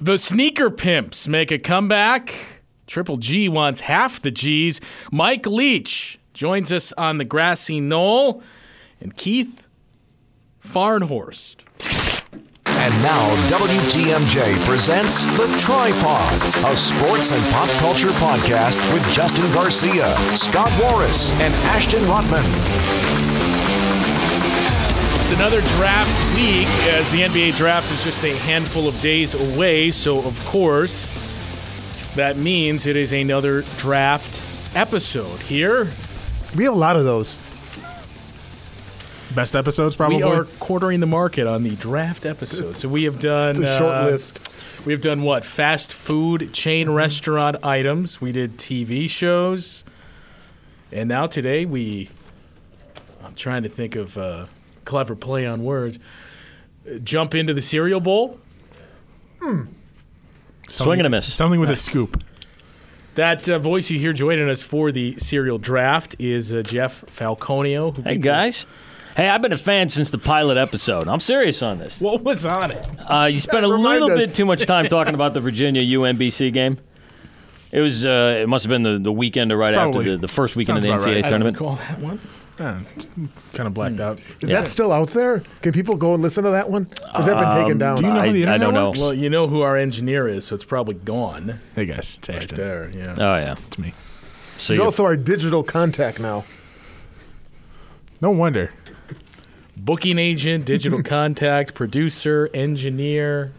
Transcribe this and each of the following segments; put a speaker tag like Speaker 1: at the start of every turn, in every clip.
Speaker 1: The sneaker pimps make a comeback. Triple G wants half the G's. Mike Leach joins us on the grassy knoll. And Keith Farnhorst.
Speaker 2: And now WTMJ presents The Tripod, a sports and pop culture podcast with Justin Garcia, Scott Warris, and Ashton Rotman.
Speaker 1: It's another draft week as the NBA draft is just a handful of days away. So, of course, that means it is another draft episode here.
Speaker 3: We have a lot of those.
Speaker 4: Best episodes, probably.
Speaker 1: We are quartering the market on the draft episode. So, we have done.
Speaker 3: It's a short list.
Speaker 1: Uh, we have done what? Fast food chain restaurant items. We did TV shows. And now today we. I'm trying to think of. Uh, clever play on words. Jump into the cereal bowl.
Speaker 5: Mm. Swing and a miss.
Speaker 4: Something with a scoop.
Speaker 1: That uh, voice you hear joining us for the cereal draft is uh, Jeff Falconio.
Speaker 5: Hey guys. Hey, I've been a fan since the pilot episode. I'm serious on this.
Speaker 1: What was on it?
Speaker 5: Uh, you spent a little us. bit too much time talking about the Virginia UMBC game. It was. uh, it must have been the, the weekend or right after the, the first weekend of the NCAA
Speaker 1: right.
Speaker 5: tournament.
Speaker 1: call that one.
Speaker 4: Uh, kind of blacked out.
Speaker 3: Is yeah. that still out there? Can people go and listen to that one? Or has that been taken down?
Speaker 4: Um, do you know I, who the internet I don't know. Works?
Speaker 1: Well, you know who our engineer is, so it's probably gone.
Speaker 4: Hey guys, it's
Speaker 1: right
Speaker 4: Ashton.
Speaker 1: there. Yeah.
Speaker 5: Oh yeah,
Speaker 4: it's me.
Speaker 3: So He's also our digital contact now.
Speaker 4: No wonder.
Speaker 1: Booking agent, digital contact, producer, engineer.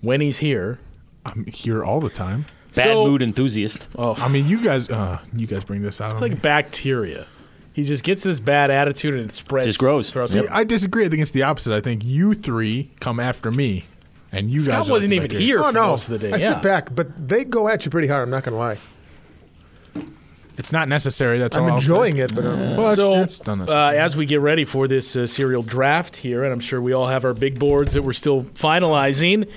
Speaker 1: When he's here,
Speaker 4: I'm here all the time.
Speaker 5: Bad so, mood enthusiast.
Speaker 4: Oh, I mean, you guys, uh, you guys bring this out.
Speaker 1: It's like me. bacteria. He just gets this bad attitude and it spreads.
Speaker 5: Just grows.
Speaker 4: Yep. I disagree. I think it's the opposite. I think you three come after me, and you
Speaker 1: Scott
Speaker 4: guys
Speaker 1: wasn't even here
Speaker 3: oh, no.
Speaker 1: most of the day.
Speaker 3: I
Speaker 1: yeah.
Speaker 3: sit back, but they go at you pretty hard. I'm not going to lie.
Speaker 4: It's not necessary. That's
Speaker 3: I'm
Speaker 4: all
Speaker 3: enjoying
Speaker 4: I'll
Speaker 3: it, but
Speaker 4: yeah.
Speaker 3: well,
Speaker 1: so it's, it's uh, as we get ready for this uh, serial draft here, and I'm sure we all have our big boards that we're still finalizing.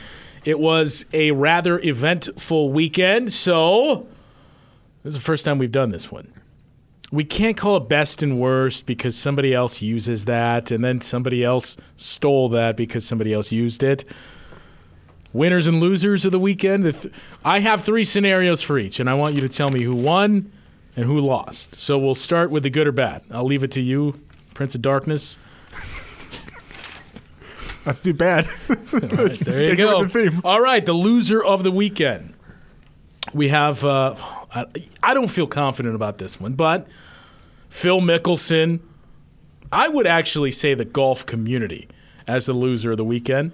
Speaker 1: It was a rather eventful weekend, so this is the first time we've done this one. We can't call it best and worst because somebody else uses that, and then somebody else stole that because somebody else used it. Winners and losers of the weekend. I have three scenarios for each, and I want you to tell me who won and who lost. So we'll start with the good or bad. I'll leave it to you, Prince of Darkness.
Speaker 4: That's too bad.
Speaker 1: right, there you go.
Speaker 4: The
Speaker 1: All right, the loser of the weekend. We have. Uh, I, I, don't feel confident about this one, but Phil Mickelson. I would actually say the golf community as the loser of the weekend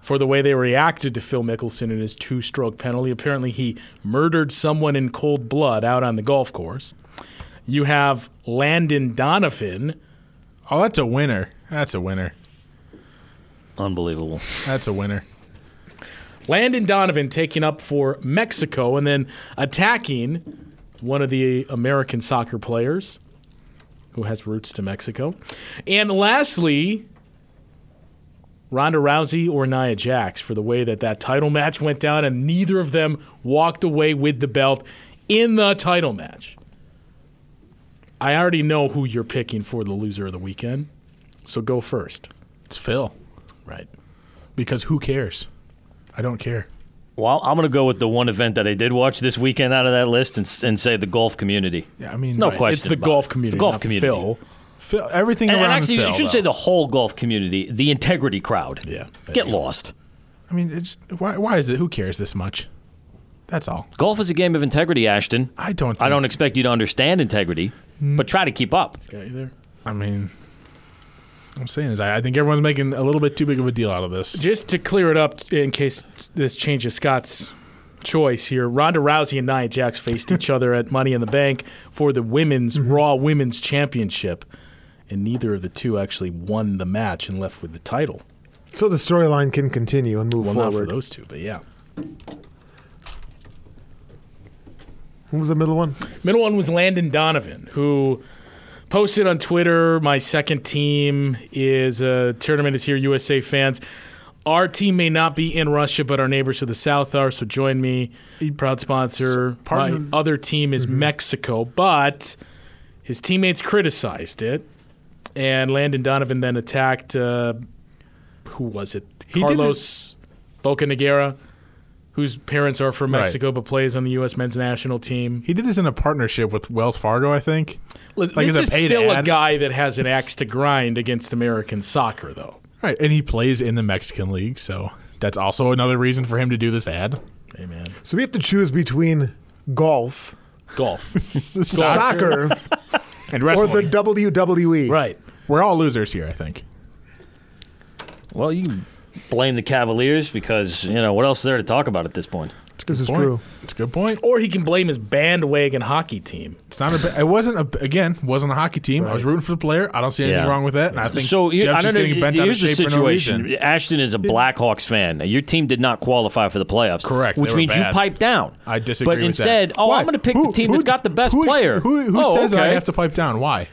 Speaker 1: for the way they reacted to Phil Mickelson and his two-stroke penalty. Apparently, he murdered someone in cold blood out on the golf course. You have Landon Donovan.
Speaker 4: Oh, that's a winner. That's a winner.
Speaker 5: Unbelievable.
Speaker 4: That's a winner.
Speaker 1: Landon Donovan taking up for Mexico and then attacking one of the American soccer players who has roots to Mexico. And lastly, Ronda Rousey or Nia Jax for the way that that title match went down and neither of them walked away with the belt in the title match. I already know who you're picking for the loser of the weekend. So go first.
Speaker 4: It's Phil.
Speaker 1: Right.
Speaker 4: Because who cares? I don't care.
Speaker 5: Well, I'm going to go with the one event that I did watch this weekend out of that list and, and say the golf community.
Speaker 4: Yeah, I mean,
Speaker 5: no
Speaker 4: right.
Speaker 5: question.
Speaker 1: It's the golf
Speaker 5: it.
Speaker 1: community.
Speaker 5: It's the golf
Speaker 1: not
Speaker 5: community.
Speaker 1: Phil.
Speaker 4: Phil, everything
Speaker 5: And,
Speaker 4: around
Speaker 5: and actually,
Speaker 4: Phil,
Speaker 5: you should
Speaker 4: though.
Speaker 5: say the whole golf community, the integrity crowd.
Speaker 1: Yeah.
Speaker 5: Get lost.
Speaker 4: I mean, it's why, why is it? Who cares this much? That's all.
Speaker 5: Golf is a game of integrity, Ashton.
Speaker 4: I don't. Think,
Speaker 5: I don't expect you to understand integrity,
Speaker 4: Mm.
Speaker 5: but try to keep up.
Speaker 1: Got you there.
Speaker 4: I mean, I'm saying is I, I think everyone's making a little bit too big of a deal out of this.
Speaker 1: Just to clear it up, in case this changes Scott's choice here, Ronda Rousey and Nia Jax faced each other at Money in the Bank for the women's Raw Women's Championship, and neither of the two actually won the match and left with the title.
Speaker 3: So the storyline can continue and move
Speaker 1: Well, not for
Speaker 3: forward.
Speaker 1: those two, but yeah.
Speaker 3: What was the middle one?
Speaker 1: Middle one was Landon Donovan, who posted on Twitter, "My second team is a tournament is here, USA fans." Our team may not be in Russia, but our neighbors to the south are. So join me, proud sponsor.
Speaker 4: Partner- Mm-hmm.
Speaker 1: My other team is Mexico, but his teammates criticized it, and Landon Donovan then attacked. Uh, who was it?
Speaker 4: did
Speaker 1: Carlos Boca Negra, whose parents are from
Speaker 4: Right.
Speaker 1: Mexico but plays on the U.S. men's national team.
Speaker 4: He did this in a partnership with Wells Fargo, I think.
Speaker 1: This
Speaker 4: Like, is it
Speaker 1: is
Speaker 4: paid
Speaker 1: still a
Speaker 4: ad?
Speaker 1: guy that has an axe to grind against American soccer, though.
Speaker 4: Right, and he plays in the Mexican League, so that's also another reason for him to do this ad.
Speaker 1: Amen.
Speaker 3: So we have to choose between golf,
Speaker 1: Golf.
Speaker 4: Soccer
Speaker 3: soccer,
Speaker 4: and
Speaker 3: or
Speaker 4: wrestling.
Speaker 3: the E. WWE.
Speaker 1: right.
Speaker 4: We're all losers here, I think.
Speaker 5: Well, you can blame the Cavaliers because you know what else is there to talk about at this point.
Speaker 3: This is
Speaker 4: Point.
Speaker 3: true.
Speaker 4: It's a good point.
Speaker 1: Or he can blame his bandwagon hockey team.
Speaker 4: It's not a. ba- It wasn't a. Again, wasn't a hockey team. I was rooting for the player. I don't see anything
Speaker 5: Yeah.
Speaker 4: wrong with that. And I think
Speaker 5: So here-
Speaker 4: Jeff's
Speaker 5: I
Speaker 4: just
Speaker 5: don't know.
Speaker 4: getting bent out of
Speaker 5: Here's the
Speaker 4: shape for no
Speaker 5: situation:
Speaker 4: reason.
Speaker 5: Ashton is a Blackhawks fan. Your team did not qualify for the playoffs,
Speaker 4: Correct. They
Speaker 5: Which
Speaker 4: were
Speaker 5: means you
Speaker 4: bad.
Speaker 5: pipe down.
Speaker 4: I disagree
Speaker 5: But
Speaker 4: with that.
Speaker 5: instead, oh,
Speaker 4: Why?
Speaker 5: I'm going to pick
Speaker 4: Who-
Speaker 5: the team
Speaker 4: who-
Speaker 5: that's got the best
Speaker 4: who ex-
Speaker 5: player.
Speaker 4: Who, who
Speaker 5: oh,
Speaker 4: says
Speaker 5: okay.
Speaker 4: that I have to pipe down? Why?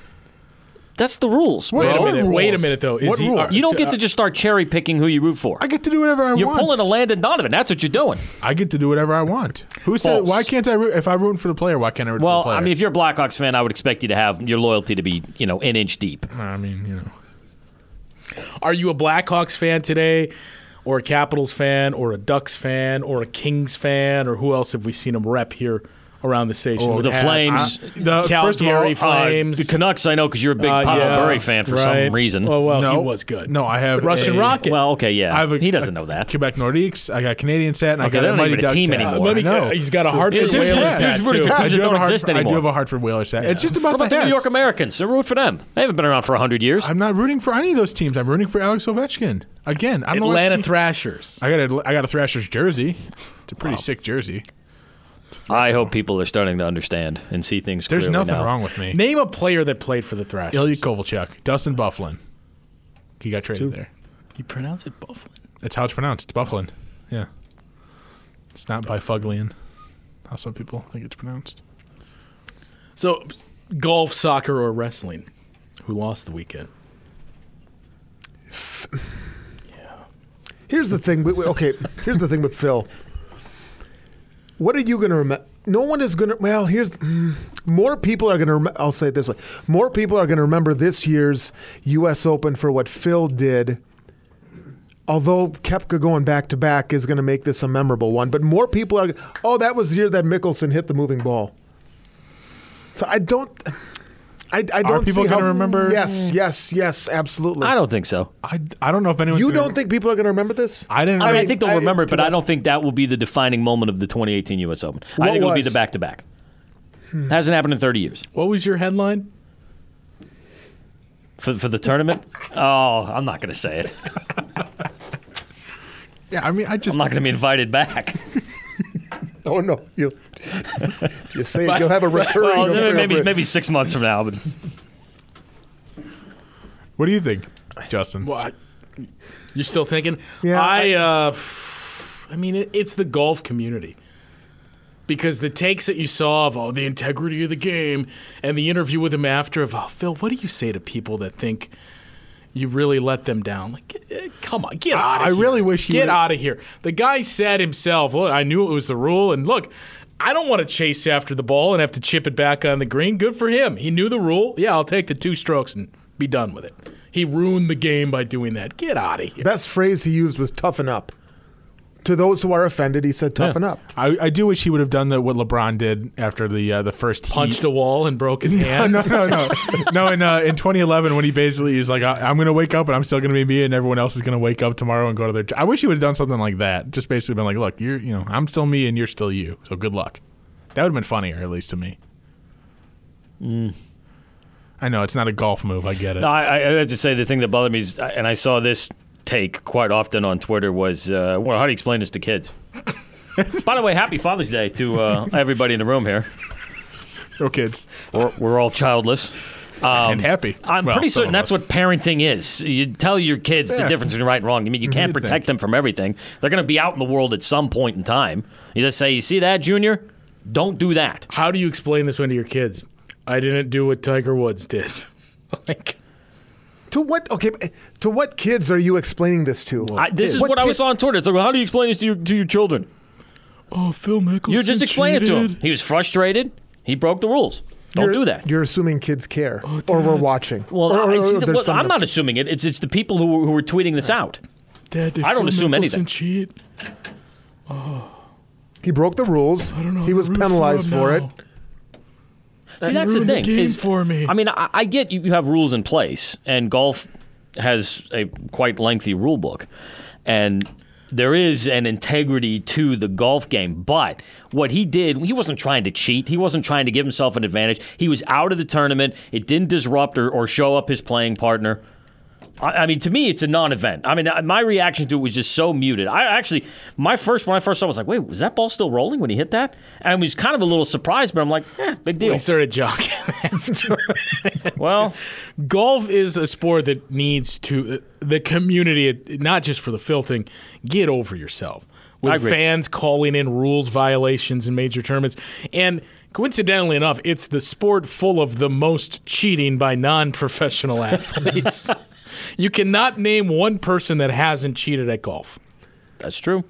Speaker 5: That's the rules.
Speaker 4: Wait
Speaker 5: bro.
Speaker 1: Wait a
Speaker 4: What
Speaker 1: minute. Wait a
Speaker 4: rules?
Speaker 1: minute, though. Is
Speaker 4: What
Speaker 1: he,
Speaker 4: rules?
Speaker 5: You don't get to just start cherry picking who you root for.
Speaker 4: I get to do whatever I
Speaker 5: You're
Speaker 4: want.
Speaker 5: pulling a Landon Donovan. That's what you're doing.
Speaker 4: I get to do whatever I want. Who said?
Speaker 5: False.
Speaker 4: Why can't I? Root, if I'm rooting for the player, why can't I root for the
Speaker 5: Well,
Speaker 4: player?
Speaker 5: I mean, if you're a Blackhawks fan, I would expect you to have your loyalty to be, you know, an inch deep.
Speaker 4: I mean, you know,
Speaker 1: Are you a Blackhawks fan today, or a Capitals fan, or a Ducks fan, or a Kings fan, or who else have we seen him rep here around the station?
Speaker 5: Oh,
Speaker 1: with
Speaker 5: the
Speaker 1: hats? Uh,
Speaker 5: Flames.
Speaker 4: the first of all,
Speaker 1: Calgary Flames.
Speaker 5: Uh, the Canucks, I know, because you're a big
Speaker 1: Uh,
Speaker 5: Pavel
Speaker 1: yeah,
Speaker 5: Bure fan for
Speaker 1: right.
Speaker 5: some reason.
Speaker 1: Oh well,
Speaker 4: no,
Speaker 1: he was good.
Speaker 4: No, I have
Speaker 1: Russian
Speaker 4: a-
Speaker 1: Rocket.
Speaker 5: well, okay, yeah.
Speaker 4: I have a,
Speaker 5: he doesn't
Speaker 4: a
Speaker 5: know that.
Speaker 4: Quebec Nordiques. I got Canadian set, and I
Speaker 5: Okay,
Speaker 4: got
Speaker 5: they
Speaker 4: a
Speaker 5: don't
Speaker 4: Mighty
Speaker 5: even have
Speaker 4: Ducks
Speaker 5: a team
Speaker 4: set.
Speaker 5: anymore.
Speaker 1: Let me-
Speaker 4: I know.
Speaker 1: he's got a Hartford
Speaker 5: there's-
Speaker 1: Whalers
Speaker 5: there's-
Speaker 1: hat
Speaker 5: there's really
Speaker 1: too.
Speaker 5: teams
Speaker 4: I
Speaker 5: that
Speaker 4: do,
Speaker 5: don't
Speaker 4: have a Hartford,
Speaker 5: exist
Speaker 4: I do
Speaker 5: anymore.
Speaker 4: have a Hartford Whaler set. It's just
Speaker 5: What
Speaker 4: about
Speaker 5: about
Speaker 4: the
Speaker 5: the New
Speaker 4: hats.
Speaker 5: York Americans? They're root for them. They haven't been around for 100 years.
Speaker 4: I'm not rooting for any of those teams. I'm rooting for Alex Ovechkin again. I don't know what-
Speaker 1: Atlanta Thrashers.
Speaker 4: I got a, I got a Thrashers jersey. It's a pretty sick jersey.
Speaker 5: I hope people are starting to understand and see things
Speaker 4: There's
Speaker 5: clearly
Speaker 4: nothing
Speaker 5: now.
Speaker 4: wrong with me.
Speaker 1: Name a player that played for the Thrashers.
Speaker 4: Ilya Kovalchuk, Dustin Bufflin. He got traded there.
Speaker 1: you pronounce it Bufflin.
Speaker 4: That's how it's pronounced. Bufflin. Yeah. It's not by Fuglian, how some people think it's pronounced.
Speaker 1: So, golf, soccer, or wrestling? Who lost the weekend?
Speaker 3: Here's the thing. With, okay, here's the thing with Phil. What are you going to remember? No one is going to. Well, here's mm, more people are going to. Rem- I'll say it this way: more people are going to remember this year's U.S. Open for what Phil did. Although Kepka going back to back is going to make this a memorable one, but more people are. Oh, that was the year that Mickelson hit the moving ball. So I don't. I, I don't.
Speaker 4: people
Speaker 3: see how-
Speaker 4: gonna remember-
Speaker 3: Yes, yes, yes, absolutely.
Speaker 5: I don't think so.
Speaker 4: I, I don't know if anyone.
Speaker 3: you don't think people are going to remember this?
Speaker 4: I didn't.
Speaker 5: I, mean, I
Speaker 4: really-
Speaker 5: think they'll
Speaker 3: I-
Speaker 5: remember it,
Speaker 3: to
Speaker 5: but I
Speaker 3: that-
Speaker 5: don't think that will be the defining moment of the 2018 U.S. Open. I
Speaker 3: What
Speaker 5: think it'll be
Speaker 3: was?
Speaker 5: the back-to-back. Hasn't happened in 30 years
Speaker 1: What was your headline?
Speaker 5: for for the tournament. Oh, I'm not going to say it.
Speaker 4: yeah, I mean, I just.
Speaker 5: I'm not going to be invited back.
Speaker 3: Oh no, you you say it, you'll have a recurring.
Speaker 5: well,
Speaker 3: you'll have a-
Speaker 5: maybe maybe six months from now. But
Speaker 4: what do you think, Justin?
Speaker 1: Well, I- you're still thinking?
Speaker 3: Yeah,
Speaker 1: I,
Speaker 3: I-
Speaker 1: uh, I mean, it, it's the golf community. Because the takes that you saw of oh, the integrity of the game and the interview with him after of, oh, Phil, what do you say to people that think you really let them down? Like, eh, come on, get out of
Speaker 4: I
Speaker 1: here.
Speaker 4: really wish you
Speaker 1: Get
Speaker 4: would've-
Speaker 1: out of here. The guy said himself, look, I knew it was the rule, and look, I don't want to chase after the ball and have to chip it back on the green. Good for him. He knew the rule. Yeah, I'll take the two strokes and be done with it. He ruined the game by doing that. Get out of here.
Speaker 3: Best phrase he used was "toughen up." To those who are offended, he said, "Toughen up."
Speaker 4: I, I do wish he would have done the, what LeBron did after the uh, the first heat.
Speaker 1: Punched a wall and broke his hand.
Speaker 4: No, no, no, no. In uh, in 2011, when he basically is like, I, "I'm going to wake up, and I'm still going to be me, and everyone else is going to wake up tomorrow and go to their." job. I wish he would have done something like that. Just basically been like, "Look, you're, you know, I'm still me, and you're still you. So good luck." That would have been funnier, at least to me. I know it's not a golf move. I get it.
Speaker 5: No, I, I I have to say the thing that bothered me is, and I saw this take quite often on Twitter was, uh, well, how do you explain this to kids? By the way, happy Father's Day to uh, everybody in the room here.
Speaker 4: No kids
Speaker 5: We're, we're all childless.
Speaker 4: and happy.
Speaker 5: I'm
Speaker 4: Well,
Speaker 5: pretty
Speaker 4: some
Speaker 5: certain
Speaker 4: of
Speaker 5: that's
Speaker 4: us.
Speaker 5: what parenting is. You tell your kids the
Speaker 4: Yeah.
Speaker 5: difference between right and wrong. I mean, you can't
Speaker 4: You'd
Speaker 5: protect
Speaker 4: think.
Speaker 5: them from everything. They're going to be out in the world at some point in time. You just say, "You see that, Junior? Don't do that."
Speaker 1: How do you explain this one to your kids? I didn't do what Tiger Woods did. like,
Speaker 3: To what? Okay, but, eh, to what kids are you explaining this to?
Speaker 5: I, this is what, I
Speaker 3: kid-
Speaker 5: was on Twitter. It's like, well, how do you explain this to your, to your children?
Speaker 1: oh, Phil Mickelson.
Speaker 5: You just explain it to him. He was frustrated. He broke the rules. Don't
Speaker 3: You're-
Speaker 5: do that. Oh,
Speaker 3: You're assuming kids care, or we're watching.
Speaker 5: Well,
Speaker 3: or, or-
Speaker 5: I,
Speaker 3: or
Speaker 5: see that-
Speaker 3: there's
Speaker 5: well,
Speaker 3: some-
Speaker 5: I'm not assuming it. It's it's the people who who are tweeting this out.
Speaker 1: Dad, did
Speaker 5: I don't
Speaker 1: Phil
Speaker 5: assume
Speaker 1: Mickelson
Speaker 5: anything.
Speaker 1: Cheat?
Speaker 3: He broke the rules. he was penalized for it.
Speaker 5: See, that's the
Speaker 1: ruined the
Speaker 5: thing.
Speaker 1: game
Speaker 5: is-
Speaker 1: for me.
Speaker 5: I mean, I, I get you, you have rules in place, and golf has a quite lengthy rule book, and there is an integrity to the golf game. But what he did, he wasn't trying to cheat. He wasn't trying to give himself an advantage. He was out of the tournament. It didn't disrupt or, or show up his playing partner. I, I mean, to me, it's a non-event. I mean, I- my reaction to it was just so muted. I actually, my first when I first saw, it, I was like, "Wait, was that ball still rolling when he hit that?" And I was kind of a little surprised, but I'm like, "Eh, big deal."
Speaker 1: He started jogging after.
Speaker 5: Well,
Speaker 1: Golf is a sport that needs to the community, not just for the Phil thing. Get over yourself
Speaker 5: I
Speaker 1: with
Speaker 5: agree.
Speaker 1: fans calling in rules violations in major tournaments, and coincidentally enough, it's the sport full of the most cheating by non-professional athletes. you cannot name one person that hasn't cheated at golf.
Speaker 5: that's true.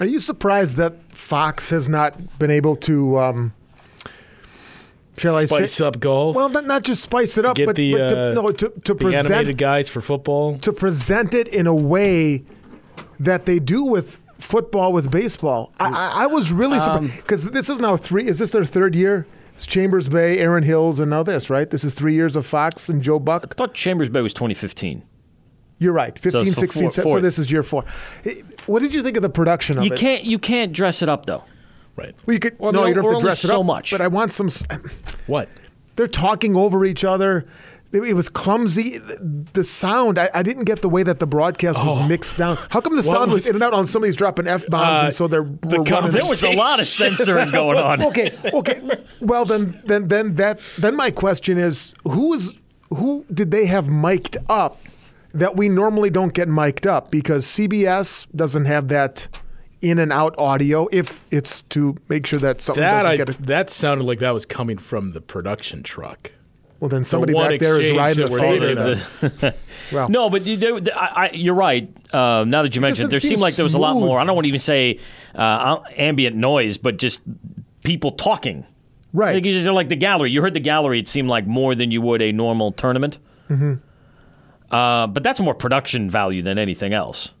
Speaker 3: Are you surprised that Fox has not been able to, um, shall I
Speaker 1: Spice
Speaker 3: say,
Speaker 1: up golf.
Speaker 3: well, not, not just spice it up,
Speaker 1: Get
Speaker 3: but,
Speaker 1: the,
Speaker 3: but to,
Speaker 1: uh,
Speaker 3: no, to,
Speaker 1: the
Speaker 3: to present
Speaker 1: animated guys for football.
Speaker 3: to present it in a way that they do with football with baseball. I, I, I was really
Speaker 5: Um,
Speaker 3: surprised because this is now three. Is this their third year? It's Chambers Bay, Aaron Hills, and now this, right? This is three years of Fox and Joe Buck.
Speaker 5: I thought Chambers Bay was 2015.
Speaker 3: You're right, 15,
Speaker 5: it's the
Speaker 3: 16,
Speaker 5: four-
Speaker 3: so- so
Speaker 5: fourth.
Speaker 3: this is year four. It- What did you think of the production of
Speaker 5: You
Speaker 3: it?
Speaker 5: can't you can't dress it up though.
Speaker 1: Right.
Speaker 3: Well, you could,
Speaker 5: Well,
Speaker 3: no,
Speaker 5: there-
Speaker 3: you don't
Speaker 5: we're
Speaker 3: have to
Speaker 5: only
Speaker 3: dress it
Speaker 5: so
Speaker 3: up,
Speaker 5: much.
Speaker 3: But I want some. s-
Speaker 1: What?
Speaker 3: They're talking over each other. It it was clumsy. The sound, I, I didn't get the way that the broadcast was mixed down. How come the sound was,
Speaker 1: Oh. was-
Speaker 3: in and out on somebody's dropping F bombs,
Speaker 1: Uh,
Speaker 3: and so they're
Speaker 1: the
Speaker 3: we're running-
Speaker 5: There was a lot of censoring going on.
Speaker 3: okay, okay. Well, then, then, then that, then my question is, who is, who did they have mic'd up that we normally don't get mic'd up because CBS doesn't have that in and out audio if it's to make sure that something
Speaker 1: That
Speaker 3: doesn't
Speaker 1: I,
Speaker 3: get. it.
Speaker 1: that sounded like that was coming from the production truck.
Speaker 3: Well, then somebody
Speaker 1: one
Speaker 3: back there is
Speaker 1: exchange
Speaker 3: riding
Speaker 1: that
Speaker 3: the
Speaker 1: we're
Speaker 3: fade
Speaker 1: doing
Speaker 3: in
Speaker 1: the-
Speaker 3: it. Well,
Speaker 5: No, but you, there, I, I, you're right. Uh, now that you mentioned, it,
Speaker 3: doesn't
Speaker 5: there
Speaker 3: seem
Speaker 5: seemed like there was a lot
Speaker 3: smooth.
Speaker 5: more. I don't want to even say uh, ambient noise, but just people talking.
Speaker 3: Right.
Speaker 5: Like, you just- like the gallery. You heard the gallery. It seemed like more than you would a normal tournament. Mm-hmm.
Speaker 3: Mm-hmm.
Speaker 5: Uh, but that's more production value than anything else.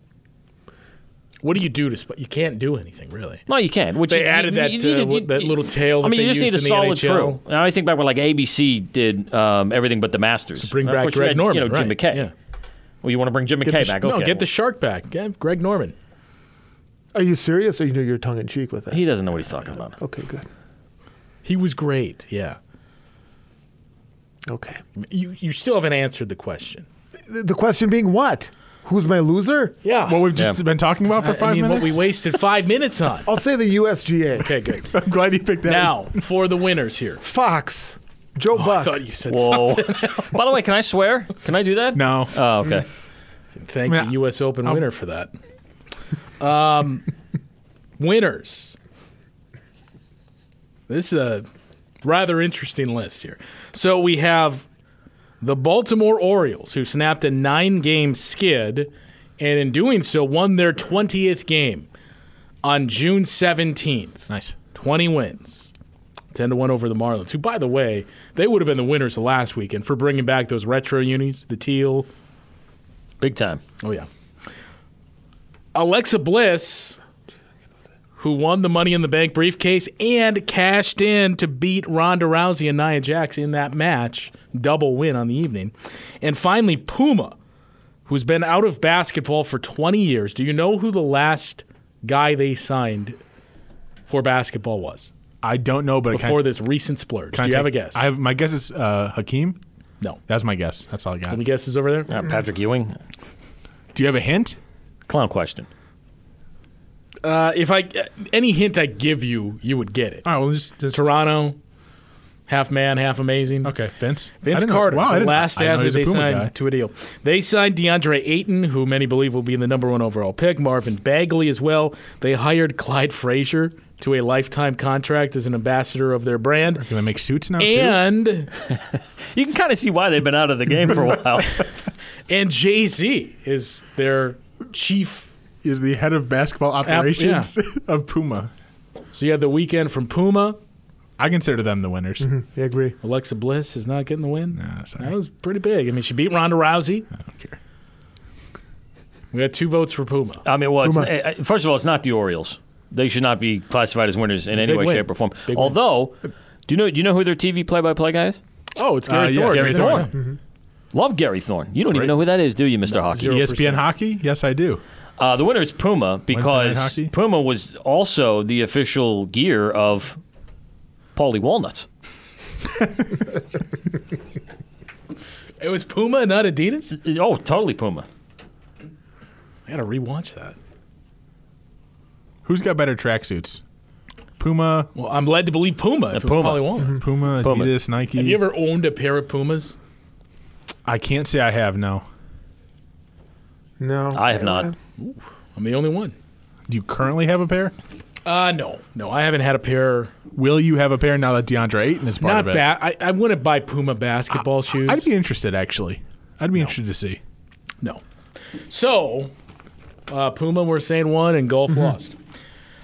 Speaker 1: What do you do to sp You can't do anything really.
Speaker 5: No, you can. Which
Speaker 1: They
Speaker 5: you-
Speaker 1: added
Speaker 5: you-
Speaker 1: that,
Speaker 5: you
Speaker 1: uh,
Speaker 5: needed-
Speaker 1: what-
Speaker 5: you-
Speaker 1: that little tail that
Speaker 5: I mean,
Speaker 1: they
Speaker 5: you just
Speaker 1: used
Speaker 5: need a
Speaker 1: in the
Speaker 5: solid
Speaker 1: NHL.
Speaker 5: crew. And I think back when like ABC did um, everything but the Masters.
Speaker 1: Bring
Speaker 5: Of
Speaker 1: back
Speaker 5: course, you
Speaker 1: Greg
Speaker 5: had,
Speaker 1: Norman,
Speaker 5: You know, Jim
Speaker 1: right,
Speaker 5: McKay.
Speaker 1: yeah.
Speaker 5: Well, you want to bring Jim McKay
Speaker 1: Get the,
Speaker 5: back?
Speaker 1: sh-
Speaker 5: Okay.
Speaker 1: No, get the
Speaker 5: well,
Speaker 1: shark back. Yeah, Greg Norman.
Speaker 3: are you serious? Or you know you're tongue in cheek with it?
Speaker 5: he doesn't know what he's talking about.
Speaker 3: okay, good.
Speaker 1: He was great. Yeah.
Speaker 3: Okay.
Speaker 1: You you still haven't answered the question.
Speaker 3: The the question being what? Who's my loser?
Speaker 1: Yeah.
Speaker 4: What we've just
Speaker 5: Yeah.
Speaker 4: been talking about for
Speaker 1: I
Speaker 4: five
Speaker 1: mean,
Speaker 4: minutes. Oh,
Speaker 1: what we wasted five minutes on.
Speaker 3: I'll say the USGA.
Speaker 1: Okay, good.
Speaker 4: I'm glad you picked that.
Speaker 1: Now for the winners here.
Speaker 3: Fox, Joe
Speaker 1: I
Speaker 3: Buck.
Speaker 1: thought you said something.
Speaker 5: Whoa. By the way, can I swear? Can I do that?
Speaker 4: No.
Speaker 5: Oh, okay.
Speaker 1: Thank
Speaker 4: I mean,
Speaker 1: the U.S. Open winner for that. Um, winners. This is a rather interesting list here. So we have the Baltimore Orioles, who snapped a nine game skid and in doing so won their 20th game on June 17th.
Speaker 4: Nice.
Speaker 1: 20 wins. 10 to 1 over the Marlins, who, by the way, they would have been the winners of last weekend for bringing back those retro unis, the teal,
Speaker 5: Big time.
Speaker 1: Oh yeah. Alexa Bliss, who won the Money in the Bank briefcase and cashed in to beat Ronda Rousey and Nia Jax in that match, double win on the evening. And finally, Puma, who's been out of basketball for 20 years. Do you know who the last guy they signed for basketball was
Speaker 4: I don't know, but
Speaker 1: before
Speaker 4: can,
Speaker 1: this recent splurge?
Speaker 4: can I
Speaker 1: Do you have a
Speaker 4: take-
Speaker 1: guess?
Speaker 4: I have my guess is uh, Hakeem.
Speaker 1: no.
Speaker 4: That's my guess. That's all I got.
Speaker 1: Any guesses over there?
Speaker 5: Uh, Patrick Ewing.
Speaker 4: Do you have a hint?
Speaker 5: Clown question.
Speaker 1: Uh, if I any hint I give you, you would get it.
Speaker 4: All right. Well, just, just
Speaker 1: Toronto, half man, half amazing.
Speaker 4: Okay, Vince. I
Speaker 1: Vince
Speaker 4: didn't know-
Speaker 1: Carter,
Speaker 4: wow, I
Speaker 1: the
Speaker 4: didn't-
Speaker 1: last
Speaker 4: I didn't know he
Speaker 1: athlete
Speaker 4: was a
Speaker 1: they
Speaker 4: Puma
Speaker 1: signed
Speaker 4: guy.
Speaker 1: to a deal. They signed DeAndre Ayton, who many believe will be the number one overall pick, Marvin Bagley as well. They hired Clyde Frazier to a lifetime contract as an ambassador of their brand.
Speaker 4: Can I make suits now too?
Speaker 1: And
Speaker 5: You can kind of see why they've been out of the game for a while.
Speaker 1: and Jay Z is their chief.
Speaker 4: Is the head of basketball operations of Puma.
Speaker 1: So you had the weekend from Puma.
Speaker 4: I consider them the winners.
Speaker 3: I Hmm, agree.
Speaker 1: Alexa Bliss is not getting the win.
Speaker 4: Nah, sorry.
Speaker 1: That was pretty big. I mean, she beat Ronda Rousey.
Speaker 4: I don't care.
Speaker 1: We got two votes for Puma.
Speaker 5: I mean, well, it's,
Speaker 3: Puma.
Speaker 5: eh, eh, first of all, it's not the Orioles. They should not be classified as winners in any
Speaker 1: big
Speaker 5: way,
Speaker 1: win.
Speaker 5: shape, or form.
Speaker 1: Big win.
Speaker 5: Although, do you know do you know who their TV play-by-play guy is?
Speaker 1: Oh, it's
Speaker 4: Uh,
Speaker 1: Gary
Speaker 4: yeah,
Speaker 1: Thorne.
Speaker 4: Gary
Speaker 1: isn't it?
Speaker 4: Thorne.
Speaker 5: Mm-hmm. Love Gary Thorne. You don't even know who that is, do you, Mr. Hockey?
Speaker 1: zero.
Speaker 4: ESPN hockey? Yes, I do.
Speaker 5: Uh, the winner is Puma
Speaker 4: Night
Speaker 5: because
Speaker 4: Hockey?
Speaker 5: Puma was also the official gear of Paulie Walnuts.
Speaker 1: It was Puma and not Adidas?
Speaker 5: Oh, totally Puma.
Speaker 1: I gotta rewatch that.
Speaker 4: Who's got better tracksuits? Puma,
Speaker 1: Well, I'm led to believe Puma. If It was
Speaker 5: Puma.
Speaker 1: Polly Walnuts.
Speaker 4: Puma,
Speaker 5: Puma.
Speaker 4: Adidas, Nike.
Speaker 1: Have you ever owned a pair of Pumas?
Speaker 4: I can't say I have. No.
Speaker 3: No,
Speaker 5: I have not.
Speaker 1: I'm the only one.
Speaker 4: Do you currently have a pair?
Speaker 1: Uh, no, no, I haven't had a pair.
Speaker 4: Will you have a pair now that DeAndre Ayton is part
Speaker 1: Not
Speaker 4: of it?
Speaker 1: bad. I, I wouldn't buy Puma basketball shoes.
Speaker 4: I'd be interested actually. I'd be interested to see.
Speaker 1: No. So, uh, Puma, we're saying one, and golf lost.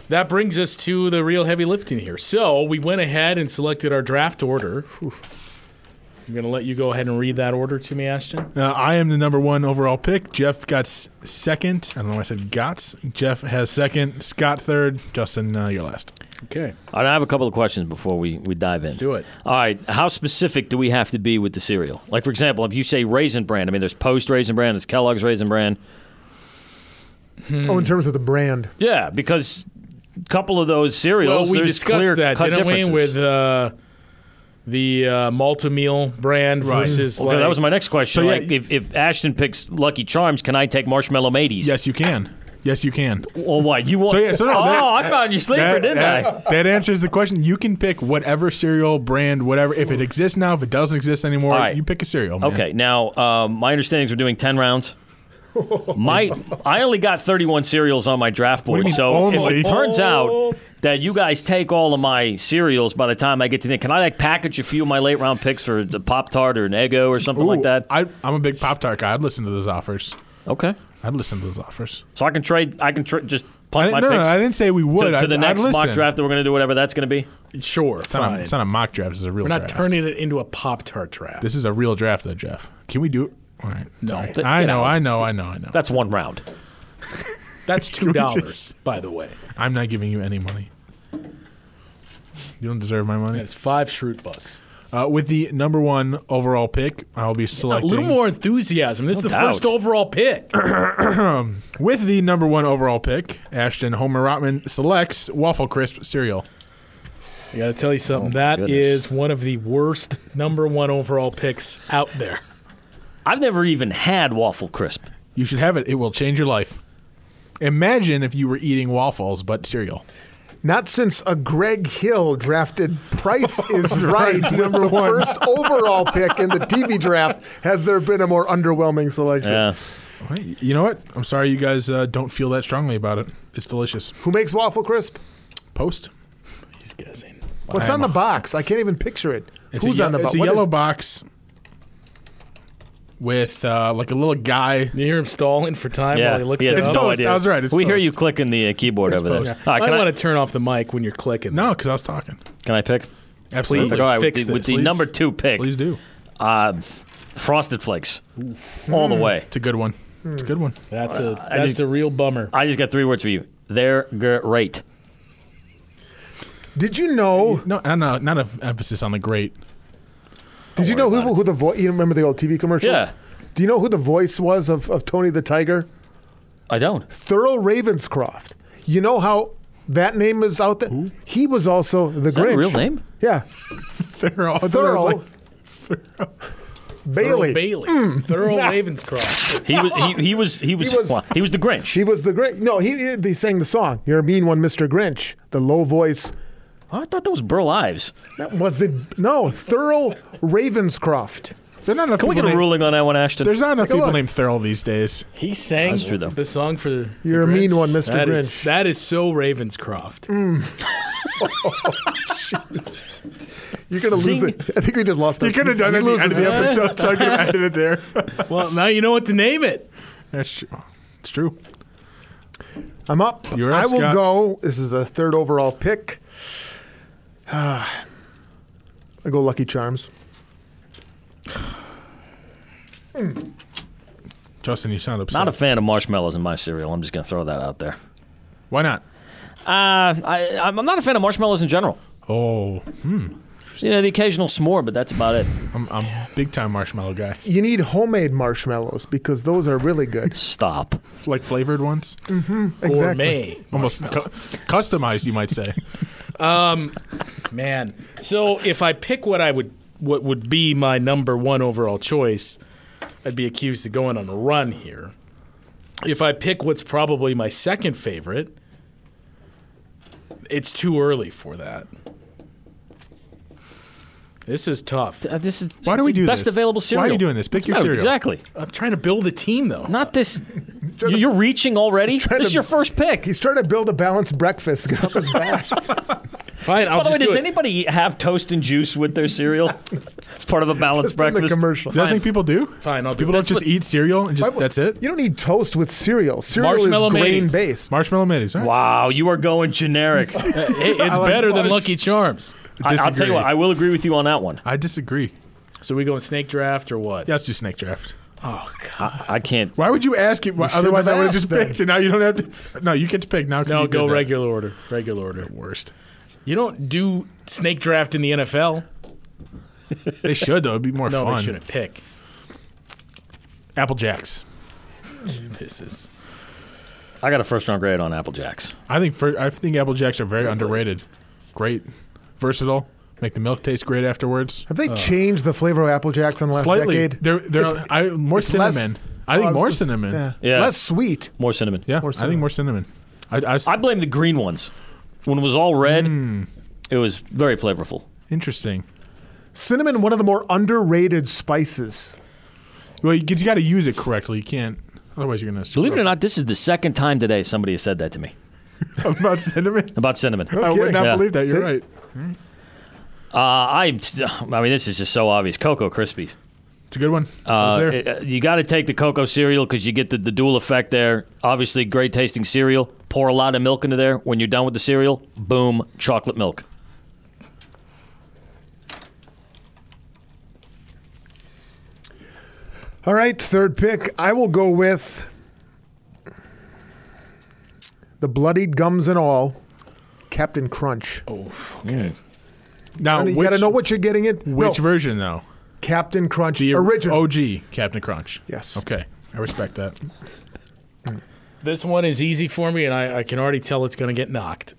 Speaker 1: That brings us to the real heavy lifting here. So, we went ahead and selected our draft order. I'm going to let you go ahead and read that order to me, Ashton.
Speaker 4: Uh, I am the number one overall pick. Jeff got s- second. I don't know why I said gots. Jeff has second. Scott third. Justin, uh, you're last.
Speaker 1: Okay.
Speaker 5: All right, I have a couple of questions before we, we dive in. Let's
Speaker 1: do it.
Speaker 5: All right, how specific do we have to be with the cereal? Like, for example, if you say Raisin Bran, I mean, there's Post Raisin Bran, there's Kellogg's Raisin Bran.
Speaker 3: Oh, in terms of the brand,
Speaker 5: Yeah, because a couple of those
Speaker 1: Well,
Speaker 5: cereals,
Speaker 1: we
Speaker 5: there's
Speaker 1: discussed
Speaker 5: clear
Speaker 1: that,
Speaker 5: cut
Speaker 1: didn't we,
Speaker 5: differences.
Speaker 1: with uh, the uh, Malta Meal brand
Speaker 4: Right.
Speaker 1: versus.
Speaker 5: Okay,
Speaker 1: like,
Speaker 5: that was my next
Speaker 4: So,
Speaker 5: question.
Speaker 4: yeah,
Speaker 5: like, if, if Ashton picks Lucky Charms, can I take Marshmallow Mateys?
Speaker 4: Yes, you can. Yes, you can.
Speaker 5: Or what? You want?
Speaker 4: So, yeah, so no,
Speaker 5: oh,
Speaker 4: that-
Speaker 5: I found you sleeper,
Speaker 4: That,
Speaker 5: didn't I?
Speaker 4: that- that answers the question. You can pick whatever cereal brand, whatever. If it exists now, if it doesn't exist anymore,
Speaker 5: All right.
Speaker 4: you pick a cereal. man.
Speaker 5: Okay, now um, my understanding is we're doing ten rounds. My, I only got thirty-one cereals on my draft
Speaker 4: do you
Speaker 5: board,
Speaker 4: mean
Speaker 5: so
Speaker 4: only?
Speaker 5: if it turns
Speaker 1: Oh.
Speaker 5: out that you guys take all of my cereals by the time I get to the can I like package a few of my late round picks for the Pop Tart or an Eggo or something
Speaker 4: Ooh,
Speaker 5: like that?
Speaker 4: I, I'm a big Pop Tart guy. I'd listen to those offers.
Speaker 5: Okay,
Speaker 4: I'd listen to those offers.
Speaker 5: so I can trade. I can tra- just
Speaker 4: I
Speaker 5: punt my
Speaker 4: didn't, no,
Speaker 5: picks
Speaker 4: no, I didn't say we would.
Speaker 5: to, to
Speaker 4: I,
Speaker 5: the
Speaker 4: I'd
Speaker 5: next mock
Speaker 4: listen.
Speaker 5: draft that we're going to do, whatever that's going to be.
Speaker 1: Sure.
Speaker 4: It's not,
Speaker 1: fine.
Speaker 4: a, it's not a mock draft. This is a real
Speaker 1: We're not
Speaker 4: draft.
Speaker 1: turning it into a Pop Tart draft.
Speaker 4: This is a real draft, though, Jeff. Can we do it? All right. Sorry.
Speaker 5: Th-
Speaker 4: I
Speaker 5: get
Speaker 4: know,
Speaker 5: out.
Speaker 4: I know, I know, I know.
Speaker 5: That's one round.
Speaker 1: That's $2,
Speaker 4: just-
Speaker 1: by the way.
Speaker 4: I'm not giving you any money. You don't deserve my money.
Speaker 1: That's five shrewd bucks.
Speaker 4: Uh, with the number one overall pick, I'll be
Speaker 1: A
Speaker 4: selecting.
Speaker 1: little more enthusiasm. This is the
Speaker 5: doubt.
Speaker 1: first overall pick.
Speaker 4: With the number one overall pick, Ashton Homer Rotman selects Waffle Crisp cereal.
Speaker 1: I got to tell you something. That is
Speaker 5: Oh, goodness.
Speaker 1: one of the worst number one overall picks out there.
Speaker 5: I've never even had waffle crisp.
Speaker 4: You should have it. It will change your life. Imagine if you were eating waffles but cereal.
Speaker 3: not since a Greg Hill drafted Price is Right, number the first overall pick in the TV draft. Has there been a more underwhelming selection?
Speaker 5: Yeah.
Speaker 4: All right, You know what? I'm sorry you guys uh, don't feel that strongly about it. It's delicious.
Speaker 3: Who makes waffle crisp?
Speaker 4: Post.
Speaker 1: He's guessing.
Speaker 3: What's
Speaker 4: I
Speaker 3: on
Speaker 4: am
Speaker 3: the box? I can't even picture it.
Speaker 4: It's
Speaker 3: Who's
Speaker 4: a, ye-
Speaker 3: on the box?
Speaker 4: It's a
Speaker 3: What
Speaker 4: yellow
Speaker 3: is-
Speaker 4: box with uh, like a little guy.
Speaker 1: You hear him stalling for time
Speaker 5: Yeah,
Speaker 1: while he looks
Speaker 5: he
Speaker 1: it
Speaker 5: has
Speaker 1: up.
Speaker 4: It's
Speaker 5: no
Speaker 4: post.
Speaker 5: idea.
Speaker 4: I was right, it's
Speaker 5: we hear
Speaker 4: post.
Speaker 5: you clicking the uh, keyboard over there.
Speaker 4: post.
Speaker 5: All right,
Speaker 1: I
Speaker 5: can, I,
Speaker 1: want to turn off the mic when you're clicking.
Speaker 4: No, because I was talking.
Speaker 5: can I pick?
Speaker 4: Absolutely.
Speaker 1: Please.
Speaker 5: All right,
Speaker 1: fix
Speaker 5: with the, with
Speaker 1: this.
Speaker 5: the
Speaker 1: Please.
Speaker 5: number two pick,
Speaker 4: Please do.
Speaker 5: uh, Frosted Flakes, all the way.
Speaker 4: It's a good one. It's a good one.
Speaker 1: that's a
Speaker 5: I
Speaker 1: that's
Speaker 5: just-
Speaker 1: a real bummer.
Speaker 5: I just got three words for you. They're great.
Speaker 3: Did you know?
Speaker 4: No, no, no not an emphasis on the great.
Speaker 3: Did you know who, who the voice? You remember the old TV commercials?
Speaker 5: Yeah.
Speaker 3: Do you know who the voice was of, of Tony the Tiger?
Speaker 5: I don't.
Speaker 3: Thurl Ravenscroft. You know how that name is out there? He was also the
Speaker 5: Is that
Speaker 3: Grinch.
Speaker 5: a real name?
Speaker 3: Yeah.
Speaker 4: Thorough. I thought that was
Speaker 3: Thurl.
Speaker 4: like-
Speaker 1: Thurl
Speaker 3: Bailey. Mm.
Speaker 1: Bailey, Thurl Ravenscroft.
Speaker 5: He was. He, he was. He was.
Speaker 3: He
Speaker 5: He
Speaker 3: was-
Speaker 5: was, he was the Grinch.
Speaker 3: He was the Grinch. No, he, he sang the song. You're a mean one, Mr. Grinch. The low voice.
Speaker 5: Oh, I thought that was Burl Ives.
Speaker 3: That wasn't. No, Thurl Ravenscroft.
Speaker 4: There's not enough
Speaker 5: Can we
Speaker 4: people
Speaker 5: get a
Speaker 4: named-
Speaker 5: ruling on that one, Ashton?
Speaker 4: There's not enough
Speaker 3: Take a
Speaker 4: people
Speaker 3: look.
Speaker 4: named Thurl these days.
Speaker 1: He sang
Speaker 5: That's true, though.
Speaker 1: the song for the.
Speaker 3: You're a
Speaker 1: the
Speaker 3: mean
Speaker 1: Grinch.
Speaker 3: one, Mr.
Speaker 1: That is-
Speaker 3: Grinch. Mm.
Speaker 1: that is so Ravenscroft.
Speaker 3: You're going to lose
Speaker 5: Zing.
Speaker 3: it. I think we just lost
Speaker 4: You could have done it at the end of the episode, so I could have added it there.
Speaker 1: Well, now you know what to name it.
Speaker 4: That's true. It's true.
Speaker 3: I'm up.
Speaker 4: You're up,
Speaker 3: I will
Speaker 4: Scott.
Speaker 3: go. This is a third overall pick. I go Lucky Charms.
Speaker 4: Justin, you sound upset.
Speaker 5: Not a fan of marshmallows in my cereal. I'm just going to throw that out there.
Speaker 4: Why not?
Speaker 5: Uh, I, I'm not a fan of marshmallows in general.
Speaker 4: Oh,
Speaker 5: You know, the occasional s'more, but that's about it.
Speaker 4: I'm, I'm big time marshmallow guy.
Speaker 3: You need homemade marshmallows because those are really good.
Speaker 5: Stop.
Speaker 4: Like flavored ones,
Speaker 3: exactly.
Speaker 1: Gourmet.
Speaker 4: almost cu- customized, you might say.
Speaker 1: Man. So if I pick what I would what would be my number one overall choice, I'd be accused of going on a run here. If I pick what's probably my second favorite, it's too early for that. This is tough.
Speaker 5: Uh, this is
Speaker 4: Why do we do
Speaker 5: best
Speaker 4: this?
Speaker 5: available
Speaker 4: Why are
Speaker 5: cereal?
Speaker 4: you doing this? Pick
Speaker 5: What's
Speaker 4: your
Speaker 5: the matter with-
Speaker 4: cereal.
Speaker 5: Exactly.
Speaker 1: I'm trying to build a team though.
Speaker 5: Not this. You- You're reaching already. This is
Speaker 3: to-
Speaker 5: your first pick.
Speaker 3: He's trying to build a balanced breakfast. Get off his back.
Speaker 1: Fine, I'll
Speaker 5: By the way,
Speaker 1: just
Speaker 5: does
Speaker 1: do it.
Speaker 5: anybody have toast and juice with their cereal? it's part of a balanced
Speaker 3: Just in the
Speaker 5: breakfast.
Speaker 3: commercial.
Speaker 4: Do I think people do?
Speaker 1: Fine, I'll do
Speaker 4: people
Speaker 1: it.
Speaker 4: don't
Speaker 1: That's
Speaker 4: just
Speaker 1: what-
Speaker 4: eat cereal and just that's it.
Speaker 3: You don't need toast with cereal. Cereal
Speaker 1: Marshmallow
Speaker 3: is grain
Speaker 1: mayonnaise.
Speaker 3: based.
Speaker 4: Marshmallow mayonnaise. all right.
Speaker 5: Wow, you are going generic. I,
Speaker 1: Hey, it's better than Lucky Charms.
Speaker 5: I'll tell
Speaker 4: disagree.
Speaker 5: you what, I will agree with you on that one.
Speaker 4: I disagree.
Speaker 1: So we going snake draft or what?
Speaker 4: Yeah, let's do snake draft.
Speaker 1: Oh god.
Speaker 5: I, I can't.
Speaker 4: Why would you ask it? Why, otherwise, I
Speaker 3: shouldn't
Speaker 4: would
Speaker 3: have
Speaker 4: have just
Speaker 3: asked then.
Speaker 4: picked, and now you don't have to. No, you get to pick now. 'cause
Speaker 1: No,
Speaker 4: you
Speaker 1: go
Speaker 4: did that.
Speaker 1: regular order. Regular order.
Speaker 4: Worst.
Speaker 1: You don't do snake draft in the NFL.
Speaker 4: They should though. It'd be more
Speaker 1: No,
Speaker 4: fun.
Speaker 1: they shouldn't pick.
Speaker 4: Apple Jacks.
Speaker 1: This is
Speaker 5: I got a first round grade on Apple Jacks.
Speaker 4: I think for, I think Apple Jacks are very underrated. Great, versatile. Make the milk taste great afterwards.
Speaker 3: Have they changed the flavor of Apple Jacks in the last
Speaker 4: Slightly,
Speaker 3: decade?
Speaker 4: they're they're
Speaker 3: It's-
Speaker 4: I, more
Speaker 3: it's less-
Speaker 4: cinnamon. I think
Speaker 3: Oh, was
Speaker 4: more
Speaker 3: just-
Speaker 4: cinnamon. Yeah,
Speaker 5: Yeah.
Speaker 3: Less sweet.
Speaker 5: More cinnamon.
Speaker 3: More
Speaker 4: I think more cinnamon. I, I,
Speaker 5: I blame the green ones. When it was all red,
Speaker 4: Hmm.
Speaker 5: it was very flavorful.
Speaker 4: interesting.
Speaker 3: Cinnamon, one of the more underrated spices.
Speaker 4: Well, you, 'cause you got to use it correctly. You can't. Otherwise, you're gonna screw
Speaker 5: Believe it or
Speaker 4: up.
Speaker 5: not, this is the second time today somebody has said that to me
Speaker 4: about cinnamon.
Speaker 5: about cinnamon.
Speaker 4: I would
Speaker 3: kidding.
Speaker 4: not
Speaker 5: Yeah.
Speaker 4: believe that. You're
Speaker 3: See?
Speaker 4: right.
Speaker 5: Uh, I, I mean, this is just so obvious. Cocoa Krispies.
Speaker 4: It's a good one. I
Speaker 5: Uh,
Speaker 4: was there.
Speaker 5: it- uh, you got to take the cocoa cereal because you get the, the dual effect there. Obviously, great tasting cereal. Pour a lot of milk into there. When you're done with the cereal, boom, chocolate milk.
Speaker 3: All right, third pick. I will go with the bloodied gums and all, Captain Crunch.
Speaker 1: oh,
Speaker 4: now,
Speaker 3: I mean, you
Speaker 4: which,
Speaker 3: got to know what you're getting in. No,
Speaker 4: which version though?
Speaker 3: Captain Crunch
Speaker 4: The
Speaker 3: original.
Speaker 4: OG Captain Crunch.
Speaker 3: Yes.
Speaker 4: Okay. I respect that.
Speaker 1: this one is easy for me, and I, I can already tell it's going to get knocked.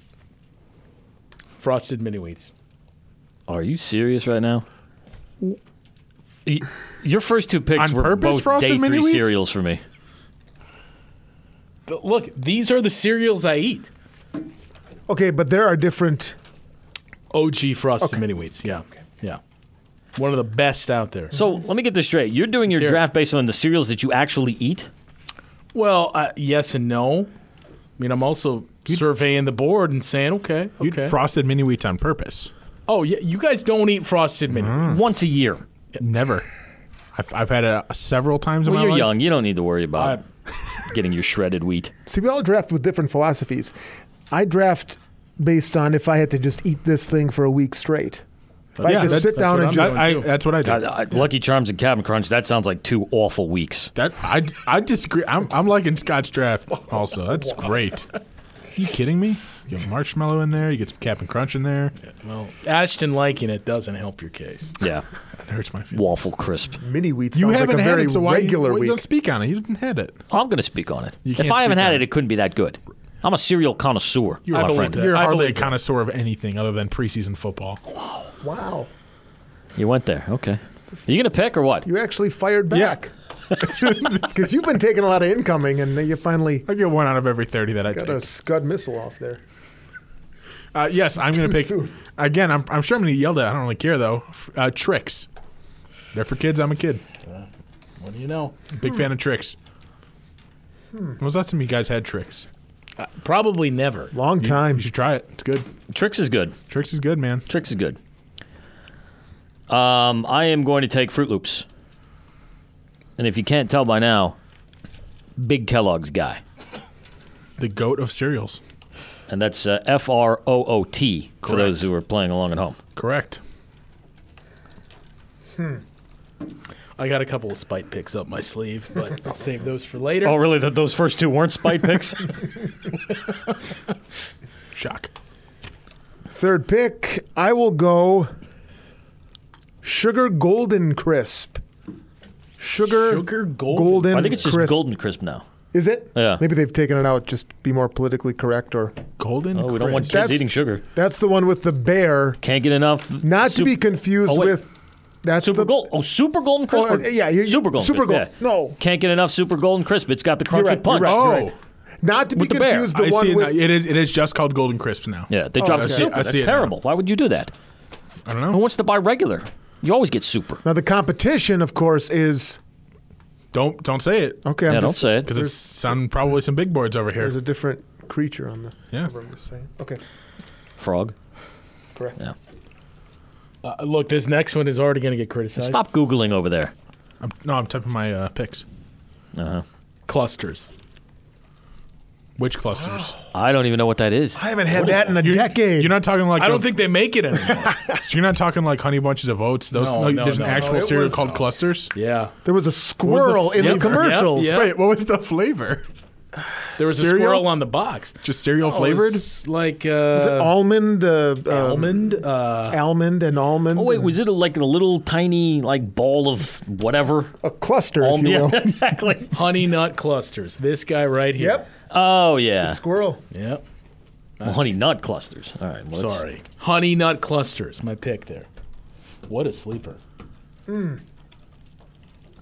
Speaker 1: Frosted mini wheats.
Speaker 5: Are you serious right now? Y- Your first two picks
Speaker 4: On
Speaker 5: were
Speaker 4: purpose,
Speaker 5: both
Speaker 4: Frosted
Speaker 5: day
Speaker 4: Mini
Speaker 5: three
Speaker 4: Wheats?
Speaker 5: cereals for me.
Speaker 1: But look, these are the cereals I eat.
Speaker 3: Okay, but there are different.
Speaker 1: OG frosted mini wheats. Yeah, yeah. One of the best out there.
Speaker 5: So let me get this straight. You're doing your
Speaker 1: hear it.
Speaker 5: draft based on the cereals that you actually eat.
Speaker 1: Well, uh, yes and no. I mean, I'm also surveying the board and saying, okay,
Speaker 4: You
Speaker 1: okay.
Speaker 4: frosted mini wheats on purpose.
Speaker 1: oh, yeah, you guys don't eat frosted mini wheats.
Speaker 3: Mm-hmm.
Speaker 5: Once a year.
Speaker 4: Never. I've, I've had it several times in
Speaker 5: Well,
Speaker 4: my
Speaker 5: you're
Speaker 4: life.
Speaker 5: young. You don't need to worry about getting your shredded wheat.
Speaker 3: See, we all draft with different philosophies. I draft based on if I had to just eat this thing for a week straight. If I
Speaker 4: Yeah,
Speaker 3: had to
Speaker 4: that's- that's
Speaker 3: sit down
Speaker 1: what
Speaker 3: and
Speaker 1: I'm
Speaker 3: just
Speaker 1: doing.
Speaker 4: I, I, that's what I
Speaker 5: I,
Speaker 4: did.
Speaker 5: I, Lucky Charms and Cabin Crunch. That sounds like two awful weeks.
Speaker 4: That I, I disagree. I'm, I'm liking Scotch draft also. That's great. you kidding me? You get marshmallow in there. You get some Captain Crunch in there.
Speaker 1: Well, Ashton liking it doesn't help your case.
Speaker 5: Yeah,
Speaker 4: That hurts my feelings.
Speaker 5: waffle crisp.
Speaker 3: mini wheat
Speaker 4: You
Speaker 3: sounds like
Speaker 4: haven't
Speaker 3: a
Speaker 4: had
Speaker 3: very
Speaker 4: it, so why
Speaker 3: regular
Speaker 4: you, why you
Speaker 3: week.
Speaker 4: don't speak on it? You haven't had it.
Speaker 5: I'm going to speak on it. if
Speaker 4: can't
Speaker 5: I haven't
Speaker 4: speak
Speaker 5: had
Speaker 4: on it.
Speaker 5: it, it couldn't be that good. I'm a cereal connoisseur,
Speaker 4: You're,
Speaker 5: my
Speaker 1: believe
Speaker 5: friend.
Speaker 1: that.
Speaker 4: you're
Speaker 1: I
Speaker 4: hardly a
Speaker 1: believe that.
Speaker 4: connoisseur of anything other than preseason football.
Speaker 3: Wow.
Speaker 5: You went there. Okay. Are you going to pick or what?
Speaker 3: You actually fired back. Because you've been taking a lot of incoming and then you finally
Speaker 4: I get one out of every thirty that I
Speaker 3: got
Speaker 4: take.
Speaker 3: a scud missile off there.
Speaker 4: Uh, yes, I'm going to pick.
Speaker 3: soon.
Speaker 4: Again, I'm, I'm sure I'm going to yell at. I don't really care though. F- Uh, tricks. They're for kids. I'm a kid.
Speaker 1: What do you know?
Speaker 4: Big fan of tricks.
Speaker 3: Hmm.
Speaker 4: When was the last time you guys had tricks?
Speaker 1: Probably never.
Speaker 3: Long time.
Speaker 4: You should try it. It's good.
Speaker 5: Tricks is good.
Speaker 4: Tricks is good, man.
Speaker 5: Tricks is good. Um, I am going to take Fruit Loops. And if you can't tell by now, big Kellogg's guy.
Speaker 4: The goat of cereals.
Speaker 5: And that's uh, F R O O T for
Speaker 4: Correct.
Speaker 5: those who are playing along at home.
Speaker 4: Correct.
Speaker 1: I got a couple of spite picks up my sleeve, but I'll save those for later.
Speaker 5: Oh, really? That those first two weren't spite picks?
Speaker 4: Shock.
Speaker 3: Third pick, I will go Sugar Golden Crisp. Sugar,
Speaker 1: Sugar Golden-
Speaker 3: Golden
Speaker 5: I think it's just
Speaker 3: Crisp.
Speaker 5: Golden Crisp now.
Speaker 3: Is it?
Speaker 5: Yeah.
Speaker 3: Maybe they've taken it out just to be more politically correct or
Speaker 4: Golden.
Speaker 5: Oh, we don't want kids
Speaker 3: That's-
Speaker 5: eating sugar.
Speaker 3: That's the one with the bear.
Speaker 5: Can't get enough.
Speaker 3: Not
Speaker 5: sup-
Speaker 3: to be confused
Speaker 5: Oh, wait.
Speaker 3: with that's
Speaker 5: Super
Speaker 3: the,
Speaker 5: Gold. Oh, Super Golden Crisp.
Speaker 3: Oh,
Speaker 5: or-
Speaker 3: uh, yeah, you-
Speaker 5: Super Golden.
Speaker 3: Super
Speaker 5: Crisp,
Speaker 3: Gold.
Speaker 5: yeah.
Speaker 3: No.
Speaker 5: Can't get enough Super Golden Crisp. It's got the crunch
Speaker 3: You're right,
Speaker 5: with punch.
Speaker 3: you're right,
Speaker 4: Oh.
Speaker 3: you're right. Not to
Speaker 5: With
Speaker 3: be
Speaker 5: the bear.
Speaker 3: confused
Speaker 4: I
Speaker 3: the one
Speaker 4: see it, now.
Speaker 3: with
Speaker 4: it is. It is just called Golden Crisp now.
Speaker 5: Yeah, they dropped the
Speaker 3: okay. Oh, I see-
Speaker 5: super.
Speaker 4: I
Speaker 5: That's
Speaker 4: see it now.
Speaker 5: terrible. Why would you do that?
Speaker 4: I don't know.
Speaker 5: Who wants to buy regular? You always get super.
Speaker 3: Now the competition, of course, is
Speaker 4: Don't don't say it
Speaker 3: okay. I'm
Speaker 5: yeah, don't
Speaker 3: just-
Speaker 5: say it.
Speaker 4: because it's some probably some big boards over here.
Speaker 3: There's a different creature on the.
Speaker 4: Yeah.
Speaker 3: whatever I'm saying. Okay.
Speaker 5: Frog.
Speaker 3: Correct.
Speaker 5: Yeah.
Speaker 1: Uh, look, this next one is already going to get criticized.
Speaker 5: Stop Googling over there.
Speaker 4: I'm, no, I'm typing my uh, picks.
Speaker 5: Uh-huh.
Speaker 1: clusters.
Speaker 4: Which clusters?
Speaker 5: I don't even know what that is.
Speaker 3: I haven't had that in a
Speaker 4: You're-
Speaker 3: decade.
Speaker 4: You're not talking like
Speaker 1: I don't
Speaker 4: a-
Speaker 1: think they make it anymore.
Speaker 4: So you're not talking like honey bunches of oats. Those
Speaker 1: No,
Speaker 4: no,
Speaker 1: no,
Speaker 4: there's
Speaker 1: no.
Speaker 4: an actual
Speaker 1: No, it
Speaker 4: cereal
Speaker 1: was-
Speaker 4: called clusters.
Speaker 1: yeah,
Speaker 3: there was a squirrel in the
Speaker 1: flavor? Yep,
Speaker 3: commercials.
Speaker 1: yep.
Speaker 4: Wait, what was the flavor?
Speaker 1: there was a
Speaker 4: Cereal?
Speaker 1: squirrel on the box.
Speaker 4: Just cereal
Speaker 1: Oh, it
Speaker 4: flavored?
Speaker 1: was like uh,
Speaker 3: Almond, uh, uh,
Speaker 1: almond. Uh,
Speaker 3: almond, and almond.
Speaker 5: Oh wait, was it a, like a little tiny like ball of whatever?
Speaker 3: a cluster,
Speaker 5: Alm-
Speaker 3: if you
Speaker 5: yeah,
Speaker 3: will.
Speaker 5: exactly.
Speaker 1: honey nut clusters. This guy right here.
Speaker 3: Yep.
Speaker 5: Oh yeah,
Speaker 3: Squirrel.
Speaker 1: Yep.
Speaker 5: well, honey nut clusters. All right, well, let's-
Speaker 1: Sorry. Honey nut clusters. My pick there. What a sleeper.
Speaker 4: I'm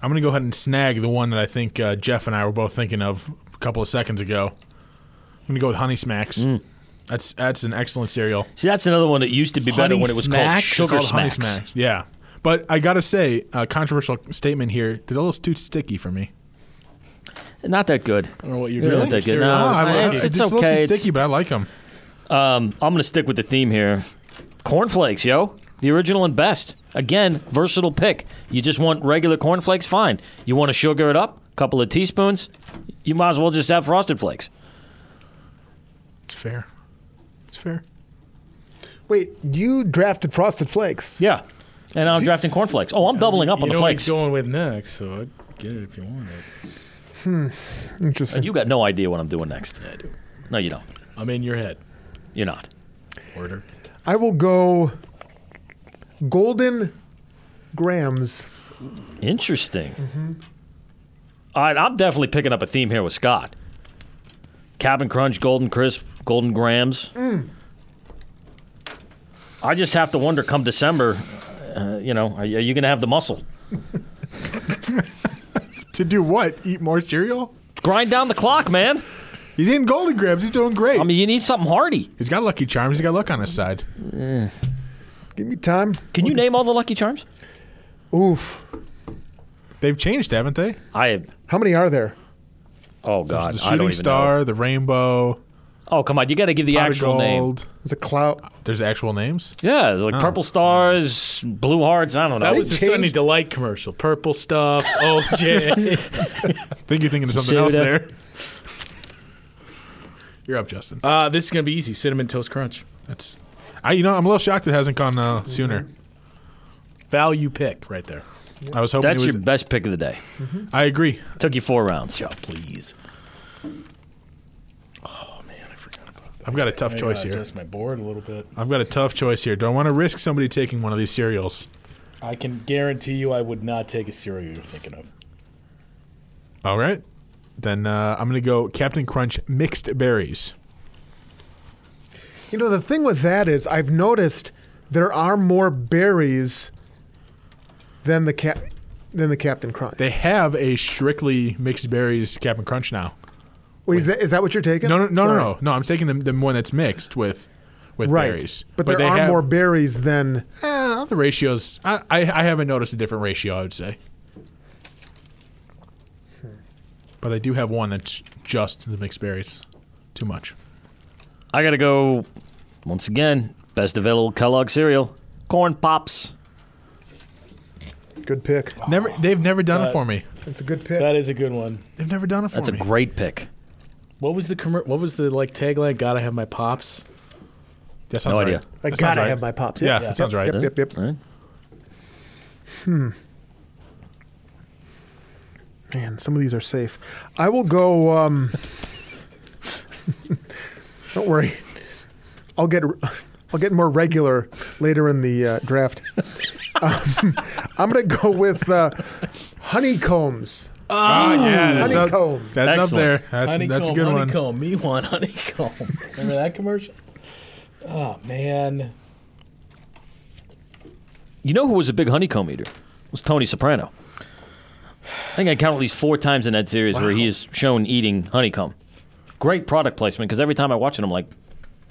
Speaker 4: gonna go ahead and snag the one that I think uh, Jeff and I were both thinking of a couple of seconds ago. I'm gonna go with Honey Smacks. That's that's an excellent cereal.
Speaker 5: See, that's another one that used to be better
Speaker 1: Honey
Speaker 5: when it was
Speaker 1: Smacks?
Speaker 5: called Sugar
Speaker 4: Called Honey
Speaker 5: Smacks.
Speaker 4: Smacks. Yeah, but I gotta say, a controversial statement here. They're a little too sticky for me.
Speaker 5: Not that good.
Speaker 1: I don't know what you're doing.
Speaker 5: Really? Not that good.
Speaker 1: Cereal.
Speaker 5: No.
Speaker 4: Ah,
Speaker 5: it's-
Speaker 4: I-
Speaker 5: it's
Speaker 4: a
Speaker 5: okay,
Speaker 4: little too
Speaker 5: it's-
Speaker 4: sticky, but I like them.
Speaker 5: Um, I'm gonna stick with the theme here. Cornflakes, yo, the original and best. Again, versatile pick. You just want regular cornflakes, fine. You want to sugar it up, couple of teaspoons. You might as well just have frosted flakes.
Speaker 4: It's fair. It's fair.
Speaker 3: Wait, you drafted Frosted Flakes.
Speaker 5: Yeah. And I'm drafting cornflakes. Oh, I'm doubling up
Speaker 1: you
Speaker 5: on the
Speaker 1: know what he's
Speaker 5: flakes.
Speaker 1: going with next, so I'd get it if you want it.
Speaker 3: Interesting.
Speaker 5: And Uh, you got no idea what I'm doing next. No, you don't.
Speaker 1: I'm in your head.
Speaker 5: You're not.
Speaker 1: Order.
Speaker 3: I will go Golden Grams.
Speaker 5: Interesting. All right, I'm definitely picking up a theme here with Scott. Cabin Crunch, Golden Crisp, Golden Grams.
Speaker 4: Mm.
Speaker 5: I just have to wonder come December, uh, you know, are, are you going to have the muscle?
Speaker 4: To do what? Eat more cereal?
Speaker 5: Grind down the clock, man.
Speaker 4: He's eating Golden Grabs. He's doing great.
Speaker 5: I mean, you need something hearty.
Speaker 4: he's got Lucky Charms. He's got luck on his side.
Speaker 3: Give me time.
Speaker 5: Can you name all the Lucky Charms?
Speaker 3: Oof.
Speaker 4: They've changed, haven't they?
Speaker 5: I,
Speaker 3: How many are there?
Speaker 5: oh, God.
Speaker 4: The
Speaker 5: I don't
Speaker 4: Shooting
Speaker 5: even
Speaker 4: Star, the Rainbow,
Speaker 5: Know. Oh, come on. You got to give the
Speaker 4: Pot of
Speaker 5: actual name.
Speaker 4: Gold.
Speaker 3: There's a cloud.
Speaker 4: There's actual names.
Speaker 5: Yeah, it's like Purple Stars, Blue Hearts. I don't know.
Speaker 1: That was the
Speaker 3: changed-
Speaker 1: Sunny Delight commercial. Purple stuff. Oh, OJ.
Speaker 4: I think you're thinking of something else
Speaker 5: soda.
Speaker 4: there. you're up, Justin.
Speaker 1: uh, this is going to be easy. Cinnamon Toast Crunch.
Speaker 4: That's. I, you know, I'm a little shocked it hasn't gone uh, sooner.
Speaker 1: Value pick right there.
Speaker 4: I was hoping
Speaker 5: That's
Speaker 4: it
Speaker 5: your
Speaker 4: was.
Speaker 5: best pick of the day.
Speaker 4: I agree.
Speaker 5: Took you four rounds.
Speaker 1: please.
Speaker 4: I've got a tough choice here.
Speaker 1: Adjust my board a little bit.
Speaker 4: I've got a tough choice here. Do I want to risk somebody taking one of these cereals?
Speaker 1: I can guarantee you, I would not take a cereal you're thinking of.
Speaker 4: All right. Then uh, I'm going to go Captain Crunch Mixed Berries.
Speaker 3: You know, the thing with that is, I've noticed there are more berries than the cap than the Captain Crunch.
Speaker 4: They have a strictly mixed berries Captain Crunch now.
Speaker 3: Wait, is that, is that what you're taking?
Speaker 4: No, no, no, no,
Speaker 3: Sorry.
Speaker 4: no, no. I'm taking the, the one that's mixed with with
Speaker 3: Right,
Speaker 4: berries.
Speaker 3: but there
Speaker 4: they
Speaker 3: are
Speaker 4: have-
Speaker 3: more berries than.
Speaker 4: Eh, the ratios. I, I I haven't noticed a different ratio. I would say,
Speaker 3: Hmm.
Speaker 4: but they do have one that's just the mixed berries. Too much.
Speaker 5: I gotta go once again. Best available Kellogg cereal, corn pops.
Speaker 3: Good pick.
Speaker 5: Oh
Speaker 4: Never. They've never done it for me.
Speaker 3: That's a good pick.
Speaker 1: That is a good one.
Speaker 4: They've never done it for
Speaker 5: That's a
Speaker 4: me.
Speaker 5: great pick.
Speaker 1: What was the commer- What was the like tagline? Gotta have my pops.
Speaker 4: that sounds
Speaker 5: No
Speaker 4: right.
Speaker 5: idea.
Speaker 4: That
Speaker 3: I
Speaker 4: sounds
Speaker 3: gotta
Speaker 4: right.
Speaker 3: have my pops.
Speaker 4: Yeah,
Speaker 3: Yep,
Speaker 4: that
Speaker 3: yep,
Speaker 4: sounds right.
Speaker 3: Yep, yep, yep. Man, some of these are safe. I will go. Um, don't worry. I'll get. I'll get more regular later in the uh, draft. Um, I'm going to go with uh, honeycombs.
Speaker 4: Ah, yeah, that's up,
Speaker 3: honeycomb.
Speaker 4: that's up
Speaker 5: Excellent.
Speaker 4: there. That's,
Speaker 1: honeycomb,
Speaker 4: that's a good one.
Speaker 1: honeycomb, me one, honeycomb. Remember that commercial? Oh man.
Speaker 5: You know who was a big honeycomb eater? It was Tony Soprano. I think I count at least four times in that series where he is shown eating honeycomb. Great product placement because every time I watch it, I'm like,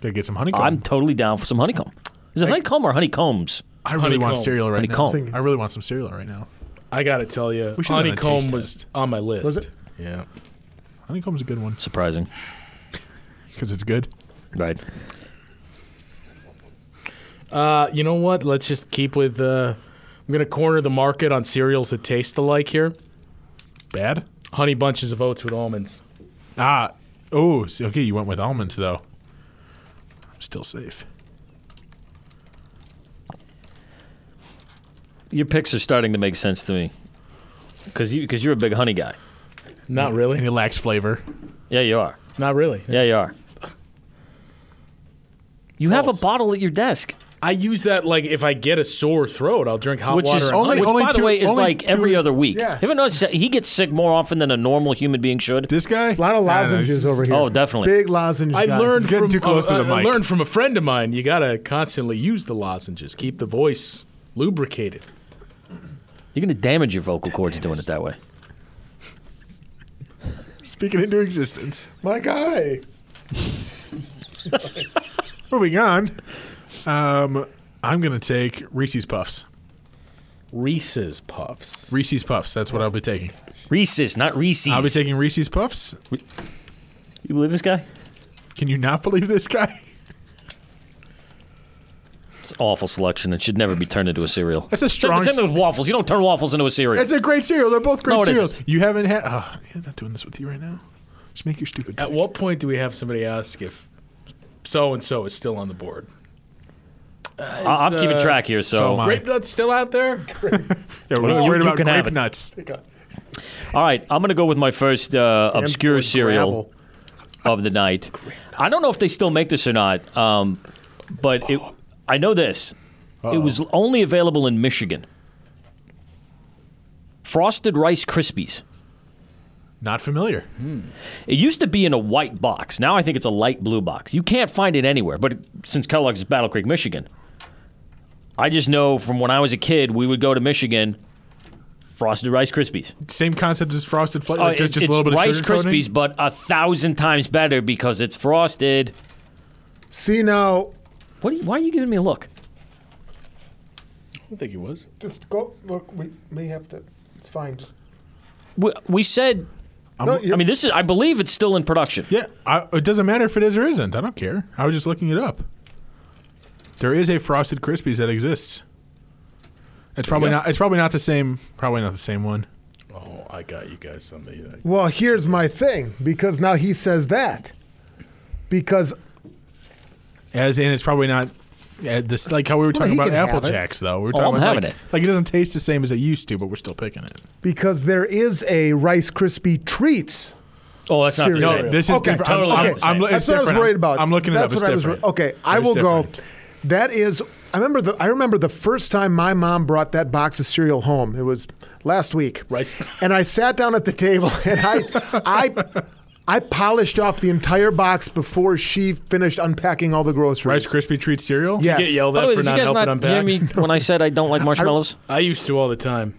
Speaker 4: Gotta get some honeycomb.
Speaker 5: I'm totally down for some honeycomb. Is it honeycomb or honeycombs?
Speaker 4: I really want
Speaker 1: honeycomb.
Speaker 4: cereal right
Speaker 5: Honeycomb.
Speaker 4: now. I really want some cereal right now.
Speaker 1: I gotta tell you,
Speaker 4: We should have done a
Speaker 1: honeycomb
Speaker 4: taste
Speaker 1: was
Speaker 4: test.
Speaker 1: on my list.
Speaker 3: Was it?
Speaker 4: Yeah. Honeycomb's a good one
Speaker 5: Surprising.
Speaker 4: because it's good.
Speaker 5: Right.
Speaker 1: Uh, you know what? Let's just keep with. Uh, I'm gonna corner the market on cereals that taste alike here.
Speaker 4: Bad?
Speaker 1: Honey bunches of oats with almonds.
Speaker 4: Ah. Oh, s- okay. You went with almonds, though. I'm still safe.
Speaker 5: Your picks are starting to make sense to me because you, cause you're a big honey guy.
Speaker 1: Not
Speaker 4: And
Speaker 1: really.
Speaker 4: it lacks flavor.
Speaker 5: Yeah, you are.
Speaker 1: Not really.
Speaker 5: Yeah, you are. You have
Speaker 1: False.
Speaker 5: a bottle at your desk,
Speaker 1: I use that like if I get a sore throat, I'll drink hot
Speaker 5: which
Speaker 1: water.
Speaker 5: is
Speaker 1: and
Speaker 4: only-
Speaker 1: honey.
Speaker 5: which, by
Speaker 4: two-
Speaker 5: the way, is
Speaker 4: only
Speaker 5: like
Speaker 4: two-
Speaker 5: every other week.
Speaker 3: Yeah.
Speaker 5: You ever noticed that he gets sick more often than a normal human being should?
Speaker 4: This guy? Ah,
Speaker 3: A lot of lozenges over here.
Speaker 5: Oh, definitely.
Speaker 3: Big lozenges.
Speaker 1: I learned
Speaker 4: getting
Speaker 1: from
Speaker 4: too close to
Speaker 1: uh,
Speaker 4: the
Speaker 1: I
Speaker 4: mic.
Speaker 1: learned from a friend of mine. You gotta constantly use the lozenges. Keep the voice lubricated.
Speaker 5: You're going to damage your vocal cords doing it that way.
Speaker 4: Speaking into existence.
Speaker 3: My guy.
Speaker 4: Moving on. Um, I'm going to take Reese's Puffs.
Speaker 1: Reese's Puffs.
Speaker 4: Reese's Puffs. That's what I'll be taking.
Speaker 5: Reese's, not Reese's.
Speaker 4: I'll be taking Reese's Puffs.
Speaker 5: you believe this guy?
Speaker 4: Can you not believe this guy?
Speaker 5: It's an awful selection. It should never be turned into a cereal.
Speaker 4: That's a strong
Speaker 5: Same with waffles. You don't turn waffles into a cereal.
Speaker 4: It's a great cereal. They're both great
Speaker 5: No, it
Speaker 4: cereals.
Speaker 5: isn't.
Speaker 4: You haven't had. Oh, I'm not doing this with you right now. Just make your stupid.
Speaker 1: At what point do we have somebody ask if so and so is still on the board?
Speaker 5: I- I'm
Speaker 1: it's,
Speaker 5: keeping
Speaker 1: uh,
Speaker 5: track here, so.
Speaker 4: so am I.
Speaker 1: Grape nuts still out there?
Speaker 4: yeah, we're really
Speaker 5: you-
Speaker 4: worried
Speaker 5: you
Speaker 4: about
Speaker 5: can have
Speaker 4: grape
Speaker 5: it.
Speaker 4: nuts.
Speaker 5: All right, I'm going to go with my first uh, obscure cereal of the night. I don't know if they still make this or not, um, but it, I know this. It was only available in Michigan. Frosted Rice Krispies.
Speaker 4: Not familiar.
Speaker 5: It used to be in a white box. Now I think it's a light blue box. You can't find it anywhere, but since Kellogg's is Battle Creek, Michigan, I just know from when I was a kid, we would go to Michigan, Frosted Rice Krispies.
Speaker 4: Same concept as frosted flakes.
Speaker 5: Oh,
Speaker 4: Uh, just,
Speaker 5: it-
Speaker 4: just a
Speaker 5: it's
Speaker 4: little bit
Speaker 5: Rice
Speaker 4: of sugar coating?
Speaker 5: Krispies, but a thousand times better because it's frosted.
Speaker 3: See now,
Speaker 5: What? Are you, why are you giving me a look?
Speaker 1: I don't think he was.
Speaker 3: just go. Look, we may have to. It's fine. Just.
Speaker 5: We, we said.
Speaker 3: No,
Speaker 5: I
Speaker 3: you're-
Speaker 5: mean, this is. I believe it's still in production.
Speaker 4: Yeah, I, it doesn't matter if it is or isn't. I don't care. I was just looking it up. There is a Frosted Krispies that exists. It's probably not. It's probably not the same. Probably not the same one.
Speaker 1: Oh, I got you guys something.
Speaker 3: Well, here's my thing because now he says that. Because
Speaker 4: As in, it's probably not. Yeah, this like how we were talking
Speaker 3: he
Speaker 4: about
Speaker 3: can have
Speaker 4: Apple
Speaker 3: it.
Speaker 4: Jacks, though. We We're
Speaker 5: Oh,
Speaker 4: talking
Speaker 5: I'm
Speaker 4: about
Speaker 5: having
Speaker 4: like,
Speaker 5: it.
Speaker 4: like it doesn't taste the same as it used to, but we're still picking it.
Speaker 3: because there is a Rice Krispie treats.
Speaker 5: Oh, that's not the
Speaker 3: Cereal.
Speaker 5: same.
Speaker 4: No, this is
Speaker 3: Okay,
Speaker 4: different.
Speaker 5: totally
Speaker 4: I'm, I'm,
Speaker 5: not the
Speaker 4: I'm,
Speaker 5: same.
Speaker 4: it's
Speaker 3: That's what I was
Speaker 4: different.
Speaker 3: worried about.
Speaker 4: I'm looking
Speaker 3: That's
Speaker 4: it up. It's
Speaker 3: what I was
Speaker 4: different.
Speaker 3: wor- okay, I
Speaker 4: It's
Speaker 3: will go.
Speaker 4: different.
Speaker 3: That is. I remember the. I remember the first time my mom brought that box of cereal home. It was last week.
Speaker 1: Rice-
Speaker 3: And I sat down at the table and I, I, I polished off the entire box before she finished unpacking all the groceries.
Speaker 4: Rice Krispie treat cereal.
Speaker 3: Yes.
Speaker 1: Get yelled
Speaker 5: By the
Speaker 1: at
Speaker 5: way,
Speaker 1: for
Speaker 5: did you
Speaker 1: not
Speaker 5: guys
Speaker 1: helping
Speaker 5: not
Speaker 1: unpack.
Speaker 5: hear me when I said I don't like marshmallows?
Speaker 1: I used to all the time.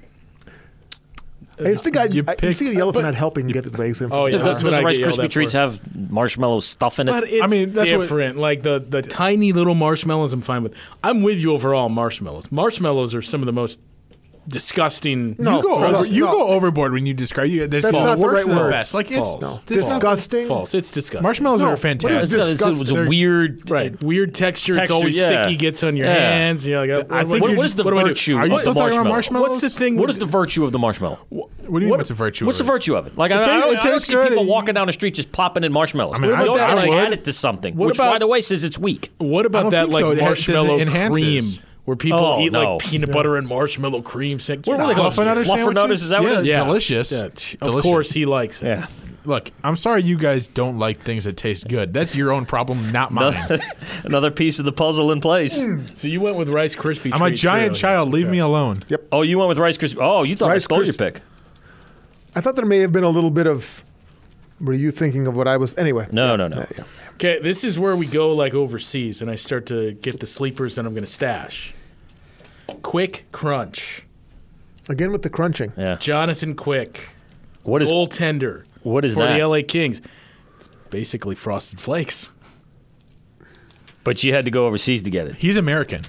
Speaker 3: I just think I.
Speaker 4: You
Speaker 3: I I
Speaker 4: picked-
Speaker 3: see the elephant not helping get the legs in.
Speaker 1: Oh, yeah.
Speaker 5: Does-
Speaker 1: that's
Speaker 5: Does
Speaker 1: what I
Speaker 5: the
Speaker 1: get
Speaker 5: Rice
Speaker 1: yelled
Speaker 5: Krispie
Speaker 1: at
Speaker 5: treats
Speaker 1: for.
Speaker 5: have marshmallow stuff in it?
Speaker 1: But it's I
Speaker 4: mean,
Speaker 1: mean,
Speaker 4: that's what-
Speaker 1: different. like the, the tiny little marshmallows, I'm fine with. I'm with you overall on marshmallows. Marshmallows are some of the most disgusting.
Speaker 3: No.
Speaker 4: You go,
Speaker 3: False.
Speaker 4: over, you
Speaker 3: No.
Speaker 4: go overboard when you describe you. That's
Speaker 3: That's
Speaker 4: the
Speaker 3: not the
Speaker 4: worst
Speaker 3: right
Speaker 4: and
Speaker 3: word.
Speaker 4: best. Like
Speaker 1: False.
Speaker 4: it's
Speaker 1: No.
Speaker 4: this-
Speaker 3: disgusting.
Speaker 1: False. It's disgusting.
Speaker 4: Marshmallows
Speaker 3: No,
Speaker 4: are
Speaker 3: what is
Speaker 4: fantastic.
Speaker 3: this?
Speaker 5: It's got- it's- It was
Speaker 4: They're-
Speaker 5: a weird.
Speaker 1: Right. Weird texture. it's
Speaker 5: Texture,
Speaker 1: always
Speaker 5: yeah.
Speaker 1: sticky, gets on your
Speaker 5: Yeah.
Speaker 1: hands. You're like, "Uh,
Speaker 4: I think
Speaker 1: what,
Speaker 4: you
Speaker 5: what
Speaker 4: just-
Speaker 5: is the
Speaker 1: what do I do?
Speaker 5: virtue
Speaker 4: Are
Speaker 5: of
Speaker 4: you
Speaker 5: the
Speaker 4: still talking about
Speaker 5: marshmallow?
Speaker 4: marshmallows?
Speaker 1: What's the thing?
Speaker 5: What
Speaker 1: with-
Speaker 5: is the virtue of the marshmallow?
Speaker 4: What do you mean? What's a virtue?
Speaker 5: What's the
Speaker 4: of it?
Speaker 5: virtue of it? Like I, I,
Speaker 4: tastes-
Speaker 5: don't,
Speaker 4: it
Speaker 5: I don't
Speaker 4: tastes
Speaker 5: see
Speaker 4: good.
Speaker 5: people walking down the street just popping in marshmallows. I
Speaker 4: mean, I
Speaker 5: you always
Speaker 4: would-
Speaker 5: gotta
Speaker 4: I
Speaker 5: like
Speaker 4: would.
Speaker 5: add it to something,
Speaker 1: What
Speaker 5: which
Speaker 1: about-
Speaker 5: by the way says it's weak.
Speaker 1: What
Speaker 4: don't
Speaker 1: about that
Speaker 4: think so.
Speaker 1: like
Speaker 4: It ha- it says it
Speaker 1: marshmallow cream
Speaker 4: enhances.
Speaker 1: where people
Speaker 5: Oh,
Speaker 1: eat
Speaker 5: no.
Speaker 1: like peanut butter and marshmallow cream sandwich.
Speaker 5: What were they called?
Speaker 4: Fluffernutter
Speaker 5: Fluffernutters?
Speaker 4: sandwiches?
Speaker 5: Is that what it is?
Speaker 1: Yeah.
Speaker 4: delicious.
Speaker 1: Yeah, t- of
Speaker 4: Delicious.
Speaker 1: course he likes it.
Speaker 5: Yeah.
Speaker 4: Look, I'm sorry you guys don't like things that taste good. That's your own problem, not mine.
Speaker 5: Another piece of the puzzle in place.
Speaker 1: So you went with Rice Krispie.
Speaker 4: I'm a
Speaker 1: treats
Speaker 4: giant
Speaker 1: earlier.
Speaker 4: child. Leave me alone.
Speaker 5: Oh, you went with Rice Krispies. Oh, you thought I
Speaker 3: Rice
Speaker 5: stole your
Speaker 3: Krispies.
Speaker 5: pick.
Speaker 3: I thought there may have been a little bit of. Were you thinking of what I was? Anyway.
Speaker 5: No, no, no.
Speaker 1: Okay, this is where we go like overseas, and I start to get the sleepers that I'm going to stash. Quick Crunch,
Speaker 3: Again with the crunching.
Speaker 5: Yeah.
Speaker 1: Jonathan Quick,
Speaker 5: What is
Speaker 1: goaltender
Speaker 5: what is
Speaker 1: for
Speaker 5: that?
Speaker 1: the LA Kings. It's basically Frosted Flakes.
Speaker 5: But you had to go overseas to get it.
Speaker 4: He's American.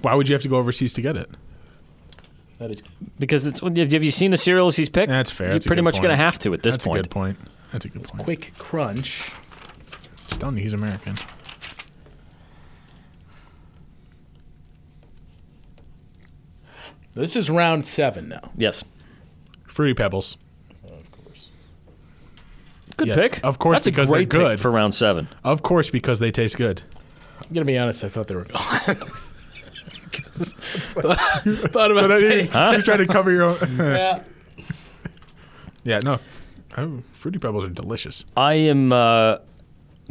Speaker 4: Why would you have to go overseas to get it?
Speaker 1: That is
Speaker 5: Because it's have you seen the cereals he's picked?
Speaker 4: That's fair.
Speaker 5: You're
Speaker 4: That's a
Speaker 5: pretty
Speaker 4: good
Speaker 5: much
Speaker 4: point.
Speaker 5: going to have to at this
Speaker 4: That's a
Speaker 5: point.
Speaker 4: good point. That's a good point.
Speaker 1: Quick Crunch.
Speaker 4: Just telling you, he's American.
Speaker 1: This is round seven now.
Speaker 5: Yes.
Speaker 4: Fruity Pebbles.
Speaker 5: Good
Speaker 4: Yes.
Speaker 5: pick.
Speaker 4: Of course,
Speaker 5: That's a
Speaker 4: because they're
Speaker 5: great
Speaker 4: good.
Speaker 5: pick for round seven.
Speaker 4: Of course, because they taste good.
Speaker 1: I'm going to be honest, I thought they were gone. 'Cause- thought about taking-
Speaker 4: You're trying to cover your own.
Speaker 1: Yeah.
Speaker 4: yeah, no. Oh, Fruity Pebbles are delicious.
Speaker 5: I am uh,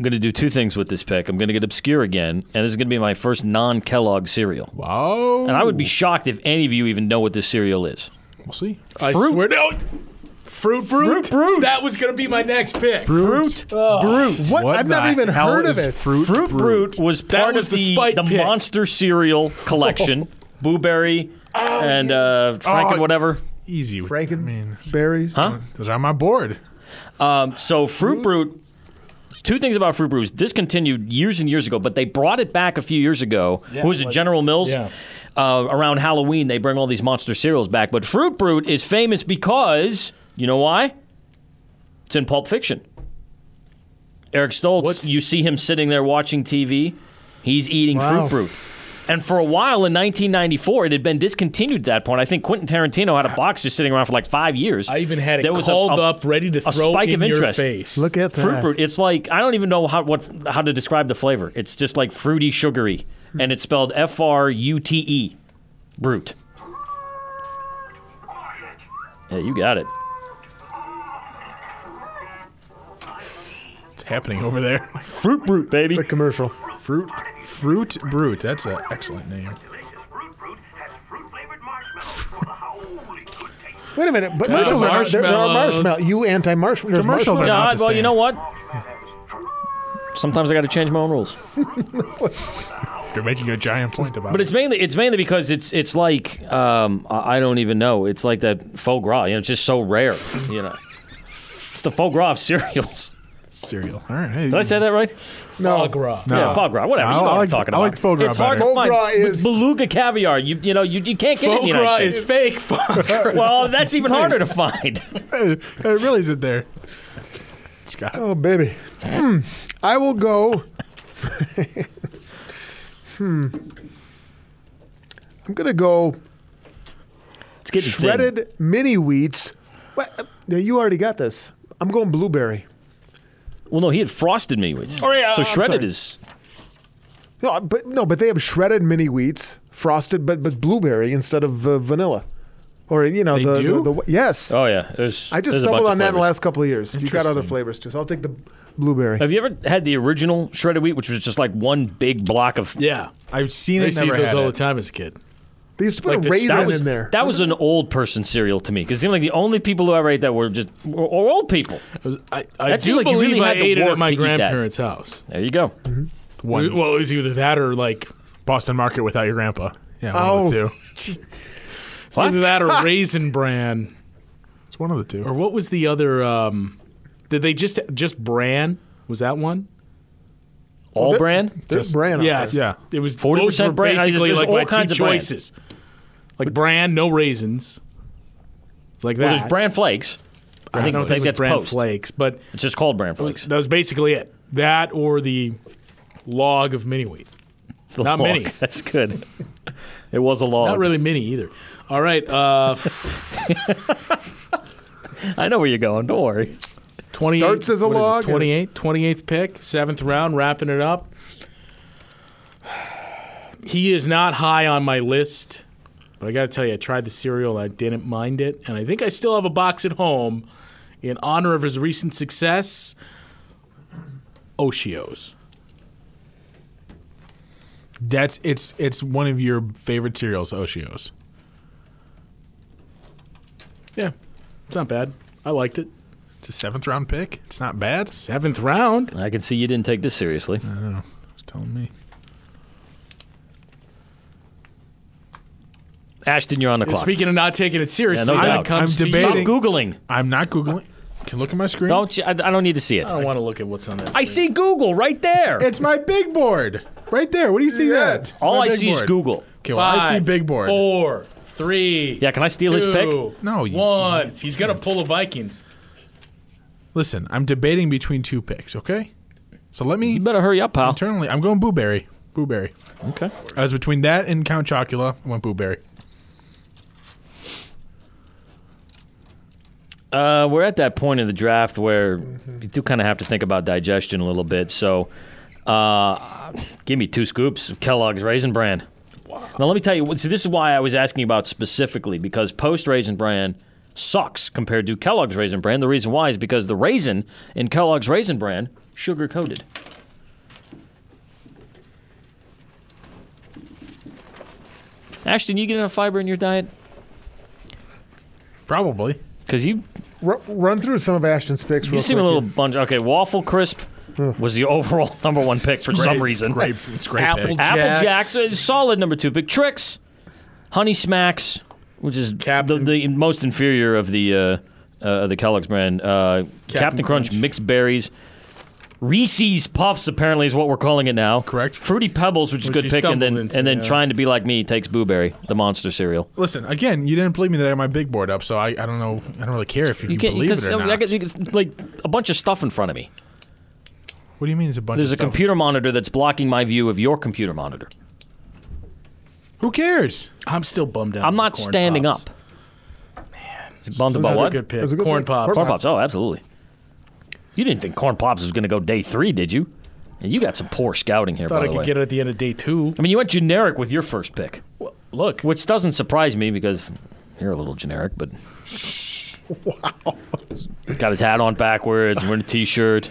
Speaker 5: going to do two things with this pick. I'm going to get obscure again, and this is going to be my first non-Kellogg cereal.
Speaker 4: Wow.
Speaker 5: And I would be shocked if any of you even know what this cereal is.
Speaker 4: We'll see.
Speaker 1: I swear no. Fruit, fruit, fruit. That was going to be my next pick.
Speaker 4: Fruit.
Speaker 5: Brute.
Speaker 3: What?
Speaker 4: What
Speaker 3: I've never
Speaker 4: the
Speaker 3: even
Speaker 4: hell
Speaker 3: heard
Speaker 4: is
Speaker 3: of it.
Speaker 4: Fruit,
Speaker 5: Fruit Brute was
Speaker 1: That
Speaker 5: part
Speaker 1: was
Speaker 5: of
Speaker 1: the
Speaker 5: the,
Speaker 1: spike
Speaker 5: the
Speaker 1: pick.
Speaker 5: monster cereal collection. Blueberry and uh, Frank and
Speaker 4: Oh.
Speaker 5: whatever.
Speaker 4: Easy. with-
Speaker 3: Franken,
Speaker 4: I mean,
Speaker 3: berries. Huh?
Speaker 4: those are on my board.
Speaker 5: So Fruit Brute, two things about Fruit Brute was discontinued years and years ago, but they brought it back a few years ago. Who was it,
Speaker 1: like-
Speaker 5: General Mills?
Speaker 1: yeah.
Speaker 5: Uh, around Halloween, they bring all these monster cereals back. But Fruit Brute is famous because you know why? It's in Pulp Fiction. Eric Stoltz,
Speaker 1: What's-
Speaker 5: you see him sitting there watching TV. He's eating
Speaker 3: Wow.
Speaker 5: Fruit Brute. And for a while in 1994, it had been discontinued at that point. I think Quentin Tarantino had a box just sitting around for like five years.
Speaker 1: I even had it
Speaker 5: There was a-
Speaker 1: called
Speaker 5: a-
Speaker 1: up, ready to
Speaker 5: a
Speaker 1: throw
Speaker 5: spike
Speaker 1: in
Speaker 5: of
Speaker 1: your
Speaker 5: interest.
Speaker 1: face.
Speaker 3: Look at that.
Speaker 5: fruit brute. It's like I don't even know how what how to describe the flavor. It's just like fruity, sugary,
Speaker 4: Hmm.
Speaker 5: and it's spelled F R U T E, brute. Yeah, you got it.
Speaker 4: It's happening over there.
Speaker 5: Fruit brute, baby.
Speaker 3: The commercial.
Speaker 4: Fruit. Fruit Brute. That's an excellent name.
Speaker 6: Delicious fruit fruit has fruit flavored marshmallows for the holy good taste.
Speaker 3: Wait a minute, but commercials are not, there, there are
Speaker 1: marshmallows.
Speaker 3: marshmallow. You anti-marshmallow.
Speaker 4: Commercials are
Speaker 5: No,
Speaker 4: not
Speaker 5: I-
Speaker 4: the
Speaker 5: well, you
Speaker 4: same.
Speaker 5: know what? Sometimes I got to change my own rules.
Speaker 4: They're making a giant point about
Speaker 5: But it's mainly it's mainly because it's it's like um, I I don't even know. It's like that faux gras. You know, it's just so rare. You know, it's the faux gras of cereals.
Speaker 4: cereal. All right. Hey,
Speaker 5: Did I say that right?
Speaker 1: Foie gras.
Speaker 4: No.
Speaker 5: Yeah, foie gras. Whatever.
Speaker 4: No,
Speaker 5: you know
Speaker 4: I
Speaker 5: what I'm
Speaker 4: like-
Speaker 5: talking
Speaker 4: I
Speaker 5: about.
Speaker 4: like foie gras
Speaker 5: It's hard
Speaker 4: better.
Speaker 5: to
Speaker 3: Foie
Speaker 5: find.
Speaker 3: gras
Speaker 5: B-
Speaker 3: is-
Speaker 5: beluga caviar. You you know you, you can't get it in
Speaker 1: Foie
Speaker 5: the
Speaker 1: gras
Speaker 5: United
Speaker 1: is
Speaker 5: States.
Speaker 1: fake. Foie gras.
Speaker 5: Well, that's even harder to find.
Speaker 4: it really isn't there. Scott.
Speaker 3: Oh baby, Hmm. I will go. hmm, I'm gonna go
Speaker 5: It's getting thin.
Speaker 3: shredded mini wheats. What? Now you already got this. I'm going blueberry.
Speaker 5: Well, no, he had frosted me wheats.
Speaker 3: Oh, yeah,
Speaker 5: so
Speaker 3: I'm
Speaker 5: shredded
Speaker 3: sorry.
Speaker 5: is
Speaker 3: No, but no, but they have shredded mini wheats, frosted, but but blueberry instead of uh, vanilla, or you know
Speaker 4: They
Speaker 3: the,
Speaker 4: do?
Speaker 3: the, the yes.
Speaker 5: oh yeah. There's,
Speaker 3: I just
Speaker 5: there's a bunch
Speaker 3: stumbled
Speaker 5: of
Speaker 3: on that in the
Speaker 5: flavors.
Speaker 3: last couple of years. You got other
Speaker 4: Interesting.
Speaker 3: flavors too, so I'll take the blueberry.
Speaker 5: Have you ever had the original shredded wheat, which was just like one big block of?
Speaker 1: Yeah.
Speaker 4: I've seen
Speaker 1: I
Speaker 4: it.
Speaker 1: used to eat
Speaker 4: Never
Speaker 1: those
Speaker 4: had
Speaker 1: all the
Speaker 4: it.
Speaker 1: time as a kid.
Speaker 3: They used to put
Speaker 1: Like
Speaker 3: a
Speaker 1: this-
Speaker 3: raisin
Speaker 1: that
Speaker 5: was,
Speaker 3: in there.
Speaker 5: That was an old person cereal to me because it seemed like the only people who ever ate that were just were, were old people.
Speaker 1: I, was, I, I
Speaker 5: That
Speaker 1: do
Speaker 5: seemed like you
Speaker 1: believe
Speaker 5: really
Speaker 1: I
Speaker 5: had to
Speaker 1: ate it
Speaker 5: work
Speaker 1: at my
Speaker 5: to eat that.
Speaker 1: grandparents' house.
Speaker 5: There you go.
Speaker 4: One.
Speaker 1: Well, it was either that or like
Speaker 4: Boston Market without your grandpa. Yeah, one of the
Speaker 3: Oh.
Speaker 4: two.
Speaker 1: it's either that or Raisin Bran
Speaker 4: It's one of the two.
Speaker 1: or what was the other? Um, did they just just Bran? Was that one?
Speaker 5: All brand.
Speaker 3: There's bran. on
Speaker 1: Yeah,
Speaker 3: there.
Speaker 4: Yeah.
Speaker 1: It was
Speaker 5: 40%
Speaker 1: those were
Speaker 5: Bran. I just-
Speaker 1: Basically,
Speaker 5: there's
Speaker 1: like
Speaker 5: all
Speaker 1: my
Speaker 5: kinds
Speaker 1: two
Speaker 5: of Bran.
Speaker 1: choices. Like Bran, no raisins. It's like that.
Speaker 5: Well, there's bran flakes. I,
Speaker 1: I
Speaker 5: think,
Speaker 1: don't think,
Speaker 5: think
Speaker 1: it was
Speaker 5: that's
Speaker 1: Bran
Speaker 5: post.
Speaker 1: flakes, but
Speaker 5: It's just called bran flakes.
Speaker 1: That was basically it. That or the log of mini wheat.
Speaker 5: The
Speaker 1: Not
Speaker 5: log.
Speaker 1: many.
Speaker 5: That's good. It was a log.
Speaker 1: Not really mini either. All right, uh,
Speaker 5: I know where you're going. Don't worry.
Speaker 1: 28,
Speaker 3: Starts as a
Speaker 1: what is this,
Speaker 3: log
Speaker 1: 28,
Speaker 3: and-
Speaker 1: 28th pick, seventh round, wrapping it up. He is not high on my list, but I got to tell you, I tried the cereal and I didn't mind it, and I think I still have a box at home in honor of his recent success. Oshios.
Speaker 4: That's it's it's one of your favorite cereals, Oshios.
Speaker 1: Yeah, it's not bad. I liked it.
Speaker 4: It's a seventh round pick. It's not bad. It's
Speaker 1: Seventh round.
Speaker 5: I can see you didn't take this seriously.
Speaker 4: Uh-huh. telling me.
Speaker 5: Ashton, you're on the clock.
Speaker 1: Speaking of not taking it seriously,
Speaker 5: Yeah, no
Speaker 1: when
Speaker 5: doubt.
Speaker 1: it comes
Speaker 4: I'm
Speaker 1: to-
Speaker 5: Stop
Speaker 4: debating.
Speaker 5: Googling.
Speaker 4: I'm not googling. Can look at my screen.
Speaker 5: Don't you, I, I don't need to see it.
Speaker 1: I don't want to look at what's on that.
Speaker 5: I see Google right there.
Speaker 4: Oh, It's my big board right there. What do you see that?
Speaker 5: All
Speaker 4: My
Speaker 5: I
Speaker 4: big
Speaker 5: see is
Speaker 4: board.
Speaker 5: Google.
Speaker 4: Okay, well, I see big board.
Speaker 1: Four, three.
Speaker 5: Yeah, can I steal his pick?
Speaker 1: two,
Speaker 4: No, you-
Speaker 1: one. He's gonna pull the Vikings.
Speaker 4: Listen, I'm debating between two picks. Okay, so let me
Speaker 5: You better hurry up, pal.
Speaker 4: internally. I'm going Booberry. Booberry.
Speaker 5: Okay.
Speaker 4: I was between that and Count Chocula. I went Booberry.
Speaker 5: Uh, we're at that point in the draft where you do kind of have to think about digestion a little bit. So, uh, give me two scoops of Kellogg's Raisin Bran. Now, let me tell you. what- See, this is why I was asking about specifically because post Raisin Bran sucks compared to Kellogg's Raisin Bran. The reason why is because the raisin in Kellogg's Raisin Bran sugar coated. Ashton, you get enough fiber in your diet?
Speaker 4: Probably.
Speaker 5: Because you
Speaker 3: Ru- run through some of Ashton's picks.
Speaker 5: You
Speaker 3: real
Speaker 5: seem
Speaker 3: quick
Speaker 5: a little
Speaker 3: here.
Speaker 5: bunch. Okay, waffle crisp was the overall number one pick for some reason.
Speaker 4: Grape. It's great
Speaker 1: Apple
Speaker 4: pick.
Speaker 5: Apple
Speaker 1: Jacks.
Speaker 5: Jacks, uh, solid number two pick. Tricks, Honey Smacks, which is the,
Speaker 1: Captain-
Speaker 5: the most inferior of the uh, uh, of the Kellogg's brand. Uh, Captain, Crunch,
Speaker 1: Crunch.
Speaker 5: mixed berries. Reese's Puffs apparently is what we're calling it now.
Speaker 4: Correct.
Speaker 5: Fruity Pebbles, which is a
Speaker 1: Which
Speaker 5: good
Speaker 1: you
Speaker 5: pick, and then
Speaker 1: stumbled into,
Speaker 5: and then
Speaker 1: yeah.
Speaker 5: trying to be like me takes Blueberry, the monster cereal.
Speaker 4: Listen, again, you didn't believe me that I had my big board up, so I, I don't know. I don't really care if you,
Speaker 5: You can't
Speaker 4: believe
Speaker 5: because
Speaker 4: it or
Speaker 5: some-
Speaker 4: not.
Speaker 5: I guess you can, like a bunch of stuff in front of me.
Speaker 4: what do you mean? It's a bunch.
Speaker 5: There's
Speaker 4: of
Speaker 5: a
Speaker 4: stuff?
Speaker 5: computer monitor that's blocking my view of your computer monitor.
Speaker 4: Who cares?
Speaker 1: I'm still bummed out.
Speaker 5: I'm not
Speaker 1: about corn
Speaker 5: standing
Speaker 1: pops.
Speaker 5: up. Man, bummed about
Speaker 1: That's
Speaker 5: what?
Speaker 1: a good
Speaker 3: That's a
Speaker 1: pick.
Speaker 3: good
Speaker 1: Corn
Speaker 3: pick.
Speaker 1: pops.
Speaker 3: Corn
Speaker 5: Corn pops. Oh, absolutely. You didn't think corn pops was going to go day three, did you? And you got some poor scouting here,
Speaker 1: Thought I
Speaker 5: by the
Speaker 1: could
Speaker 5: way.
Speaker 1: get it at the end of day two.
Speaker 5: I mean, you went generic with your first pick,
Speaker 1: Look,
Speaker 5: which doesn't surprise me because you're a little generic. But wow, got his hat on backwards, wearing a t-shirt.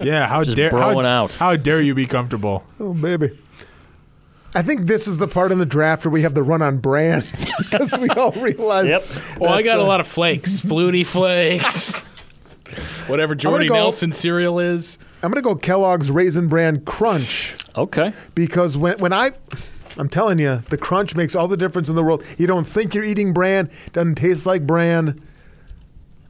Speaker 4: Yeah, how dare how,
Speaker 5: broing out.
Speaker 4: How dare you be comfortable?
Speaker 3: Oh, baby. I think this is the part in the draft where we have the run on brand because we all realize.
Speaker 5: Yep.
Speaker 1: well, Oh, I got a lot of flakes, fluty flakes, whatever Jordy
Speaker 3: go-
Speaker 1: Nelson cereal is.
Speaker 3: I'm going to go Kellogg's Raisin Bran Crunch
Speaker 5: Okay,
Speaker 3: because when, when I. I'm telling you, the crunch makes all the difference in the world. You don't think you're eating bran, doesn't taste like bran.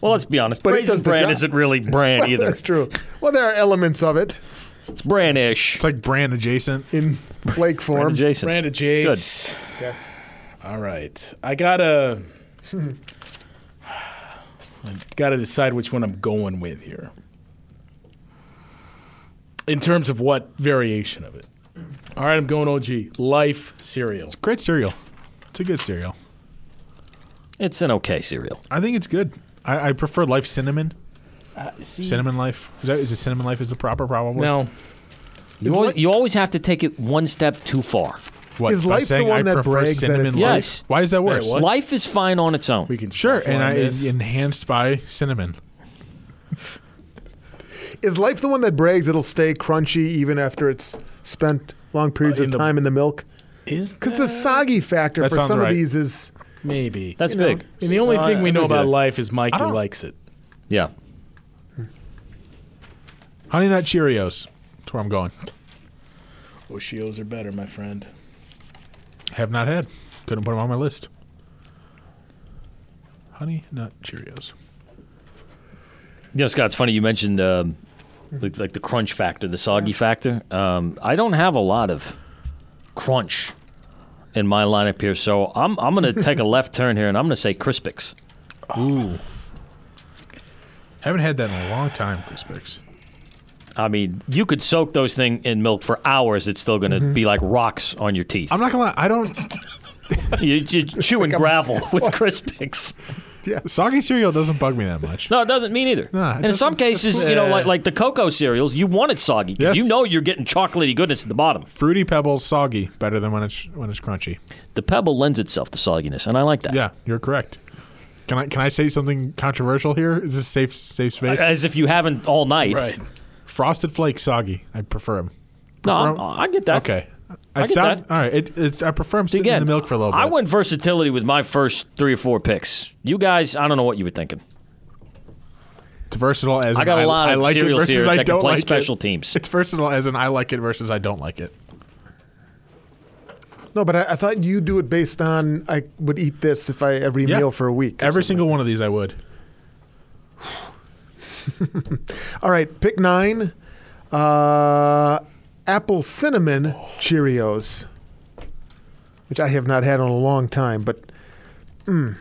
Speaker 5: well, let's be honest.
Speaker 3: But it
Speaker 5: Raisin
Speaker 3: does the
Speaker 5: bran
Speaker 3: job.
Speaker 5: isn't really bran either.
Speaker 3: That's true. Well, there are elements of it
Speaker 5: It's branish.
Speaker 4: It's like brand adjacent.
Speaker 3: in flake form.
Speaker 5: Jason.
Speaker 1: Brandon Jace. All right, I gotta. I gotta decide which one I'm going with here. In terms of what variation of it. All right, I'm going OG. Life cereal.
Speaker 4: Great cereal. It's a good cereal.
Speaker 5: It's an okay cereal.
Speaker 4: I think it's good. I, I prefer Life Cinnamon.
Speaker 1: Mm.
Speaker 4: Cinnamon Life. Is, that, is it Cinnamon Life is the proper probably?
Speaker 1: Now,
Speaker 5: You always, you always have to take it one step too far.
Speaker 4: What,
Speaker 3: Is
Speaker 4: by
Speaker 3: Life the
Speaker 4: saying
Speaker 3: one
Speaker 4: I
Speaker 3: that
Speaker 4: prefer
Speaker 3: brags that
Speaker 4: Cinnamon
Speaker 3: it's-
Speaker 4: Life?
Speaker 5: Yes.
Speaker 4: Why is that
Speaker 1: Wait,
Speaker 4: worse?
Speaker 1: what?
Speaker 5: Life is fine on its own.
Speaker 1: we can
Speaker 4: Sure,
Speaker 1: shuffle
Speaker 4: and
Speaker 1: on
Speaker 4: I,
Speaker 1: this.
Speaker 4: it's enhanced by cinnamon.
Speaker 3: Is life the one that brags it'll stay crunchy even after it's spent long periods
Speaker 1: Uh, in
Speaker 3: of
Speaker 1: the-
Speaker 3: time in the milk?
Speaker 1: Is
Speaker 3: Because
Speaker 1: that-
Speaker 3: the soggy factor
Speaker 4: Eh, That
Speaker 3: for
Speaker 4: sounds
Speaker 3: some
Speaker 4: right.
Speaker 3: of these is
Speaker 1: maybe.
Speaker 5: That's
Speaker 3: know,
Speaker 5: big.
Speaker 1: and the only
Speaker 5: Uh,
Speaker 1: thing we know
Speaker 5: we
Speaker 1: about
Speaker 5: did.
Speaker 1: life is Mikey
Speaker 4: don't-
Speaker 1: likes it.
Speaker 5: Yeah.
Speaker 4: Honey Nut Cheerios. That's where I'm going.
Speaker 1: Oshios are better, my friend.
Speaker 4: Have not had. Couldn't put them on my list. Honey Nut Cheerios.
Speaker 5: You know, Scott, it's funny you mentioned um, like, like the crunch factor, the soggy factor. Um, I don't have a lot of crunch in my lineup here, so I'm I'm gonna take a left turn here, and I'm gonna say Crispix.
Speaker 1: Ah.
Speaker 4: Haven't had that in a long time, Crispix.
Speaker 5: I mean, you could soak those thing in milk for hours; it's still gonna
Speaker 1: Mm-hmm.
Speaker 5: be like rocks on your teeth.
Speaker 4: I'm not gonna lie. I don't.
Speaker 5: you, you're chewing gravel with Crispix.
Speaker 3: Yeah.
Speaker 4: Soggy cereal doesn't bug me that much.
Speaker 5: No, it doesn't mean either.
Speaker 4: it
Speaker 5: and in some cases, you know, like like the cocoa cereals, you want it soggy. 'cause
Speaker 4: Yes.
Speaker 5: You know you're getting chocolatey goodness at the bottom.
Speaker 4: Fruity Pebbles soggy better than when it's when it's crunchy.
Speaker 5: The pebble lends itself to sogginess, and I like that.
Speaker 4: Yeah, you're correct. Can I can I say something controversial here? Is this safe safe space?
Speaker 5: As if you haven't all night.
Speaker 1: Right.
Speaker 4: Frosted Flakes soggy. I prefer them.
Speaker 5: No, I'm,
Speaker 4: Prefer-
Speaker 5: I get that.
Speaker 4: Okay.
Speaker 5: I
Speaker 4: It
Speaker 5: get
Speaker 4: sounds-
Speaker 5: that.
Speaker 4: All right. It, it's I prefer 'em sitting
Speaker 5: Again,
Speaker 4: in the milk for a little bit.
Speaker 5: I went versatility with my first three or four picks. You guys, I don't know what you were thinking.
Speaker 4: It's versatile as
Speaker 5: I
Speaker 4: in
Speaker 5: got a lot
Speaker 4: I
Speaker 5: of
Speaker 4: like it
Speaker 5: cereals
Speaker 4: versus
Speaker 5: here
Speaker 4: I
Speaker 5: that can
Speaker 4: don't
Speaker 5: play
Speaker 4: like
Speaker 5: special
Speaker 4: it.
Speaker 5: teams.
Speaker 4: It's versatile as in I like it versus I don't like it.
Speaker 3: No, but I, I thought you do it based on I would eat this if I every
Speaker 4: Yeah.
Speaker 3: meal for a week. or
Speaker 4: Every
Speaker 3: something.
Speaker 4: single one of these I would.
Speaker 3: All right, pick nine. Uh, apple cinnamon Cheerios, which I have not had in a long time, but mm,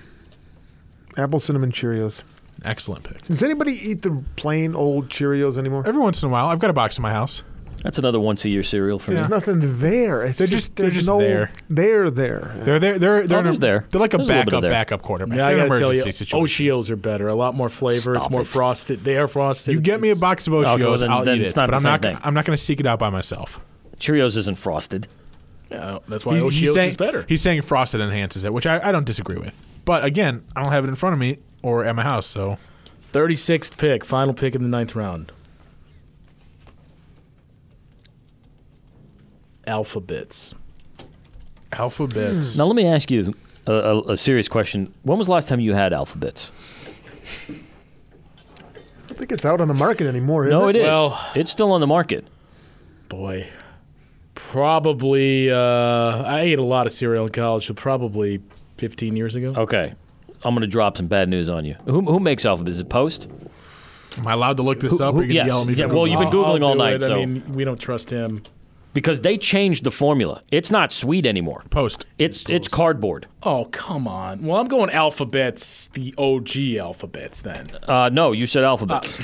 Speaker 3: apple cinnamon Cheerios.
Speaker 4: Excellent pick.
Speaker 3: Does anybody eat the plain old Cheerios anymore?
Speaker 4: Every once in a while, I've got a box in my house.
Speaker 5: That's another once a year cereal for
Speaker 3: There's
Speaker 5: me.
Speaker 3: nothing there. It's
Speaker 4: They're just-
Speaker 3: just
Speaker 4: they're
Speaker 3: there's
Speaker 4: just
Speaker 3: no
Speaker 4: there.
Speaker 3: They're there.
Speaker 4: They're they're they're they're,
Speaker 5: there's there.
Speaker 4: they're like a
Speaker 5: There's a little bit of
Speaker 4: backup
Speaker 5: there.
Speaker 4: backup quarterback.
Speaker 1: Yeah, I
Speaker 4: They're an
Speaker 1: gotta tell you, oh,
Speaker 4: emergency situation.
Speaker 1: Oshios are better. A lot more flavor. it's
Speaker 5: Stop
Speaker 1: more
Speaker 5: it.
Speaker 1: frosted. They are frosted.
Speaker 4: You get me a
Speaker 1: It's-
Speaker 4: box of
Speaker 5: Okay, well,
Speaker 4: Oshios,
Speaker 5: then-
Speaker 4: I'll
Speaker 5: then
Speaker 4: eat
Speaker 5: it's
Speaker 4: it.
Speaker 5: not
Speaker 4: But
Speaker 5: the
Speaker 4: I'm
Speaker 5: same
Speaker 4: not
Speaker 5: thing.
Speaker 4: I'm not going to seek it out by myself.
Speaker 5: Cheerios isn't frosted.
Speaker 1: Yeah, that's why
Speaker 4: He- he's
Speaker 1: Oshios
Speaker 4: saying-
Speaker 1: is better.
Speaker 4: He's saying frosted enhances it, which I, I don't disagree with. But again, I don't have it in front of me or at my house, so
Speaker 1: 36th pick, final pick in the ninth round. Alphabets.
Speaker 4: alphabets.
Speaker 5: Now, let me ask you a, a, a serious question. When was the last time you had alphabets?
Speaker 3: I don't think it's out on the market anymore. Is
Speaker 5: no,
Speaker 3: it?
Speaker 5: it is.
Speaker 1: Well-
Speaker 5: it's still on the market.
Speaker 1: Hmm. Boy. Probably, uh, I ate a lot of cereal in college, so probably 15 years ago.
Speaker 5: Okay. I'm going to drop some bad news on you. Who, who makes alphabets? Is it Post?
Speaker 4: Am I allowed to look this up? or you gonna
Speaker 5: yes.
Speaker 4: yell at me
Speaker 5: Yeah,
Speaker 4: for
Speaker 5: well,
Speaker 4: Googling?
Speaker 5: you've been
Speaker 1: I'll- I'll
Speaker 5: Googling all
Speaker 1: do
Speaker 5: night,
Speaker 1: it.
Speaker 5: so-
Speaker 1: I mean, we don't trust him.
Speaker 5: Because they changed the formula. It's not sweet anymore.
Speaker 4: post.
Speaker 5: It's it's cardboard.
Speaker 1: Oh, come on. Well, I'm going alphabets, the OG alphabets then.
Speaker 5: Uh, no, you said alphabets.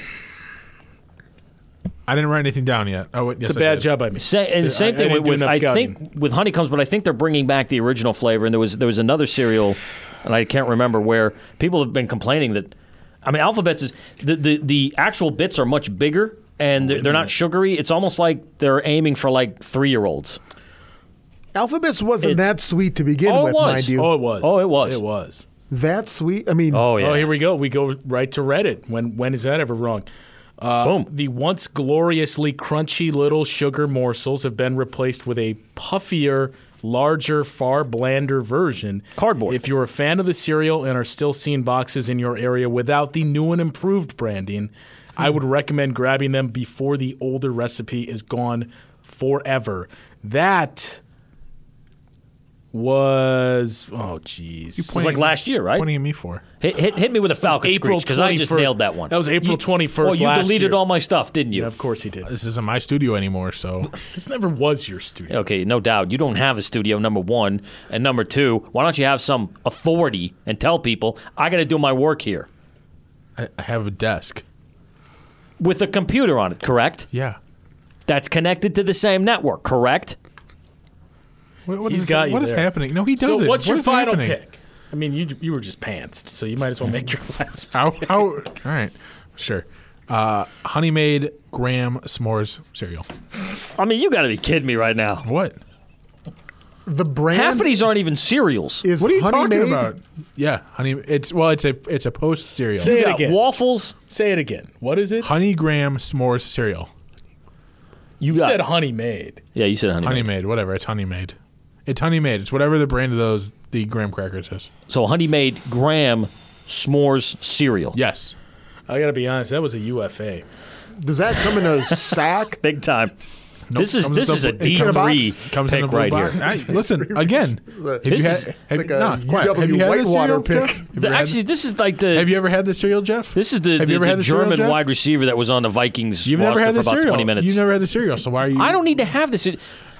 Speaker 4: I didn't write anything down yet. Oh, wait, yes,
Speaker 1: It's a
Speaker 4: I
Speaker 1: bad
Speaker 4: did.
Speaker 1: job by me.
Speaker 5: Sa- and same
Speaker 1: I
Speaker 5: thing
Speaker 1: didn't
Speaker 5: with,
Speaker 1: do
Speaker 5: with
Speaker 1: enough
Speaker 5: I
Speaker 1: scouting.
Speaker 5: think with honeycombs, but I think they're bringing back the original flavor. And there was there was another cereal, and I can't remember where people have been complaining that. I mean, alphabets is the the, the actual bits are much bigger and they're, they're not sugary. It's almost like they're aiming for like three year olds.
Speaker 3: Alphabets wasn't
Speaker 5: It's-
Speaker 3: that sweet to begin
Speaker 5: Oh, it
Speaker 3: with,
Speaker 5: was.
Speaker 3: mind you.
Speaker 1: Oh, it was.
Speaker 5: Oh, it was.
Speaker 1: It was.
Speaker 3: that sweet. I mean,
Speaker 5: Oh yeah,
Speaker 1: Oh, here we go. We go right to Reddit. When when is that ever wrong? Uh,
Speaker 5: Boom.
Speaker 1: The once gloriously crunchy little sugar morsels have been replaced with a puffier, larger, far blander version.
Speaker 5: Cardboard.
Speaker 1: If you're a fan of the cereal and are still seeing boxes in your area without the new and improved branding, I would recommend grabbing them before the older recipe is gone forever. That was oh jeez.
Speaker 5: it was like last year, right?
Speaker 4: Pointing at me for.
Speaker 5: Hit, hit, hit me with a falcon
Speaker 1: April
Speaker 5: because I just
Speaker 1: 21st.
Speaker 5: nailed that one.
Speaker 1: That was April
Speaker 5: You-
Speaker 1: 21st
Speaker 5: Well, you
Speaker 1: last
Speaker 5: deleted
Speaker 1: year.
Speaker 5: all my stuff, didn't you?
Speaker 1: Yeah, of course he did.
Speaker 4: This isn't my studio anymore, so
Speaker 1: This never was your studio.
Speaker 5: Okay, no doubt. You don't have a studio, number one. And number two, why don't you have some authority and tell people, I got to do my work here
Speaker 4: I, I have a desk.
Speaker 5: with a computer on it, correct?
Speaker 4: Yeah.
Speaker 5: That's connected to the same network, correct?
Speaker 4: What, what
Speaker 1: He's
Speaker 4: is-
Speaker 1: got you
Speaker 4: what is
Speaker 1: there.
Speaker 4: happening? No, he doesn't.
Speaker 1: So what's
Speaker 4: What
Speaker 1: your
Speaker 4: is
Speaker 1: final
Speaker 4: happening?
Speaker 1: pick? I mean, you you were just pantsed, so you might as well make your last. pick.
Speaker 4: How, how, all right, sure. Uh, honey made graham s'mores cereal.
Speaker 5: I mean, you got to be kidding me right now.
Speaker 4: What?
Speaker 3: the brand
Speaker 5: Half of these aren't even cereals.
Speaker 3: is
Speaker 4: What are you
Speaker 3: honey
Speaker 4: talking
Speaker 3: made.
Speaker 4: about? Yeah, honey. It's well, it's a it's a post cereal.
Speaker 1: Say
Speaker 5: You
Speaker 1: it
Speaker 5: got
Speaker 1: again.
Speaker 5: waffles.
Speaker 1: Say it again. What is it?
Speaker 4: honey graham s'mores cereal.
Speaker 5: You
Speaker 1: You
Speaker 5: got.
Speaker 1: said honey made.
Speaker 5: yeah, you said honey.
Speaker 4: Honey
Speaker 5: Made.
Speaker 4: made, whatever. It's honey made. It's honey made. It's whatever the brand of those the graham crackers is.
Speaker 5: So honey made graham s'mores cereal.
Speaker 4: Yes.
Speaker 1: I gotta be honest. That was a UFA.
Speaker 3: Does that come in a sack?
Speaker 5: Big time. this is
Speaker 4: comes
Speaker 5: this
Speaker 4: up
Speaker 5: is a
Speaker 4: with- it comes-
Speaker 5: D3
Speaker 4: Comes in
Speaker 5: pick
Speaker 4: the blue
Speaker 5: right
Speaker 4: box.
Speaker 5: here.
Speaker 4: I- listen again. Have
Speaker 3: This
Speaker 4: you
Speaker 5: is
Speaker 4: had, have,
Speaker 3: like
Speaker 4: you-
Speaker 3: a
Speaker 4: nah, quiet.
Speaker 3: UW
Speaker 4: have you had this
Speaker 3: Whitewater
Speaker 4: cereal,
Speaker 3: pick.
Speaker 4: Jeff? Have you
Speaker 5: The-
Speaker 4: had-
Speaker 5: actually, this is like the
Speaker 4: have you ever had this cereal, Jeff?
Speaker 5: This is the,
Speaker 4: Have
Speaker 5: the-
Speaker 4: you ever
Speaker 5: the
Speaker 4: had the cereal,
Speaker 5: German
Speaker 4: Jeff?
Speaker 5: wide receiver that was on the Vikings
Speaker 4: You've
Speaker 5: roster
Speaker 4: never had
Speaker 5: for
Speaker 4: the
Speaker 5: about
Speaker 4: cereal.
Speaker 5: 20 minutes.
Speaker 4: You've never had the cereal, so why are you?
Speaker 5: I don't need to have this.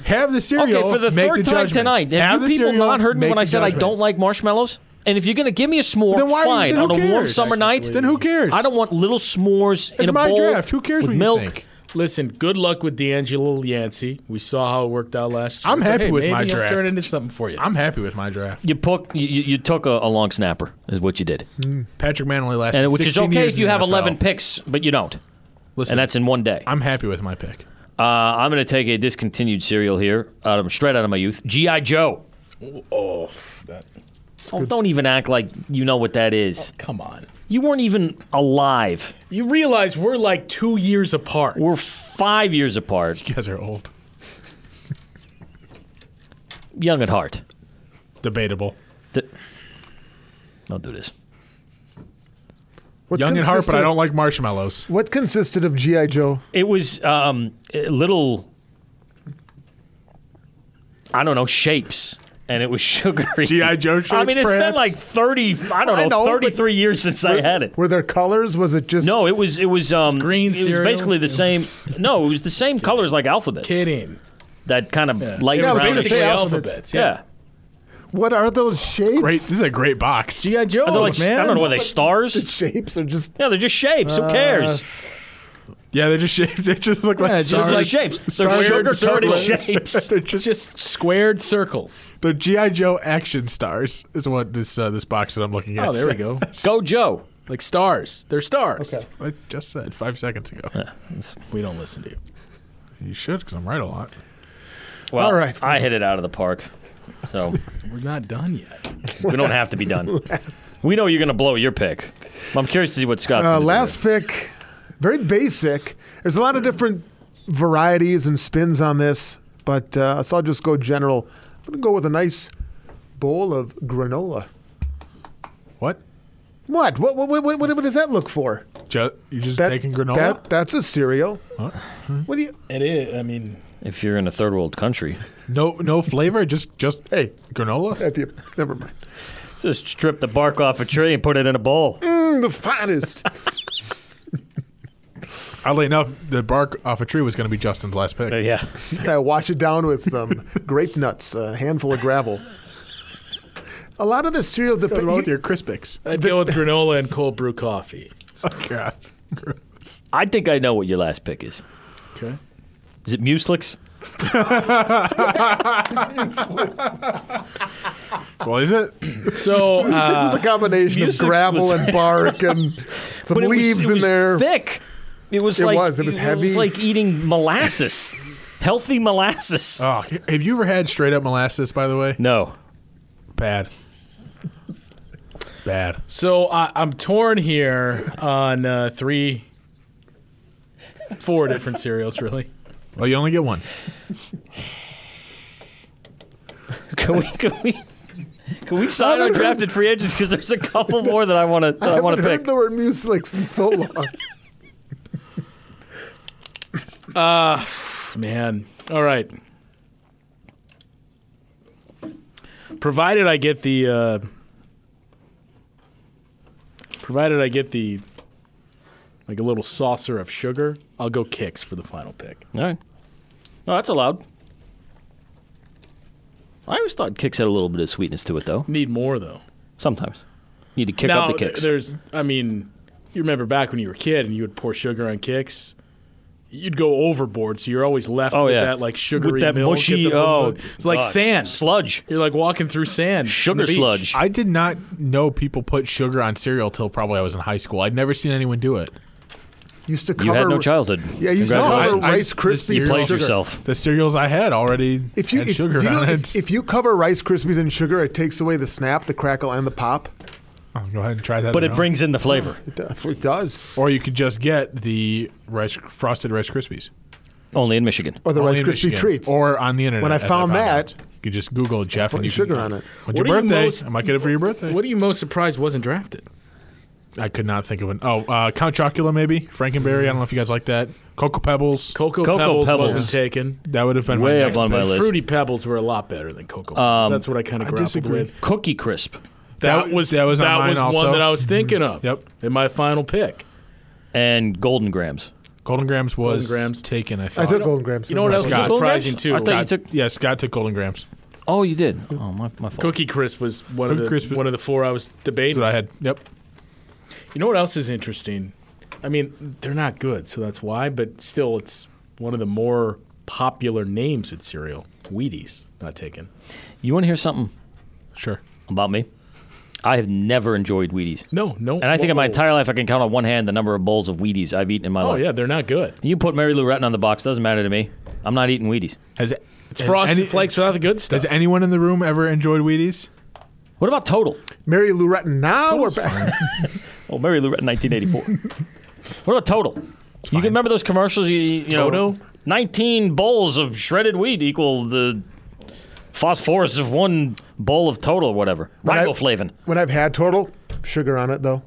Speaker 4: have the cereal.
Speaker 5: Okay, for the
Speaker 4: make
Speaker 5: third
Speaker 4: the
Speaker 5: time
Speaker 4: judgment.
Speaker 5: tonight,
Speaker 4: Have
Speaker 5: have, you
Speaker 4: the
Speaker 5: people
Speaker 4: cereal,
Speaker 5: not heard me
Speaker 4: make
Speaker 5: when
Speaker 4: the
Speaker 5: I said I
Speaker 4: judgment.
Speaker 5: don't like marshmallows? And if you're going to give me a s'more,
Speaker 4: Then why-
Speaker 5: fine.
Speaker 4: then
Speaker 5: on
Speaker 4: who
Speaker 5: a warm
Speaker 4: cares?
Speaker 5: summer night,
Speaker 4: Then who cares?
Speaker 5: I don't want little s'mores in
Speaker 4: It's
Speaker 5: a
Speaker 4: my
Speaker 5: bowl
Speaker 4: draft. Who cares
Speaker 5: with
Speaker 4: what you
Speaker 5: milk
Speaker 4: think?
Speaker 1: Listen, good luck with D'Angelo Yancey. We saw how it worked out last year.
Speaker 4: I'm happy
Speaker 1: Hey,
Speaker 4: with
Speaker 1: maybe
Speaker 4: my
Speaker 1: he'll
Speaker 4: draft.
Speaker 1: Turn into something for you.
Speaker 4: I'm happy with my draft.
Speaker 5: You, pook, you, you you took a, a long snapper, is what you did,
Speaker 4: Mm, Patrick Manley last,
Speaker 5: and which is okay if you have 11
Speaker 4: picks.
Speaker 5: picks, but you don't,
Speaker 4: Listen,
Speaker 5: and that's in one day.
Speaker 4: I'm happy with my pick.
Speaker 5: Uh, I'm going to take a discontinued cereal here, out of, straight out of my youth. GI Joe.
Speaker 1: oh,
Speaker 5: Oh, don't even act like you know what that is.
Speaker 1: come on.
Speaker 5: You weren't even alive.
Speaker 1: You realize we're like two years apart.
Speaker 5: We're five years apart,
Speaker 4: You guys are old.
Speaker 5: young at heart.
Speaker 4: Debatable.
Speaker 5: Th- Don't do this.
Speaker 3: What
Speaker 4: Young at heart, but I
Speaker 3: consisted-
Speaker 4: don't like marshmallows.
Speaker 3: What consisted of GI Joe?
Speaker 5: It was um, eh, little, I don't know, shapes, and it was sugary.
Speaker 4: G.I. Joe
Speaker 5: I mean,
Speaker 4: shapes,
Speaker 5: it's been
Speaker 4: perhaps?
Speaker 5: like thirty. I don't
Speaker 3: I
Speaker 5: know,
Speaker 3: know, but-
Speaker 5: thirty-three years since I had it.
Speaker 3: Were there colors? Was it just
Speaker 5: No, it was it was um,
Speaker 1: green
Speaker 5: It was
Speaker 1: cereal.
Speaker 5: basically the same. No, it was the same colors like alphabets.
Speaker 1: kidding.
Speaker 5: That kind of light
Speaker 1: It was
Speaker 5: brown.
Speaker 3: gonna
Speaker 1: basically
Speaker 3: say
Speaker 1: alphabets.
Speaker 3: alphabets.
Speaker 1: Yeah.
Speaker 5: yeah.
Speaker 3: What are those shapes?
Speaker 4: Great. This is a great box.
Speaker 1: GI Joe,
Speaker 5: I don't, like,
Speaker 1: man.
Speaker 5: I don't know, were they
Speaker 3: The
Speaker 5: stars?
Speaker 3: shapes are just
Speaker 5: Yeah, they're just shapes. Who cares?
Speaker 4: Yeah, they're just shaped. They just look
Speaker 1: Yeah,
Speaker 4: like
Speaker 1: just
Speaker 5: They're
Speaker 1: stars.
Speaker 5: just shapes. They're
Speaker 1: Stars.
Speaker 5: sugar-coated
Speaker 1: Circles.
Speaker 5: shapes.
Speaker 4: they're
Speaker 1: It's
Speaker 4: just
Speaker 1: just squared circles.
Speaker 4: they're GI Joe action stars. Is what this uh, this box that I'm looking at.
Speaker 1: Oh, there we
Speaker 4: says.
Speaker 1: go.
Speaker 5: Go Joe.
Speaker 1: Like stars. They're stars.
Speaker 3: Okay.
Speaker 4: I just said five seconds ago.
Speaker 1: We don't listen to you.
Speaker 4: You should, because I'm right a lot.
Speaker 5: Well,
Speaker 3: All right.
Speaker 5: I hit it out of the park. So
Speaker 1: We're not done yet.
Speaker 5: we don't have to be done. We know you're going to blow your pick. I'm curious to see what Scott's
Speaker 3: uh,
Speaker 5: gonna do
Speaker 3: last pick. Very basic. There's a lot of different varieties and spins on this, but uh, so I'll just go general. I'm gonna go with a nice bowl of granola.
Speaker 4: What?
Speaker 3: What? What? What? What? What, what does that look for?
Speaker 4: Ju- you just
Speaker 3: That-
Speaker 4: taking granola?
Speaker 3: That, that's a cereal.
Speaker 4: Huh?
Speaker 3: What do you?
Speaker 1: It is. I mean,
Speaker 5: there. If you're in a third world country,
Speaker 4: No, no flavor. Just, just
Speaker 3: Hey.
Speaker 4: granola.
Speaker 3: Have you? Never mind.
Speaker 5: just strip the bark off a tree and put it in a bowl.
Speaker 3: Mm, the finest.
Speaker 4: Oddly enough, the bark off a tree was going to be Justin's last pick.
Speaker 5: Uh, yeah.
Speaker 3: I wash it down with some grape nuts, a handful of gravel. A lot of this cereal
Speaker 4: What's wrong with
Speaker 3: depends.
Speaker 4: your Crispix?
Speaker 1: I'd go with granola and cold brew coffee.
Speaker 4: Oh God, gross.
Speaker 5: I think I know what your last pick is.
Speaker 1: Okay.
Speaker 5: Is it Muslix?
Speaker 4: Well, is it?
Speaker 1: So uh,
Speaker 3: this is a combination of
Speaker 5: Music's
Speaker 3: gravel
Speaker 5: was-
Speaker 3: and bark and some
Speaker 5: But it was-
Speaker 3: leaves
Speaker 5: it
Speaker 3: in
Speaker 5: was
Speaker 3: there.
Speaker 5: Thick. It was
Speaker 3: It
Speaker 5: like
Speaker 3: was, it was heavy.
Speaker 5: like eating molasses, healthy molasses.
Speaker 1: Uh,
Speaker 4: Oh, have you ever had straight up molasses? By the way,
Speaker 5: no,
Speaker 4: bad. Bad.
Speaker 1: So I I'm torn here on uh, three, four different cereals, really.
Speaker 4: Well, you only get one.
Speaker 5: can we? Can we? Can we sign our drafted free agents? Because there's a couple more that I want to. That I,
Speaker 3: I
Speaker 5: want
Speaker 3: haven't
Speaker 5: to
Speaker 3: heard
Speaker 5: pick.
Speaker 3: the word mucilix in so long.
Speaker 1: Man. All right. Provided I get the. Uh, provided I get the. Like a little saucer of sugar, I'll go kicks for the final pick.
Speaker 5: All right. No, Oh, that's allowed. I always thought kicks had a little bit of sweetness to it, though.
Speaker 1: Need more though.
Speaker 5: Sometimes need to kick
Speaker 1: now
Speaker 5: up the kicks.
Speaker 1: there's, I mean, you remember back when you were a kid and you would pour sugar on kicks. You'd go overboard, so you're always left
Speaker 5: Oh,
Speaker 1: with
Speaker 5: yeah.
Speaker 1: that like sugary
Speaker 5: With that
Speaker 1: milk at
Speaker 5: mushy,
Speaker 1: the-
Speaker 5: oh,
Speaker 1: it's like
Speaker 5: God.
Speaker 1: sand.
Speaker 5: sludge,
Speaker 1: You're like walking through sand, on
Speaker 5: sugar
Speaker 1: the beach.
Speaker 5: sludge.
Speaker 4: I did not know people put sugar on cereal till probably I was in high school. I'd never seen anyone do it.
Speaker 3: Used to cover.
Speaker 5: you had no childhood.
Speaker 3: Yeah, you used to cover
Speaker 5: Congratulations.
Speaker 4: I-
Speaker 3: Rice
Speaker 4: I- you
Speaker 3: Krispies. in
Speaker 5: You played
Speaker 3: sugar.
Speaker 5: yourself.
Speaker 4: The cereals I had already
Speaker 3: If you,
Speaker 4: had
Speaker 3: if,
Speaker 4: sugar
Speaker 3: do you know,
Speaker 4: on
Speaker 3: if,
Speaker 4: it.
Speaker 3: if you cover Rice Krispies in sugar, it takes away the snap, the crackle, and the pop.
Speaker 4: Oh, go ahead and try that.
Speaker 5: But
Speaker 4: at
Speaker 5: it
Speaker 4: home.
Speaker 5: brings in the flavor.
Speaker 3: It does. It does.
Speaker 4: Or you could just get the rice frosted Rice Krispies.
Speaker 5: Only in Michigan.
Speaker 3: Or the
Speaker 4: Only
Speaker 3: Rice
Speaker 4: in
Speaker 3: Krispie
Speaker 4: Michigan.
Speaker 3: treats.
Speaker 4: Or on the internet.
Speaker 3: When I
Speaker 4: as
Speaker 3: found
Speaker 4: out.
Speaker 3: that,
Speaker 4: you could just Google Jeff
Speaker 3: putting
Speaker 4: and you
Speaker 3: sugar
Speaker 4: can,
Speaker 3: on it.
Speaker 1: What
Speaker 4: When's your
Speaker 1: are you
Speaker 4: birthday?
Speaker 1: most-
Speaker 4: I might get it for your birthday.
Speaker 1: What are you most surprised wasn't drafted?
Speaker 4: I could not think of an. Oh, uh, Count Chocula maybe Frankenberry. I don't know if you guys like that. Cocoa Pebbles.
Speaker 1: Cocoa,
Speaker 5: Cocoa
Speaker 1: Pebbles,
Speaker 5: Pebbles.
Speaker 1: wasn't taken.
Speaker 4: that would have been
Speaker 5: Way
Speaker 4: my
Speaker 5: up
Speaker 4: next
Speaker 5: on my
Speaker 4: pick.
Speaker 5: list. Um,
Speaker 1: Fruity Pebbles were a lot better than Cocoa Pebbles. That's what I kind of grappled
Speaker 4: disagree.
Speaker 1: with.
Speaker 5: Cookie crisp.
Speaker 1: That, was that was,
Speaker 4: on mine also. Mm-hmm.
Speaker 1: one that I was thinking of.
Speaker 4: Yep.
Speaker 1: In my final pick.
Speaker 5: and golden grams.
Speaker 4: Golden Grams was
Speaker 1: Golden Grams.
Speaker 4: taken. I
Speaker 3: I
Speaker 4: thought.
Speaker 3: took Golden Grams.
Speaker 1: You know what else is
Speaker 4: Golden
Speaker 1: surprising too?
Speaker 5: I thought you took.
Speaker 4: Yeah, Scott took Golden Grams.
Speaker 5: Oh, you did. Oh, my, my fault.
Speaker 1: Cookie Crisp was one
Speaker 4: Cookie
Speaker 1: of the
Speaker 4: Crisp.
Speaker 1: one of the four I was debating.
Speaker 4: That I had. Yep.
Speaker 1: You know what else is interesting? I mean, they're not good, so that's why. But still, it's one of the more popular names at cereal. Wheaties, not taken.
Speaker 5: You want to hear something
Speaker 4: Sure.
Speaker 5: about me? I have never enjoyed Wheaties.
Speaker 1: No, no.
Speaker 5: And I think in my
Speaker 1: whoa.
Speaker 5: entire life, I can count on one hand the number of bowls of Wheaties I've eaten in my
Speaker 1: Oh
Speaker 5: life.
Speaker 1: yeah, they're not good.
Speaker 5: You put Mary Lou Retton on the box, doesn't matter to me. I'm not eating Wheaties.
Speaker 4: Has
Speaker 1: It's frosted flakes without the good stuff.
Speaker 4: Has anyone in the room ever enjoyed Wheaties?
Speaker 5: What about Total?
Speaker 3: Mary Lou Retton. Now we're back.
Speaker 5: Oh, Mary Lou Retton, 1984. what about Total? You can remember those commercials? You, you know,
Speaker 1: Toto?
Speaker 5: 19 bowls of shredded wheat equal the phosphorus of one bowl of Total or whatever.
Speaker 3: When I-
Speaker 5: Riboflavin.
Speaker 3: When I've had turtle, sugar on it though.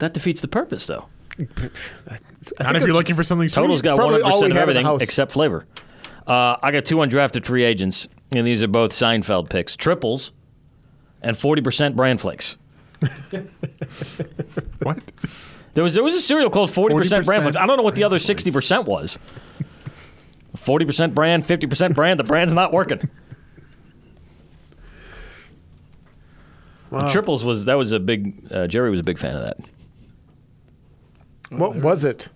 Speaker 5: That defeats the purpose, though.
Speaker 4: Not if you're looking for something sweet.
Speaker 5: Total's got
Speaker 3: probably
Speaker 5: 100%
Speaker 3: all we
Speaker 5: of
Speaker 3: have in the
Speaker 5: everything
Speaker 3: house.
Speaker 5: except flavor. Uh, I got two undrafted free agents, and these are both Seinfeld picks triples and 40% bran flakes.
Speaker 4: What?
Speaker 5: There was there was a cereal called 40%,
Speaker 4: 40%
Speaker 5: bran flakes. I don't know what the other 60% was. 40% bran, 50% bran. The brand's not working. And Triples was that was a big uh, Jerry was a big fan of that.
Speaker 4: Oh,
Speaker 3: What was it?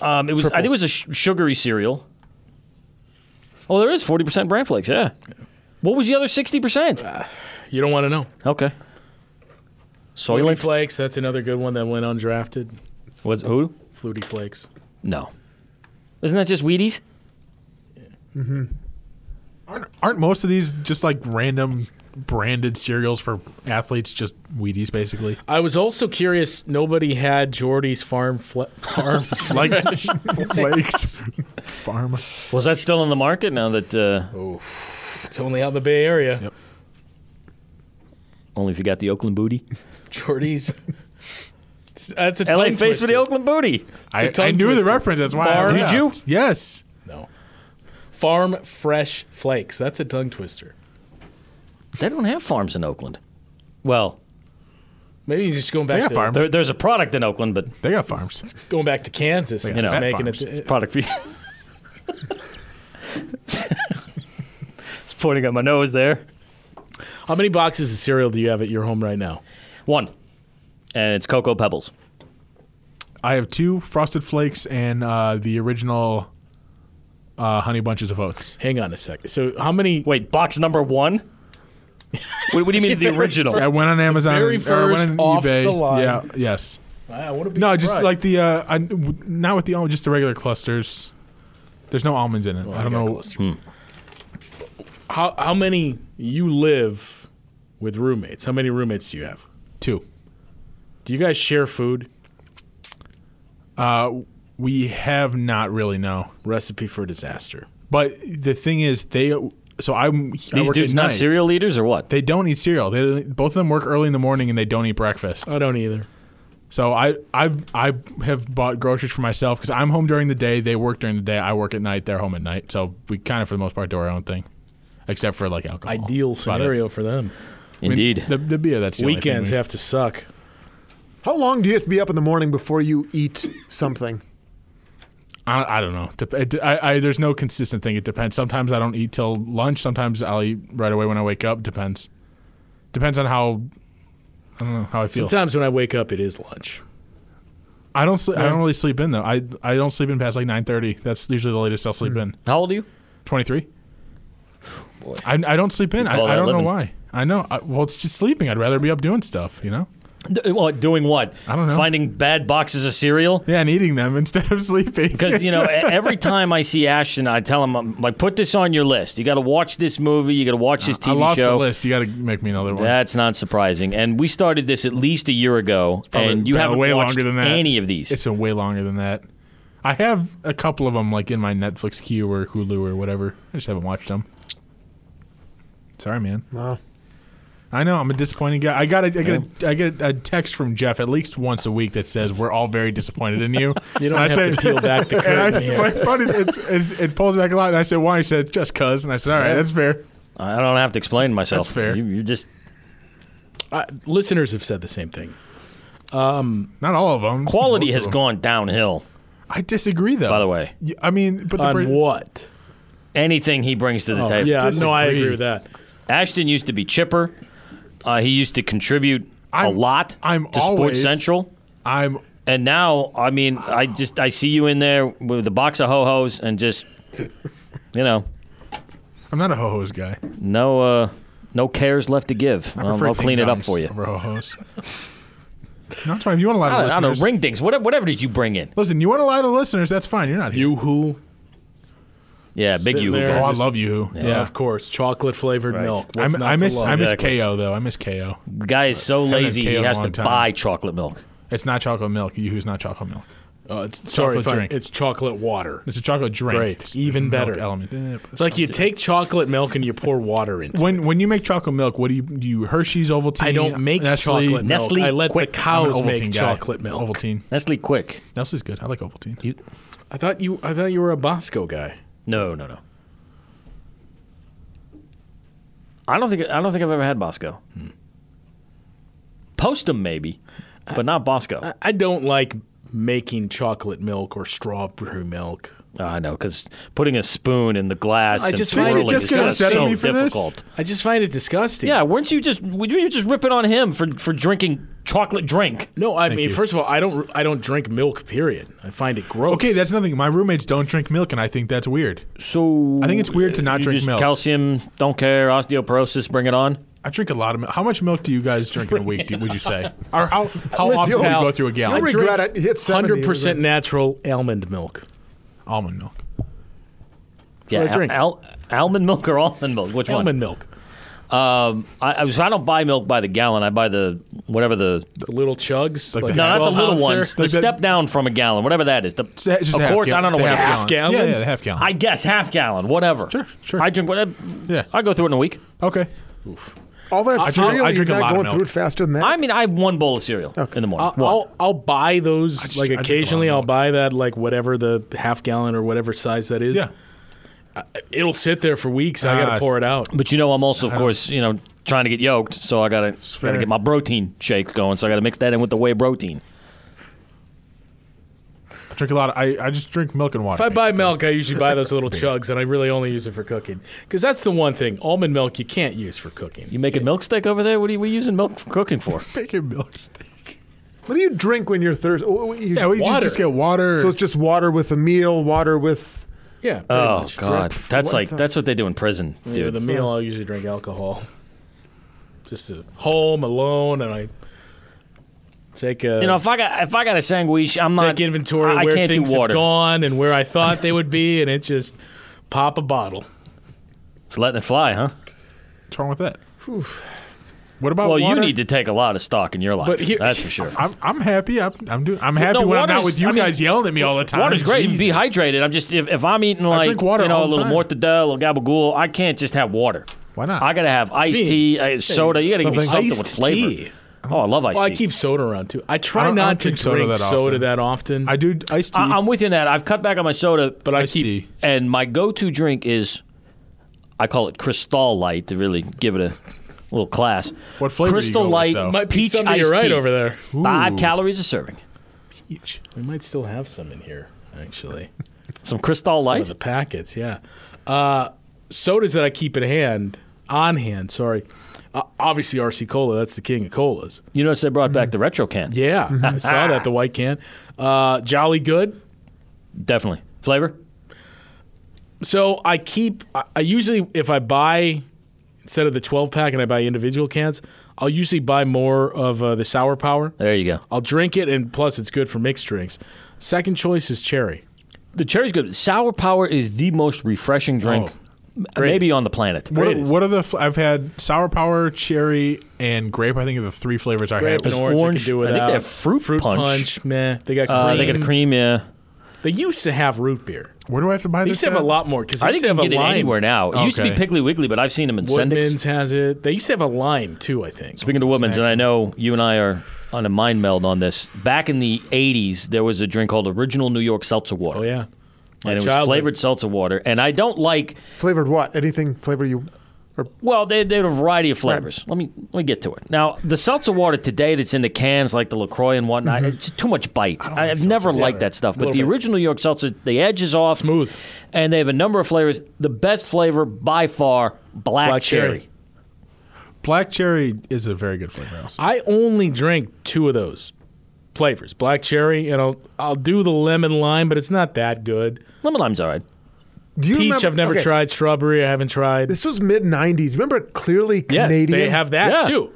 Speaker 5: Um, it was I think it was a sh- sugary cereal. Oh, there is 40% bran flakes. Yeah. What was the other 60%?
Speaker 1: You don't want to know.
Speaker 5: Okay.
Speaker 1: Flutie
Speaker 5: Soylent
Speaker 1: flakes. That's another good one that went undrafted.
Speaker 5: was who?
Speaker 1: Flutie flakes.
Speaker 5: No. Isn't that just Wheaties?
Speaker 4: Aren't, aren't most of these just like random branded cereals for athletes? Just Wheaties, basically.
Speaker 1: I was also curious. Nobody had Jordy's farm fl- farm.
Speaker 4: Like flakes. Farm.
Speaker 5: Was that still in the market now that uh,
Speaker 1: it's only out in the Bay Area.
Speaker 5: only if you got the Oakland booty?
Speaker 1: Jordy's. It's- That's a
Speaker 5: LA
Speaker 1: tongue
Speaker 5: face for the
Speaker 1: twister.
Speaker 5: Oakland booty.
Speaker 4: I,
Speaker 1: tongue
Speaker 4: I knew the
Speaker 1: twister.
Speaker 4: reference. That's why. I
Speaker 1: Farm.
Speaker 4: laughed.
Speaker 5: Did you?
Speaker 4: Yes.
Speaker 1: No. Farm fresh flakes. That's a tongue twister.
Speaker 5: They don't have farms in Oakland. Well,
Speaker 1: Maybe he's just going back
Speaker 4: They got
Speaker 1: to
Speaker 4: farms.
Speaker 5: there, there's a product in Oakland, but
Speaker 4: They got farms.
Speaker 1: going back to Kansas. and
Speaker 5: You know,
Speaker 1: just
Speaker 5: fat
Speaker 1: making it.
Speaker 4: farms.
Speaker 5: product for you. it's pointing at my nose there.
Speaker 1: How many boxes of cereal do you have at your home right now?
Speaker 5: One, and it's Cocoa Pebbles.
Speaker 4: I have two Frosted Flakes and uh, the original uh, Honey Bunches of Oats.
Speaker 1: Hang on a second. So how many?
Speaker 5: Wait, box number one. what, what do you mean the original?
Speaker 4: I went on Amazon.
Speaker 1: very
Speaker 4: or I went
Speaker 1: first
Speaker 4: on
Speaker 1: off
Speaker 4: eBay.
Speaker 1: the line.
Speaker 4: Yeah. Yes.
Speaker 1: I wouldn't be
Speaker 4: No, just
Speaker 1: surprised.
Speaker 4: like the uh, I, w- not with the almond, just the regular clusters. There's no almonds in it. I
Speaker 1: got
Speaker 4: don't know. Hmm.
Speaker 1: clusters. How how many you live with roommates? How many roommates do you have?
Speaker 4: Two.
Speaker 1: Do you guys share food?
Speaker 4: We have not really no.
Speaker 1: Recipe for disaster.
Speaker 4: But the thing is, they. So I'm. I
Speaker 5: These
Speaker 4: work
Speaker 5: dudes
Speaker 4: at
Speaker 5: not
Speaker 4: night.
Speaker 5: cereal leaders or what?
Speaker 4: They don't eat cereal. They both of them work early in the morning and they don't eat breakfast.
Speaker 1: I don't either.
Speaker 4: So I I've I have bought groceries for myself because I'm home during the day. They work during the day. I work at night. They're home at night. So we kind of for the most part do our own thing, except for like alcohol.
Speaker 1: Ideal
Speaker 4: That's about it.
Speaker 1: scenario for them.
Speaker 4: I mean,
Speaker 5: Indeed.
Speaker 4: the, the beer that's the only thing
Speaker 1: Weekends
Speaker 4: we-
Speaker 1: have to suck.
Speaker 3: How long do you have to be up in the morning before you eat something?
Speaker 4: I, I don't know. Dep- it- I, I, there's no consistent thing. It depends. Sometimes I don't eat till lunch. Sometimes I'll eat right away when I wake up. Depends. Depends on how I don't know how I feel.
Speaker 1: Sometimes when I wake up, it is lunch.
Speaker 4: I don't sleep. I don't really sleep in though. I I don't sleep in past like nine thirty. That's usually the latest I'll sleep in.
Speaker 5: How old are you?
Speaker 4: Twenty three. I I don't sleep in. I,
Speaker 5: call
Speaker 4: I
Speaker 5: that
Speaker 4: don't know
Speaker 5: living.
Speaker 4: why. I know. I, well, it's just sleeping. I'd rather be up doing stuff. You know.
Speaker 5: D- what, doing what?
Speaker 4: I don't know.
Speaker 5: Finding bad boxes of cereal.
Speaker 4: Yeah, and eating them instead of sleeping.
Speaker 5: Because you know, e- every time I see Ashton, I tell him, I'm like, put this on your list. You got to watch this movie. You got to watch this TV
Speaker 4: I lost
Speaker 5: show.
Speaker 4: the list. You got to make me another one.
Speaker 5: That's not surprising. And we started this at least a year ago,
Speaker 4: probably
Speaker 5: and you
Speaker 4: been
Speaker 5: haven't
Speaker 4: way
Speaker 5: watched
Speaker 4: longer than that.
Speaker 5: any of these.
Speaker 4: It's been way longer than that. I have a couple of them like in my Netflix queue or Hulu or whatever. I just haven't watched them. Sorry, man.
Speaker 3: Wow.
Speaker 4: I know I'm a disappointing guy. I got a, I get a, I get a text from Jeff at least once a week that says we're all very disappointed in you.
Speaker 1: You don't
Speaker 4: And I
Speaker 1: have to peel back the
Speaker 4: and I,
Speaker 1: curtain
Speaker 4: s-
Speaker 1: here.
Speaker 4: well, it's funny. It's, it's, it pulls back a lot. And I said why? He said just cause. And I said all right, that's fair.
Speaker 5: I don't have to explain myself.
Speaker 4: That's fair.
Speaker 5: You, you just
Speaker 1: I, listeners have said the same thing.
Speaker 4: Not all of them.
Speaker 5: quality
Speaker 4: Most of
Speaker 5: has
Speaker 4: them.
Speaker 5: gone downhill.
Speaker 4: I disagree though.
Speaker 5: By the way,
Speaker 4: Y- I mean, but the
Speaker 1: On
Speaker 4: per-
Speaker 1: what?
Speaker 5: anything he brings to the table.
Speaker 1: yeah, no, I
Speaker 4: disagree.
Speaker 1: agree with that.
Speaker 5: Ashton used to be chipper. Uh, he used to contribute a
Speaker 4: I'm-
Speaker 5: lot
Speaker 4: I'm
Speaker 5: to Sports
Speaker 4: always-
Speaker 5: Central.
Speaker 4: I'm
Speaker 5: And now, I mean, I just I see you in there with a box of ho hos and just, you know,
Speaker 4: I'm not a ho hos guy.
Speaker 5: no uh, no cares left to give.
Speaker 4: I
Speaker 5: I'll,
Speaker 4: prefer
Speaker 5: I'll clean it up
Speaker 4: ding-dongs
Speaker 5: for you.
Speaker 4: Over ho hos. no, it's fine. You want a lot
Speaker 5: I
Speaker 4: of
Speaker 5: don't, I don't
Speaker 4: listeners.
Speaker 5: know, ring dings. Whatever, whatever did you bring in?
Speaker 4: Listen, you want a lot of listeners. That's fine. You're not here.
Speaker 1: You who?
Speaker 5: Yeah, big
Speaker 1: Sitting
Speaker 5: you.
Speaker 1: there.
Speaker 4: Oh, I
Speaker 1: Just-
Speaker 4: love you.
Speaker 1: Yeah, of course. Chocolate flavored milk.
Speaker 4: I,
Speaker 1: What's
Speaker 4: m-
Speaker 1: not
Speaker 4: I
Speaker 1: to
Speaker 4: miss
Speaker 1: love?
Speaker 4: I miss
Speaker 5: Exactly.
Speaker 4: KO though. I miss KO.
Speaker 5: The guy is so
Speaker 4: had
Speaker 5: lazy
Speaker 4: kale
Speaker 5: he
Speaker 4: in a
Speaker 5: has
Speaker 4: long
Speaker 5: to
Speaker 4: time.
Speaker 5: buy chocolate milk.
Speaker 4: It's not chocolate milk. You who's not chocolate milk.
Speaker 1: Uh, it's, sorry,
Speaker 4: Chocolate
Speaker 1: fine,
Speaker 4: drink.
Speaker 1: It's chocolate water.
Speaker 4: It's a chocolate drink.
Speaker 1: Great.
Speaker 4: It's-
Speaker 1: Even
Speaker 4: there's a
Speaker 1: better.
Speaker 4: milk element.
Speaker 1: It's like you take chocolate milk and you pour water into. it.
Speaker 4: When when you make chocolate milk, what do you do? You Hershey's Ovaltine.
Speaker 1: I don't make
Speaker 4: Nestle,
Speaker 1: chocolate milk.
Speaker 5: Nestle
Speaker 1: I let
Speaker 5: Quick.
Speaker 1: the
Speaker 4: I'm an
Speaker 1: cows
Speaker 4: Ovaltine
Speaker 1: make
Speaker 4: guy.
Speaker 1: chocolate milk.
Speaker 4: Ovaltine.
Speaker 5: Nestle Quick.
Speaker 4: Nestle's good. I like Ovaltine.
Speaker 1: I thought you. I thought you were a Bosco guy.
Speaker 5: No, no, no. I don't think I don't think I've ever had Bosco.
Speaker 4: Hmm.
Speaker 5: Postum maybe, but not Bosco.
Speaker 1: I- I don't like making chocolate milk or strawberry milk.
Speaker 5: Oh, I know, because putting a spoon in the glass
Speaker 1: I
Speaker 5: and
Speaker 1: just find it
Speaker 5: swirling
Speaker 1: just
Speaker 5: is
Speaker 1: get
Speaker 5: just
Speaker 1: upset at
Speaker 5: so
Speaker 4: me for this.
Speaker 5: difficult.
Speaker 1: I just find it disgusting.
Speaker 5: Yeah, weren't you just would you just ripping on him for for drinking chocolate drink?
Speaker 1: No, I mean,
Speaker 4: you.
Speaker 1: first of all, I don't. I don't drink milk. Period. I find it gross.
Speaker 4: Okay, that's nothing. My roommates don't drink milk, and I think that's weird.
Speaker 5: So
Speaker 4: I think it's weird to not
Speaker 5: you
Speaker 4: drink
Speaker 5: just
Speaker 4: milk.
Speaker 5: Calcium, don't care. Osteoporosis, bring it on.
Speaker 4: I drink a lot of milk. How much milk do you guys drink in a week? do- Would you say, or how how
Speaker 3: Listen,
Speaker 4: often do you
Speaker 3: you'll-
Speaker 4: go through a gallon?
Speaker 3: you'll regret it. Hit 70,
Speaker 1: Hundred percent
Speaker 3: isn't it?
Speaker 1: natural almond milk.
Speaker 4: Almond milk.
Speaker 5: Yeah,
Speaker 1: I drink.
Speaker 5: al- almond milk or almond milk? Which
Speaker 1: Almond milk.
Speaker 5: one? I, I, so I don't buy milk by the gallon. I buy the whatever the
Speaker 1: The little chugs.
Speaker 4: Like
Speaker 1: like
Speaker 4: the-
Speaker 1: a
Speaker 5: no, not the
Speaker 1: 12
Speaker 5: little
Speaker 1: ouncer.
Speaker 5: ones. The
Speaker 4: Like that-
Speaker 5: step down from a gallon, whatever that is. The
Speaker 4: It's a- it's just
Speaker 5: a
Speaker 4: half
Speaker 5: quart.
Speaker 4: gallon.
Speaker 5: I don't know
Speaker 4: The
Speaker 5: what it
Speaker 1: half
Speaker 5: is.
Speaker 1: gallon.
Speaker 4: Yeah, yeah, the half gallon.
Speaker 5: I guess half gallon, whatever.
Speaker 4: Sure, sure.
Speaker 5: I drink whatever.
Speaker 4: Yeah.
Speaker 5: I go through it in a week.
Speaker 4: okay.
Speaker 3: All that
Speaker 4: I drink-
Speaker 3: cereal,
Speaker 4: I
Speaker 3: you're
Speaker 4: drink a lot
Speaker 3: not
Speaker 4: of
Speaker 3: going
Speaker 4: milk.
Speaker 3: through it faster than that.
Speaker 5: I mean, I have one bowl of cereal in the morning.
Speaker 1: I'll,
Speaker 5: One.
Speaker 1: I'll I'll buy those
Speaker 4: just- I
Speaker 1: like
Speaker 4: drink a lot of
Speaker 1: occasionally. I'll
Speaker 4: milk.
Speaker 1: buy that like whatever the half gallon or whatever size that is.
Speaker 4: Yeah.
Speaker 1: it'll sit there for weeks. I
Speaker 4: Ah,
Speaker 1: gotta pour it out.
Speaker 5: But you know, I'm also, of course, you know, trying to get yoked, so I gotta gotta
Speaker 4: Uh-huh. fair.
Speaker 5: get my protein shake going. So I gotta mix that in with the whey protein.
Speaker 4: I drink a lot. Of, I I just drink milk and
Speaker 1: If
Speaker 4: water.
Speaker 1: I buy milk, I usually buy those little chugs, and I really only use it for cooking because that's the one thing almond milk you can't use for cooking.
Speaker 5: You making milk steak over there? What are you, what are you using milk for cooking for?
Speaker 4: bacon milk steak.
Speaker 3: what do you drink when you're thirsty? Oh, you-
Speaker 4: Yeah, we just,
Speaker 1: Water.
Speaker 4: just get water.
Speaker 3: so it's just water with a meal, water with.
Speaker 1: Yeah. pretty
Speaker 5: Oh
Speaker 1: much.
Speaker 5: God,
Speaker 3: Breakfast.
Speaker 5: that's
Speaker 3: What's
Speaker 5: like
Speaker 3: that?
Speaker 5: that's what they do in prison,
Speaker 1: Yeah,
Speaker 5: dude.
Speaker 1: with a meal, I'll usually drink alcohol. Just at home alone, and I take a
Speaker 5: You know, if I got if I got a sandwich, I'm not
Speaker 1: take inventory of
Speaker 5: I, I
Speaker 1: where
Speaker 5: can't
Speaker 1: things
Speaker 5: do
Speaker 1: have
Speaker 5: water.
Speaker 1: gone and where I thought they would be, and it just pop a bottle.
Speaker 5: Just letting it fly, huh?
Speaker 4: What's wrong with that? What about
Speaker 5: Well,
Speaker 4: water?
Speaker 5: you need to take a lot of stock in your life.
Speaker 1: But here-
Speaker 5: that's for sure.
Speaker 4: I'm, I'm happy. I'm I'm, doing, I'm happy
Speaker 5: no,
Speaker 4: when I'm not
Speaker 5: water's-
Speaker 4: with you
Speaker 5: I mean,
Speaker 4: guys yelling at me all the time.
Speaker 5: Water's great.
Speaker 4: Jesus.
Speaker 5: Be hydrated. I'm just if, if I'm eating like
Speaker 4: drink water
Speaker 5: you know
Speaker 4: all
Speaker 5: a
Speaker 4: the
Speaker 5: little
Speaker 4: time.
Speaker 5: mortadella or gabagool, I can't just have water.
Speaker 4: Why not?
Speaker 5: I gotta have iced
Speaker 1: Bean.
Speaker 5: tea, uh, soda. You gotta give me
Speaker 1: Something.
Speaker 5: something with
Speaker 1: Iced
Speaker 5: flavor.
Speaker 1: tea.
Speaker 5: Oh, I love iced
Speaker 1: Well, I
Speaker 5: tea.
Speaker 1: keep soda around too. I try
Speaker 4: I don't- I
Speaker 1: not
Speaker 4: don't
Speaker 1: to
Speaker 4: drink soda
Speaker 1: drink
Speaker 4: that
Speaker 1: soda
Speaker 4: often.
Speaker 1: that often.
Speaker 4: I do iced tea.
Speaker 5: I, am with you on that. I've cut back on my soda, but
Speaker 4: Iced
Speaker 5: I keep
Speaker 4: tea.
Speaker 5: and my go-to drink is I call it Cristal Light to really give it a little class.
Speaker 4: What flavor do you
Speaker 5: Crystal
Speaker 4: go with,
Speaker 5: Light
Speaker 4: though?
Speaker 1: Might be
Speaker 5: peach
Speaker 1: something
Speaker 5: iced
Speaker 1: you're right
Speaker 5: tea.
Speaker 1: over there.
Speaker 5: Five
Speaker 4: Ooh.
Speaker 5: calories a serving.
Speaker 1: We might still have some in here, actually.
Speaker 5: Some Cristal
Speaker 1: Some
Speaker 5: Light.
Speaker 1: of the packets, yeah. Uh, sodas that I keep at hand, on hand, sorry. Uh, obviously, RC Cola, that's the king of colas.
Speaker 5: You notice they brought
Speaker 4: Mm.
Speaker 5: back the retro can.
Speaker 1: Yeah, I saw that, the white can. Uh, Jolly Good.
Speaker 5: Definitely flavor.
Speaker 1: So I keep, I, I usually, if I buy, instead of the 12 pack and I buy individual cans, I'll usually buy more of uh, the Sour Power.
Speaker 5: There you go.
Speaker 1: I'll drink it, and plus, it's good for mixed drinks. Second choice is cherry.
Speaker 5: The cherry's good. Sour power is the most refreshing drink,
Speaker 1: Oh,
Speaker 5: m- maybe
Speaker 1: greatest.
Speaker 5: on the planet.
Speaker 4: what,
Speaker 1: greatest.
Speaker 4: what are the? fl- I've had sour power, cherry, and grape. I think are the three flavors I
Speaker 1: Grape and
Speaker 4: had.
Speaker 5: It's
Speaker 1: orange,
Speaker 5: orange.
Speaker 1: I could do
Speaker 5: I think
Speaker 1: without.
Speaker 5: they have fruit punch.
Speaker 1: Meh. They got cream.
Speaker 5: Uh, they got a cream, yeah.
Speaker 1: They used to have root beer.
Speaker 4: Where do I have to buy
Speaker 1: They
Speaker 4: this?
Speaker 1: used to have
Speaker 4: at?
Speaker 1: a lot more because they
Speaker 5: I
Speaker 1: used
Speaker 5: think
Speaker 1: to have
Speaker 5: you can get
Speaker 1: a
Speaker 5: it
Speaker 1: lime.
Speaker 5: anywhere now. It used to be
Speaker 4: Okay.
Speaker 5: Piggly Wiggly, but I've seen them in Sendix.
Speaker 1: Woodman's has it. They used to have a lime too. I think.
Speaker 5: Speaking of Woodman's, and I know you and I are on a mind meld on this. Back in the 80s, there was a drink called Original New York Seltzer Water.
Speaker 1: Oh yeah. My
Speaker 5: And it was
Speaker 1: childhood.
Speaker 5: flavored seltzer water. And I don't like,
Speaker 3: Flavored what? Anything flavor you. Or,
Speaker 5: well, they, they had a variety of flavors. Let me let me get to it. Now, the seltzer water today that's in the cans, like the LaCroix and whatnot,
Speaker 1: Mm-hmm.
Speaker 5: it's too much bite. I have never liked that stuff. But
Speaker 1: Little
Speaker 5: the
Speaker 1: bit.
Speaker 5: original New York Seltzer, the edge is off.
Speaker 1: Smooth.
Speaker 5: And they have a number of flavors. The best flavor by far, black,
Speaker 1: Black cherry.
Speaker 5: cherry.
Speaker 4: Black cherry is a very good flavor. Also.
Speaker 1: I only drank two of those flavors. Black cherry, you know, I'll do the lemon lime, but it's not that good.
Speaker 5: Lemon lime's all right.
Speaker 3: Do you
Speaker 1: Peach,
Speaker 3: remember-
Speaker 1: I've never
Speaker 3: okay,
Speaker 1: tried. Strawberry, I haven't tried.
Speaker 3: This was mid '90s. Remember clearly
Speaker 1: yes,
Speaker 3: Canadian.
Speaker 1: they have that
Speaker 5: Yeah.
Speaker 1: too.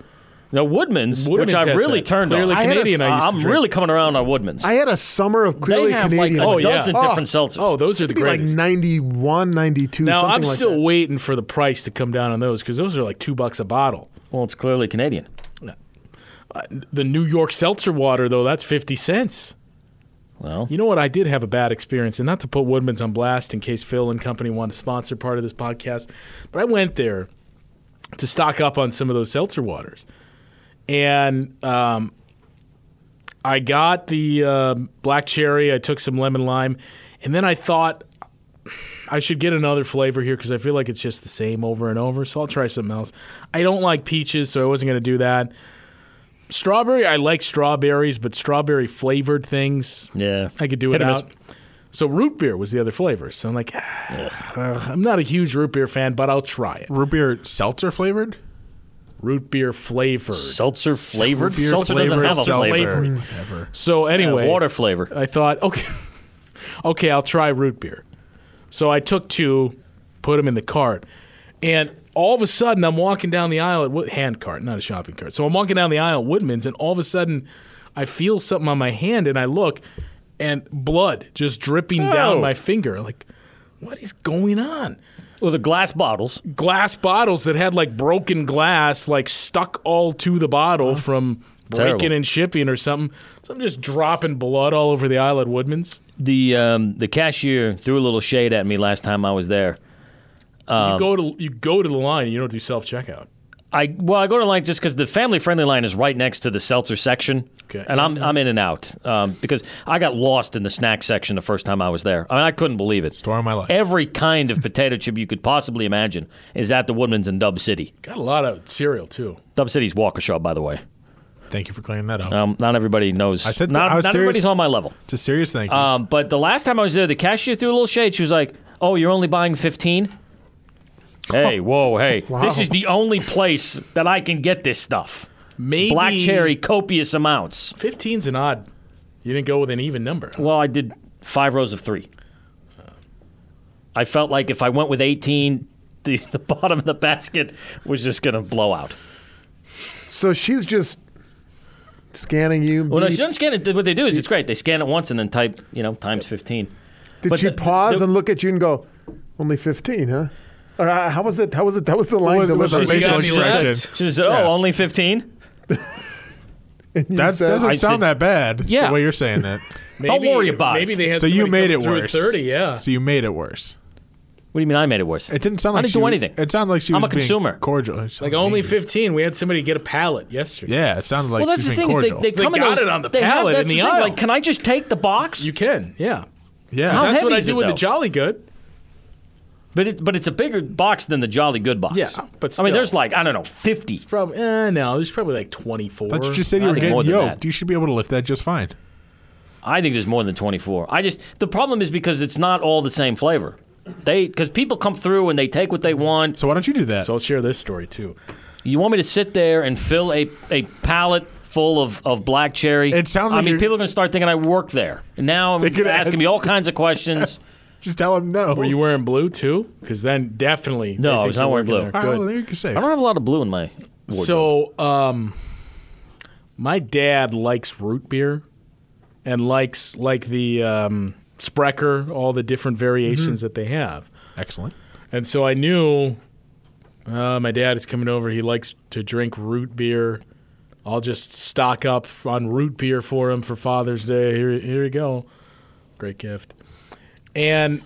Speaker 5: Now Woodman's,
Speaker 1: Woodman's
Speaker 5: which I've
Speaker 1: has
Speaker 5: really
Speaker 1: that.
Speaker 5: turned
Speaker 1: Clearly
Speaker 5: on.
Speaker 3: had a-
Speaker 1: Canadian. I used to
Speaker 5: I'm
Speaker 1: drink.
Speaker 5: really coming around on Woodman's.
Speaker 3: I had a summer of
Speaker 5: they
Speaker 3: clearly
Speaker 5: have
Speaker 3: Canadian.
Speaker 5: like
Speaker 1: Oh,
Speaker 5: a
Speaker 1: yeah.
Speaker 5: dozen
Speaker 3: Oh.
Speaker 5: different seltzers.
Speaker 1: Oh, those are the
Speaker 3: Maybe like
Speaker 1: greatest.
Speaker 3: 91, 92.
Speaker 1: now
Speaker 3: something
Speaker 1: I'm
Speaker 3: like
Speaker 1: still
Speaker 3: that.
Speaker 1: waiting for the price to come down on those because those are like two bucks a bottle.
Speaker 5: well, it's clearly Canadian.
Speaker 1: The New York seltzer water though, that's fifty cents.
Speaker 5: Well,
Speaker 1: You know what? I did have a bad experience, and not to put Woodman's on blast in case Phil and company want to sponsor part of this podcast, but I went there to stock up on some of those seltzer waters, and um, I got the uh, black cherry. I took some lemon lime, and then I thought I should get another flavor here because I feel like it's just the same over and over. So I'll try something else. I don't like peaches, so I wasn't going to do that. Strawberry, I like strawberries, but strawberry flavored things.
Speaker 5: yeah.
Speaker 1: I could do
Speaker 5: Hit
Speaker 1: it
Speaker 5: or miss.
Speaker 1: out. So root beer was the other flavor. So I'm like, ah, ugh, I'm not a huge root beer fan, but I'll try it.
Speaker 4: Root beer seltzer flavored?
Speaker 1: Root beer flavored.
Speaker 5: Seltzer flavored.
Speaker 4: Beer
Speaker 5: Seltzer doesn't
Speaker 4: flavored
Speaker 5: have a
Speaker 4: seltzer.
Speaker 5: flavor.
Speaker 4: Ever.
Speaker 1: So
Speaker 5: Yeah,
Speaker 1: anyway,
Speaker 5: water flavor.
Speaker 1: I thought, okay, okay, I'll try root beer. So I took two, put them in the cart, and all of a sudden I'm walking down the aisle at Wood- hand cart, not a shopping cart. So I'm walking down the aisle at Woodman's, and all of a sudden I feel something on my hand, and I look, and blood just dripping down
Speaker 5: Oh.
Speaker 1: my finger. Like, what is going on?
Speaker 5: Well, the glass bottles.
Speaker 1: glass bottles that had like broken glass, like stuck all to the bottle from breaking
Speaker 5: Terrible.
Speaker 1: and shipping or something. So I'm just dropping blood all over the aisle at Woodman's.
Speaker 5: The um, the cashier threw a little shade at me last time I was there.
Speaker 1: you go to you go to the line. You don't do self checkout.
Speaker 5: I well, I go to line just because the family friendly line is right next to the seltzer section,
Speaker 1: Okay.
Speaker 5: and I'm I'm in and out um, because I got lost in the snack section the first time I was there. I mean, I couldn't believe it.
Speaker 4: Story of my life.
Speaker 5: Every kind of potato chip you could possibly imagine is at the Woodman's in Dub City.
Speaker 1: Got a lot of cereal too.
Speaker 5: Dub City's Waukesha, by the way.
Speaker 4: Thank you for clearing that up.
Speaker 5: Um, not everybody knows.
Speaker 4: I said that-
Speaker 5: not,
Speaker 4: I was
Speaker 5: not
Speaker 4: serious.
Speaker 5: everybody's on my level.
Speaker 4: it's a serious thank you.
Speaker 5: Um, but the last time I was there, the cashier threw a little shade. She was like, "Oh, you're only buying 15." Hey, whoa, hey! This is the only place that I can get this stuff.
Speaker 1: Maybe
Speaker 5: Black cherry, copious amounts.
Speaker 1: 15's an odd. You didn't go with an even number.
Speaker 5: Well, I did five rows of three. I felt like if I went with 18, the, the bottom of the basket was just going to blow out.
Speaker 3: So she's just scanning you.
Speaker 5: Well, no,
Speaker 3: beep.
Speaker 5: she doesn't scan it. What they do is it's great. They scan it once and then type, you know, times 15.
Speaker 3: Did
Speaker 5: but
Speaker 3: she
Speaker 5: the-
Speaker 3: pause
Speaker 5: the-
Speaker 3: and look at you and go, "Only 15, huh?" Or uh, how was it? How was it? That was the line
Speaker 4: was- was
Speaker 1: She
Speaker 4: the
Speaker 3: delivery.
Speaker 1: got
Speaker 4: Facial
Speaker 1: any left?
Speaker 4: expression.
Speaker 5: She just said, oh,
Speaker 4: Yeah.
Speaker 5: only 15?
Speaker 3: And you
Speaker 4: That
Speaker 3: said-
Speaker 4: doesn't
Speaker 5: I
Speaker 4: sound
Speaker 5: said-
Speaker 4: that bad.
Speaker 5: Yeah.
Speaker 4: The way you're saying that.
Speaker 1: Maybe,
Speaker 5: worry about it.
Speaker 1: maybe they had
Speaker 4: so you
Speaker 1: somebody
Speaker 4: made
Speaker 1: come
Speaker 4: it
Speaker 1: through
Speaker 4: worse.
Speaker 1: Thirty, yeah.
Speaker 4: So you made it worse.
Speaker 5: What do you mean I made it worse?
Speaker 4: It didn't sound
Speaker 5: I
Speaker 4: like
Speaker 5: didn't
Speaker 4: she
Speaker 5: do
Speaker 4: was-
Speaker 5: anything.
Speaker 4: It sounded like she
Speaker 5: I'm
Speaker 4: was
Speaker 5: a
Speaker 4: being
Speaker 5: consumer.
Speaker 4: cordial. It sounded
Speaker 1: Like only
Speaker 4: angry.
Speaker 1: fifteen. We had somebody get a pallet yesterday.
Speaker 4: Yeah, it sounded like
Speaker 5: well, that's
Speaker 4: she's
Speaker 5: the
Speaker 4: being
Speaker 5: thing is they,
Speaker 4: cordial.
Speaker 5: they come in
Speaker 1: got
Speaker 5: those-
Speaker 1: it on the
Speaker 5: they have-
Speaker 1: pallet
Speaker 5: that's
Speaker 1: in the
Speaker 5: thing,
Speaker 1: aisle.
Speaker 5: Like, can I just take the box?
Speaker 1: You can, yeah.
Speaker 4: yeah,
Speaker 5: How
Speaker 1: That's what
Speaker 5: heavy
Speaker 1: I
Speaker 5: is
Speaker 1: do
Speaker 5: it,
Speaker 1: with the
Speaker 5: though?
Speaker 1: Jolly Good.
Speaker 5: but it, but it's a bigger box than the Jolly Good box.
Speaker 1: Yeah, but
Speaker 5: I mean,
Speaker 1: still.
Speaker 5: there's like I don't know, 50.
Speaker 1: Probably, eh, no, there's probably like twenty four.
Speaker 4: Thought you just said you
Speaker 5: I
Speaker 4: were
Speaker 5: think more
Speaker 4: getting
Speaker 5: than
Speaker 4: yoked.
Speaker 5: that.
Speaker 4: You should be able to lift that just fine.
Speaker 5: I think there's more than 24. I just the problem is because it's not all the same flavor. They because people come through and they take what they want.
Speaker 4: So why don't you do that?
Speaker 1: So I'll share this story too.
Speaker 5: You want me to sit there and fill a a pallet full of, of black cherry?
Speaker 4: It sounds
Speaker 5: I
Speaker 4: like
Speaker 5: mean,
Speaker 4: you're-
Speaker 5: people are going to start thinking I work there. And now
Speaker 4: They
Speaker 5: you're
Speaker 4: could
Speaker 5: asking
Speaker 4: ask-
Speaker 5: me all kinds of questions.
Speaker 4: just tell him no.
Speaker 1: Were you wearing blue too? Because then definitely.
Speaker 5: No,
Speaker 1: they
Speaker 5: I
Speaker 1: think
Speaker 5: was not
Speaker 1: you're
Speaker 5: wearing
Speaker 1: working
Speaker 5: blue.
Speaker 1: there.
Speaker 4: Oh,
Speaker 1: Good.
Speaker 4: there you go. Safe.
Speaker 5: I don't have a lot of blue in my wardrobe.
Speaker 1: So, um, my dad likes root beer, and likes like the um, Sprecher, all the different variations that they have.
Speaker 4: Excellent.
Speaker 1: And so I knew uh, my dad is coming over. He likes to drink root beer. I'll just stock up on root beer for him for Father's Day. Here, here you go. Great gift. And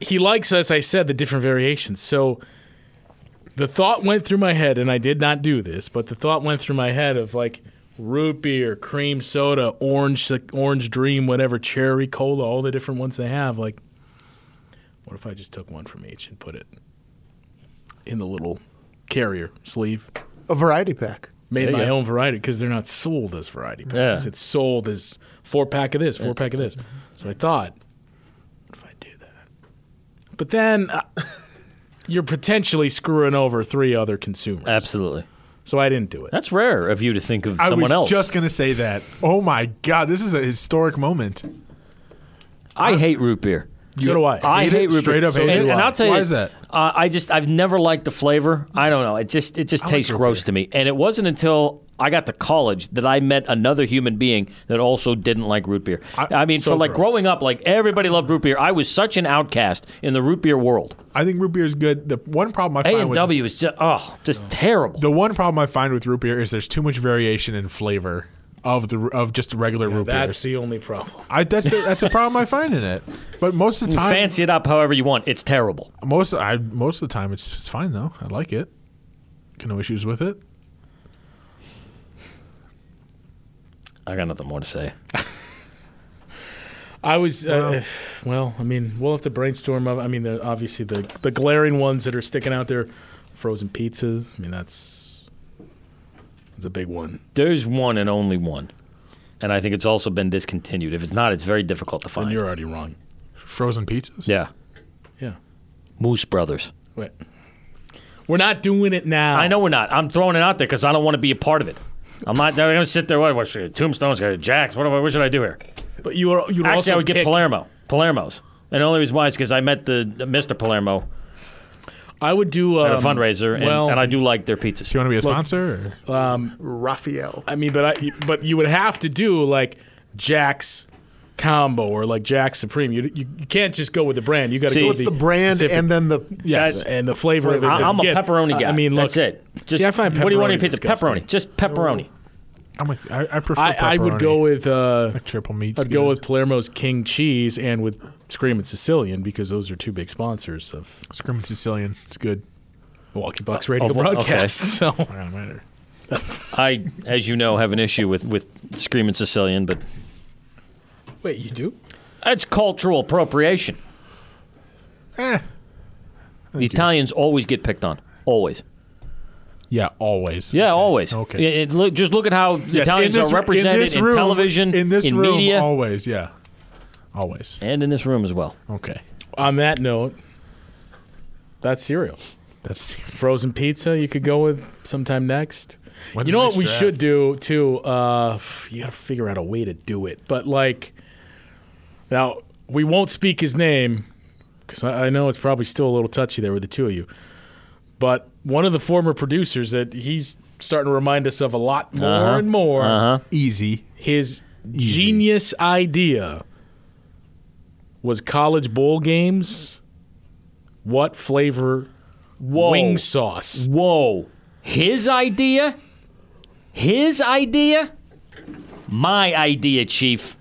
Speaker 1: he likes, as I said, the different variations. So the thought went through my head, and I did not do this, but the thought went through my head of like root beer, cream soda, orange, orange dream, whatever, cherry cola, all the different ones they have. Like, what if I just took one from each and put it in the little carrier sleeve?
Speaker 3: a variety pack.
Speaker 1: Made
Speaker 5: There you
Speaker 1: my
Speaker 5: go.
Speaker 1: own variety because they're not sold as variety packs.
Speaker 5: Yeah. Mm-hmm.
Speaker 1: It's sold as four pack of this, four pack of this. So I thought, what if I do that? But then uh, you're potentially screwing over three other consumers.
Speaker 5: absolutely.
Speaker 1: So I didn't do it.
Speaker 5: That's rare of you to think of
Speaker 4: I
Speaker 5: someone
Speaker 4: was
Speaker 5: else.
Speaker 4: just gonna say that. Oh my god, this is a historic moment.
Speaker 5: I hate root beer.
Speaker 1: so do I.
Speaker 5: I
Speaker 4: Hate
Speaker 5: hate
Speaker 4: it?
Speaker 5: root
Speaker 4: Straight
Speaker 5: beer.
Speaker 4: up hate
Speaker 5: and,
Speaker 4: it?
Speaker 5: and I'll tell you,
Speaker 4: Why is that?
Speaker 5: Uh, I just I've never liked the flavor. I don't know. It just it just tastes gross to me. And it wasn't until I got to college that I met another human being that also didn't like root beer. I, mean,
Speaker 1: so
Speaker 5: for like
Speaker 1: gross.
Speaker 5: growing up, like everybody loved root beer. I was such an outcast in the root beer world.
Speaker 4: I think root beer is good. The one problem I
Speaker 5: A
Speaker 4: find
Speaker 5: and
Speaker 4: with
Speaker 5: W is just oh, just terrible.
Speaker 4: the one problem I find with root beer is there's too much variation in flavor of the of just regular root
Speaker 1: That's
Speaker 4: beers.
Speaker 1: the only problem.
Speaker 4: I, that's the, that's a problem I find in it. But most of the
Speaker 5: You
Speaker 4: time,
Speaker 5: fancy it up however you want. It's terrible.
Speaker 4: most I most of the time it's, it's fine though. I like it. Got no issues with it.
Speaker 5: I got nothing more to say.
Speaker 1: I was, uh, well, I mean, we'll have to brainstorm. of- I mean, the, obviously the the glaring ones that are sticking out there, frozen pizza. I mean, that's that's a big one.
Speaker 5: There's one and only one. And I think it's also been discontinued. If it's not, it's very difficult to
Speaker 1: And
Speaker 5: find.
Speaker 1: you're already wrong.
Speaker 4: Frozen pizzas.
Speaker 5: Yeah.
Speaker 1: Yeah.
Speaker 5: Moose Brothers.
Speaker 1: Wait. We're not doing it now.
Speaker 5: I know we're not. I'm throwing it out there because I don't want to be a part of it. I'm not I'm going to sit there. What, what should, Tombstones, uh, Jacks. What, do I- what should I do here?
Speaker 1: But you are you
Speaker 5: Actually,
Speaker 1: also
Speaker 5: I would get
Speaker 1: pick-
Speaker 5: Palermo. Palermo's. And the only reason why is because I met the the Mr. Palermo
Speaker 1: I would do um,
Speaker 5: at a fundraiser, and,
Speaker 1: well,
Speaker 5: and I do like their pizzas.
Speaker 4: Do you want to be a sponsor? Or?
Speaker 3: Raphael.
Speaker 1: I mean, but I but you would have to do like Jack's combo or like Jack's Supreme. You you, you can't just go with the brand. You got to
Speaker 5: See,
Speaker 1: go with
Speaker 5: What's
Speaker 1: the,
Speaker 3: The brand
Speaker 1: specific-
Speaker 3: and then the
Speaker 1: yes,
Speaker 5: Guys,
Speaker 1: and the flavor of it.
Speaker 5: I-
Speaker 1: that
Speaker 5: I'm a
Speaker 1: you get.
Speaker 5: pepperoni guy.
Speaker 1: I mean, look,
Speaker 5: that's it. Just,
Speaker 1: see, I find
Speaker 5: what do you want in
Speaker 1: pepperoni
Speaker 5: your pizza?
Speaker 1: disgusting.
Speaker 5: Pepperoni. Just pepperoni.
Speaker 4: I'm a, I, I prefer.
Speaker 1: I, I would
Speaker 4: pepperoni.
Speaker 1: go with uh,
Speaker 4: triple meat.
Speaker 1: I'd go with Palermo's King Cheese and with Screamin' Sicilian because those are two big sponsors of
Speaker 4: screaming Sicilian. It's good.
Speaker 1: Milwaukee Bucks radio
Speaker 5: oh, well,
Speaker 1: broadcast. So
Speaker 4: Not gonna matter.
Speaker 5: I, as you know, have an issue with with screaming Sicilian, but
Speaker 1: wait, you do?
Speaker 5: that's cultural appropriation.
Speaker 4: Eh.
Speaker 5: The Italians always get picked on. Always.
Speaker 4: Yeah, always.
Speaker 5: Yeah, always.
Speaker 4: Okay.
Speaker 5: It- it- look, just look at how the Italians are represented in,
Speaker 4: room,
Speaker 5: television,
Speaker 4: in this room,
Speaker 5: media,
Speaker 4: Always, yeah, always.
Speaker 5: and in this room as well.
Speaker 4: Okay,
Speaker 1: On that note, that's cereal.
Speaker 4: that's
Speaker 1: Frozen pizza you could go with sometime next.
Speaker 4: When's
Speaker 1: you know what
Speaker 4: the next
Speaker 1: we
Speaker 4: draft?
Speaker 1: should do too? Uh, you gotta figure out a way to do it. But like, now we won't speak his name because I, I know it's probably still a little touchy there with the two of you. But one of the former producers that he's starting to remind us of a lot more
Speaker 5: Uh-huh.
Speaker 1: and more
Speaker 5: Uh huh.
Speaker 4: easy.
Speaker 1: his genius idea was college bowl games. What flavor wing sauce?
Speaker 5: Whoa. His idea? His idea? My idea, Chief.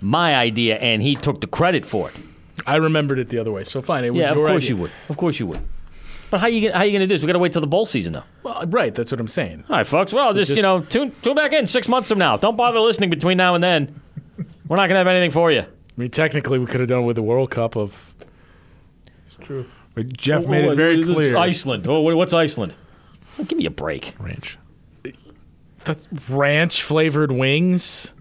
Speaker 5: My idea, and he took the credit for it.
Speaker 1: I remembered it the other way, so fine. It was
Speaker 5: yeah, of
Speaker 1: your
Speaker 5: course
Speaker 1: idea.
Speaker 5: you would. Of course you would. But how you gonna- how you gonna do this? We gotta wait till the bowl season though.
Speaker 1: Well, right, that's what I'm saying.
Speaker 5: All right, folks. Well, just, you
Speaker 1: just-
Speaker 5: know, tune tune back in six months from now. Don't bother listening between now and then. We're not gonna have anything for you.
Speaker 1: I mean, technically, we could have done it with the World Cup of.
Speaker 4: But Jeff made it very clear.
Speaker 5: Iceland. Oh, what- what's Iceland? Well, give me a break.
Speaker 4: ranch.
Speaker 1: That's ranch flavored wings.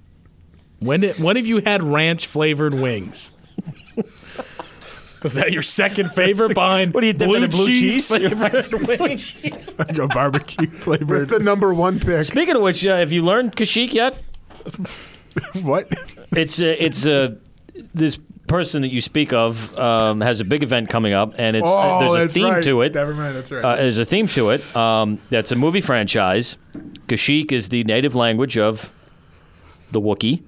Speaker 1: When did, when have you had ranch flavored wings? Was that your second favorite behind blue, cheese? flavored wings?
Speaker 4: Like a barbecue
Speaker 3: with
Speaker 4: flavored.
Speaker 3: the number one pick.
Speaker 5: Speaking of which, uh, have you learned Kashik yet?
Speaker 4: what?
Speaker 5: It's uh, it's uh, this person that you speak of um, has a big event coming up, and it's uh,
Speaker 4: Oh,
Speaker 5: there's a
Speaker 4: that's
Speaker 5: theme
Speaker 4: right.
Speaker 5: to it.
Speaker 4: Never mind. That's right.
Speaker 5: Uh, there's a theme to it. Um, that's a movie franchise. Kashik is the native language of the Wookiee.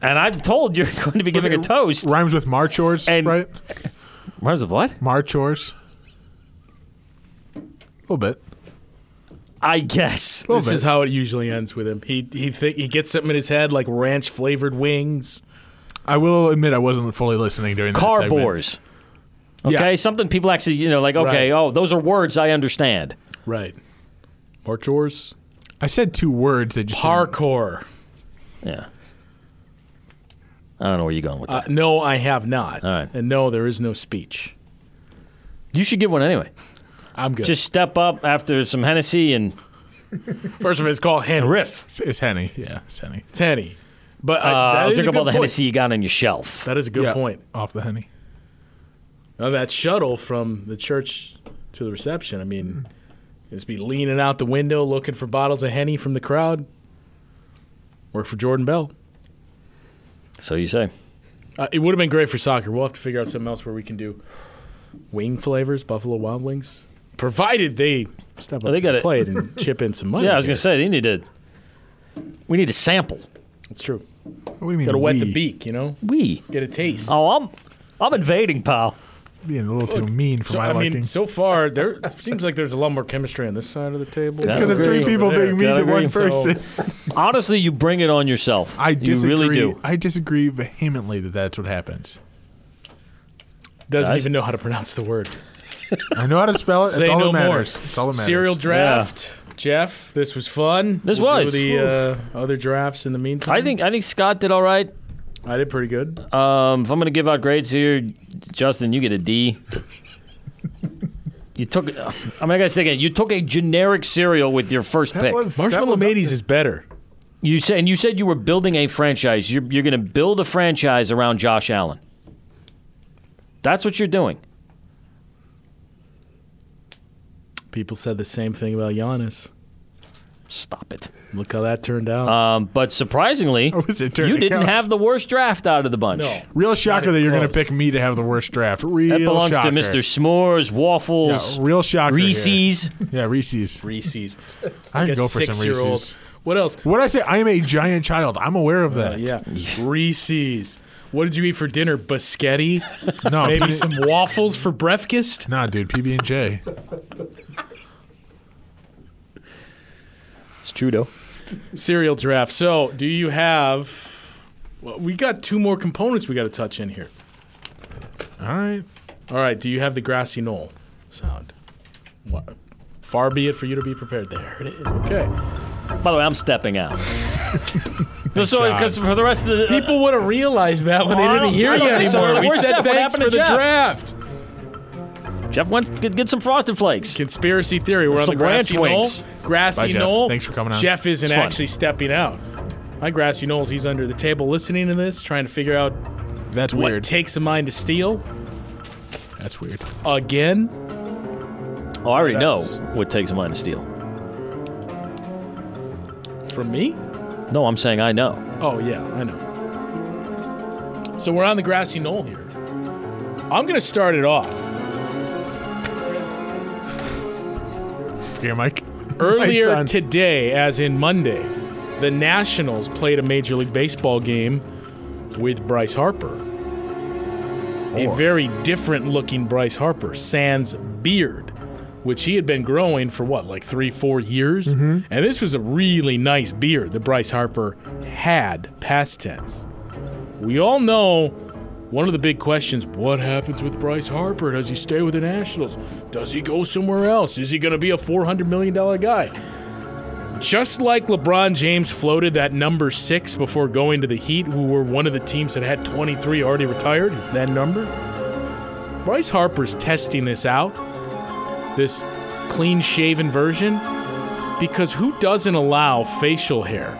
Speaker 5: And I'm told you're going to be giving a toast.
Speaker 4: Rhymes with Marchors,
Speaker 5: And-
Speaker 4: right?
Speaker 5: Rhymes with what?
Speaker 4: Marchors. A little bit.
Speaker 5: I guess.
Speaker 4: A little
Speaker 1: This
Speaker 4: bit.
Speaker 1: is how it usually ends with him. He he thi- he gets something in his head like ranch flavored wings.
Speaker 4: I will admit I wasn't fully listening during that
Speaker 5: Car
Speaker 4: segment.
Speaker 5: bores.
Speaker 4: Yeah.
Speaker 5: Okay, something people actually, you know, like, okay,
Speaker 1: Right.
Speaker 5: oh, those are words I understand.
Speaker 1: Right. Marchors.
Speaker 4: I said two words. They just didn't-
Speaker 1: Parkour.
Speaker 5: Yeah. I don't know where you're going with that.
Speaker 1: Uh, no, I have not.
Speaker 5: right.
Speaker 1: And no, there is no speech. Uh,
Speaker 5: you should give one anyway.
Speaker 1: I'm good.
Speaker 5: Just step up after some Hennessy and
Speaker 1: first of all, it's called Henny.
Speaker 5: riff.
Speaker 4: It's, it's Henny. Yeah, it's Henny.
Speaker 1: It's Henny. But uh,
Speaker 5: Uh,
Speaker 1: that is a
Speaker 5: I'll pick up
Speaker 1: good
Speaker 5: all the
Speaker 1: point.
Speaker 5: Hennessy you got on your shelf.
Speaker 1: That is a good
Speaker 4: yeah,
Speaker 1: point.
Speaker 4: Off the Henny.
Speaker 1: Now, that shuttle from the church to the reception. I mean, Just be leaning out the window looking for bottles of Henny from the crowd. Work for Jordan Bell.
Speaker 5: So you say.
Speaker 1: Uh, it would have been great for soccer. We'll have to figure out something else where we can do wing flavors, Buffalo Wild Wings, provided they step up
Speaker 5: they
Speaker 1: to the
Speaker 5: gotta-
Speaker 1: plate and chip in some money.
Speaker 5: Yeah, I was
Speaker 1: here.
Speaker 5: gonna say they need to. We need a sample.
Speaker 1: It's true.
Speaker 4: What do you mean?
Speaker 1: Got to wet the
Speaker 4: we?
Speaker 1: beak, you know.
Speaker 5: We.
Speaker 1: Get a taste.
Speaker 5: Oh, I'm. I'm invading, pal.
Speaker 4: Being a little too mean for
Speaker 1: So,
Speaker 4: my
Speaker 1: I
Speaker 4: liking.
Speaker 1: mean, so far there seems like there's a lot more chemistry on this side of the table.
Speaker 4: because it's
Speaker 5: Gotta
Speaker 4: three people
Speaker 1: Over there.
Speaker 4: being mean to
Speaker 5: Gotta
Speaker 4: one
Speaker 5: agree.
Speaker 1: So-
Speaker 4: person.
Speaker 5: Honestly, you bring it on yourself.
Speaker 4: I
Speaker 5: you
Speaker 4: disagree.
Speaker 5: really do.
Speaker 4: I disagree vehemently that that's what happens.
Speaker 1: Doesn't
Speaker 5: Guys?
Speaker 1: even know how to pronounce the word.
Speaker 4: I know how to spell it.
Speaker 1: Say
Speaker 4: it's all
Speaker 1: no
Speaker 4: that
Speaker 1: more.
Speaker 4: matters. It's all that matters.
Speaker 1: Serial draft. Jeff, this was fun.
Speaker 5: This
Speaker 1: We'll
Speaker 5: was.
Speaker 1: do the uh, other drafts in the meantime.
Speaker 5: I think. I think Scott did all right.
Speaker 1: I did pretty good.
Speaker 5: Um, if I'm gonna give out grades here, Justin, you get a D. you took. I'm mean, I gotta say again. You took a generic cereal with your first
Speaker 3: That
Speaker 5: pick.
Speaker 3: was
Speaker 1: Marshmallow
Speaker 3: that was,
Speaker 1: Mateys is better.
Speaker 5: You said, and you said you were building a franchise. You're, you're going to build a franchise around Josh Allen. That's what you're doing.
Speaker 1: People said the same thing about Giannis.
Speaker 5: Stop it.
Speaker 1: Look how that turned out.
Speaker 5: Um, but surprisingly,
Speaker 4: was it turning
Speaker 5: you didn't
Speaker 4: out?
Speaker 5: have the worst draft out of the bunch.
Speaker 1: no.
Speaker 4: Real shocker that you're going to
Speaker 1: close.
Speaker 4: pick me to have the worst draft. Real
Speaker 5: That belongs
Speaker 4: shocker.
Speaker 5: to Mr. S'mores, Waffles,
Speaker 4: Yeah, real shocker. here.
Speaker 5: Reese's.
Speaker 4: Yeah, Reese's.
Speaker 1: Reese's.
Speaker 4: I
Speaker 1: Like
Speaker 4: can
Speaker 1: a
Speaker 4: go for some
Speaker 1: six-year-old.
Speaker 4: Reese's.
Speaker 1: What else?
Speaker 4: What I say? I am a giant child. I'm aware of that.
Speaker 1: Uh, yeah. Reese's. What did you eat for dinner? Biscotti?
Speaker 4: No,
Speaker 1: Maybe
Speaker 4: PB
Speaker 1: some waffles for breakfast?
Speaker 4: Nah, dude. PB and J.
Speaker 5: It's true, though.
Speaker 1: Cereal draft. So, do you have. Well, we got two more components we got to touch in here.
Speaker 4: All right.
Speaker 1: All right. Do you have the grassy knoll sound? What? Far be it for you to be prepared. There it is. Okay.
Speaker 5: By the way, I'm stepping out. so, because for the rest of the
Speaker 1: People would have realized that when they
Speaker 5: Oh, I
Speaker 1: didn't
Speaker 5: don't-
Speaker 1: hear
Speaker 5: I
Speaker 1: you
Speaker 5: don't think so.
Speaker 1: anymore. We
Speaker 5: Where's
Speaker 1: said
Speaker 5: Jeff? What
Speaker 1: thanks
Speaker 5: happened
Speaker 1: for the
Speaker 5: to Jeff?
Speaker 1: draft.
Speaker 5: Jeff went get, get some frosted flakes.
Speaker 1: Conspiracy theory. We're on the
Speaker 5: Some
Speaker 1: grassy
Speaker 5: ranch
Speaker 1: knoll.
Speaker 5: wings.
Speaker 1: Grassy
Speaker 4: Bye, Jeff.
Speaker 1: knoll.
Speaker 4: Thanks for coming on.
Speaker 1: Jeff isn't
Speaker 5: It's fun.
Speaker 1: actually stepping out. My grassy knolls. He's under the table listening to this, trying to figure out
Speaker 4: That's
Speaker 1: what
Speaker 4: weird.
Speaker 1: takes a mind to steal
Speaker 4: That's weird.
Speaker 1: again.
Speaker 5: Oh, I already know what takes a mind to steal.
Speaker 1: From me?
Speaker 5: No, I'm saying I know.
Speaker 1: Oh yeah, I know. So we're on the grassy knoll here. I'm gonna start it off.
Speaker 4: Here, Mike.
Speaker 1: Earlier
Speaker 3: on.
Speaker 1: today, as in Monday, the Nationals played a Major League Baseball game with Bryce Harper. A very different looking Bryce Harper, sans beard, which he had been growing for what, like three, four years? And this was a really nice beard that Bryce Harper had, past tense. We all know one of the big questions what happens with Bryce Harper? Does he stay with the Nationals? Does he go somewhere else? Is he going to be a $400 million guy? Just like LeBron James floated that number six before going to the Heat, who were one of the teams that had 23 already retired, is that number? Bryce Harper's testing this out, this clean shaven version, because who doesn't allow facial hair?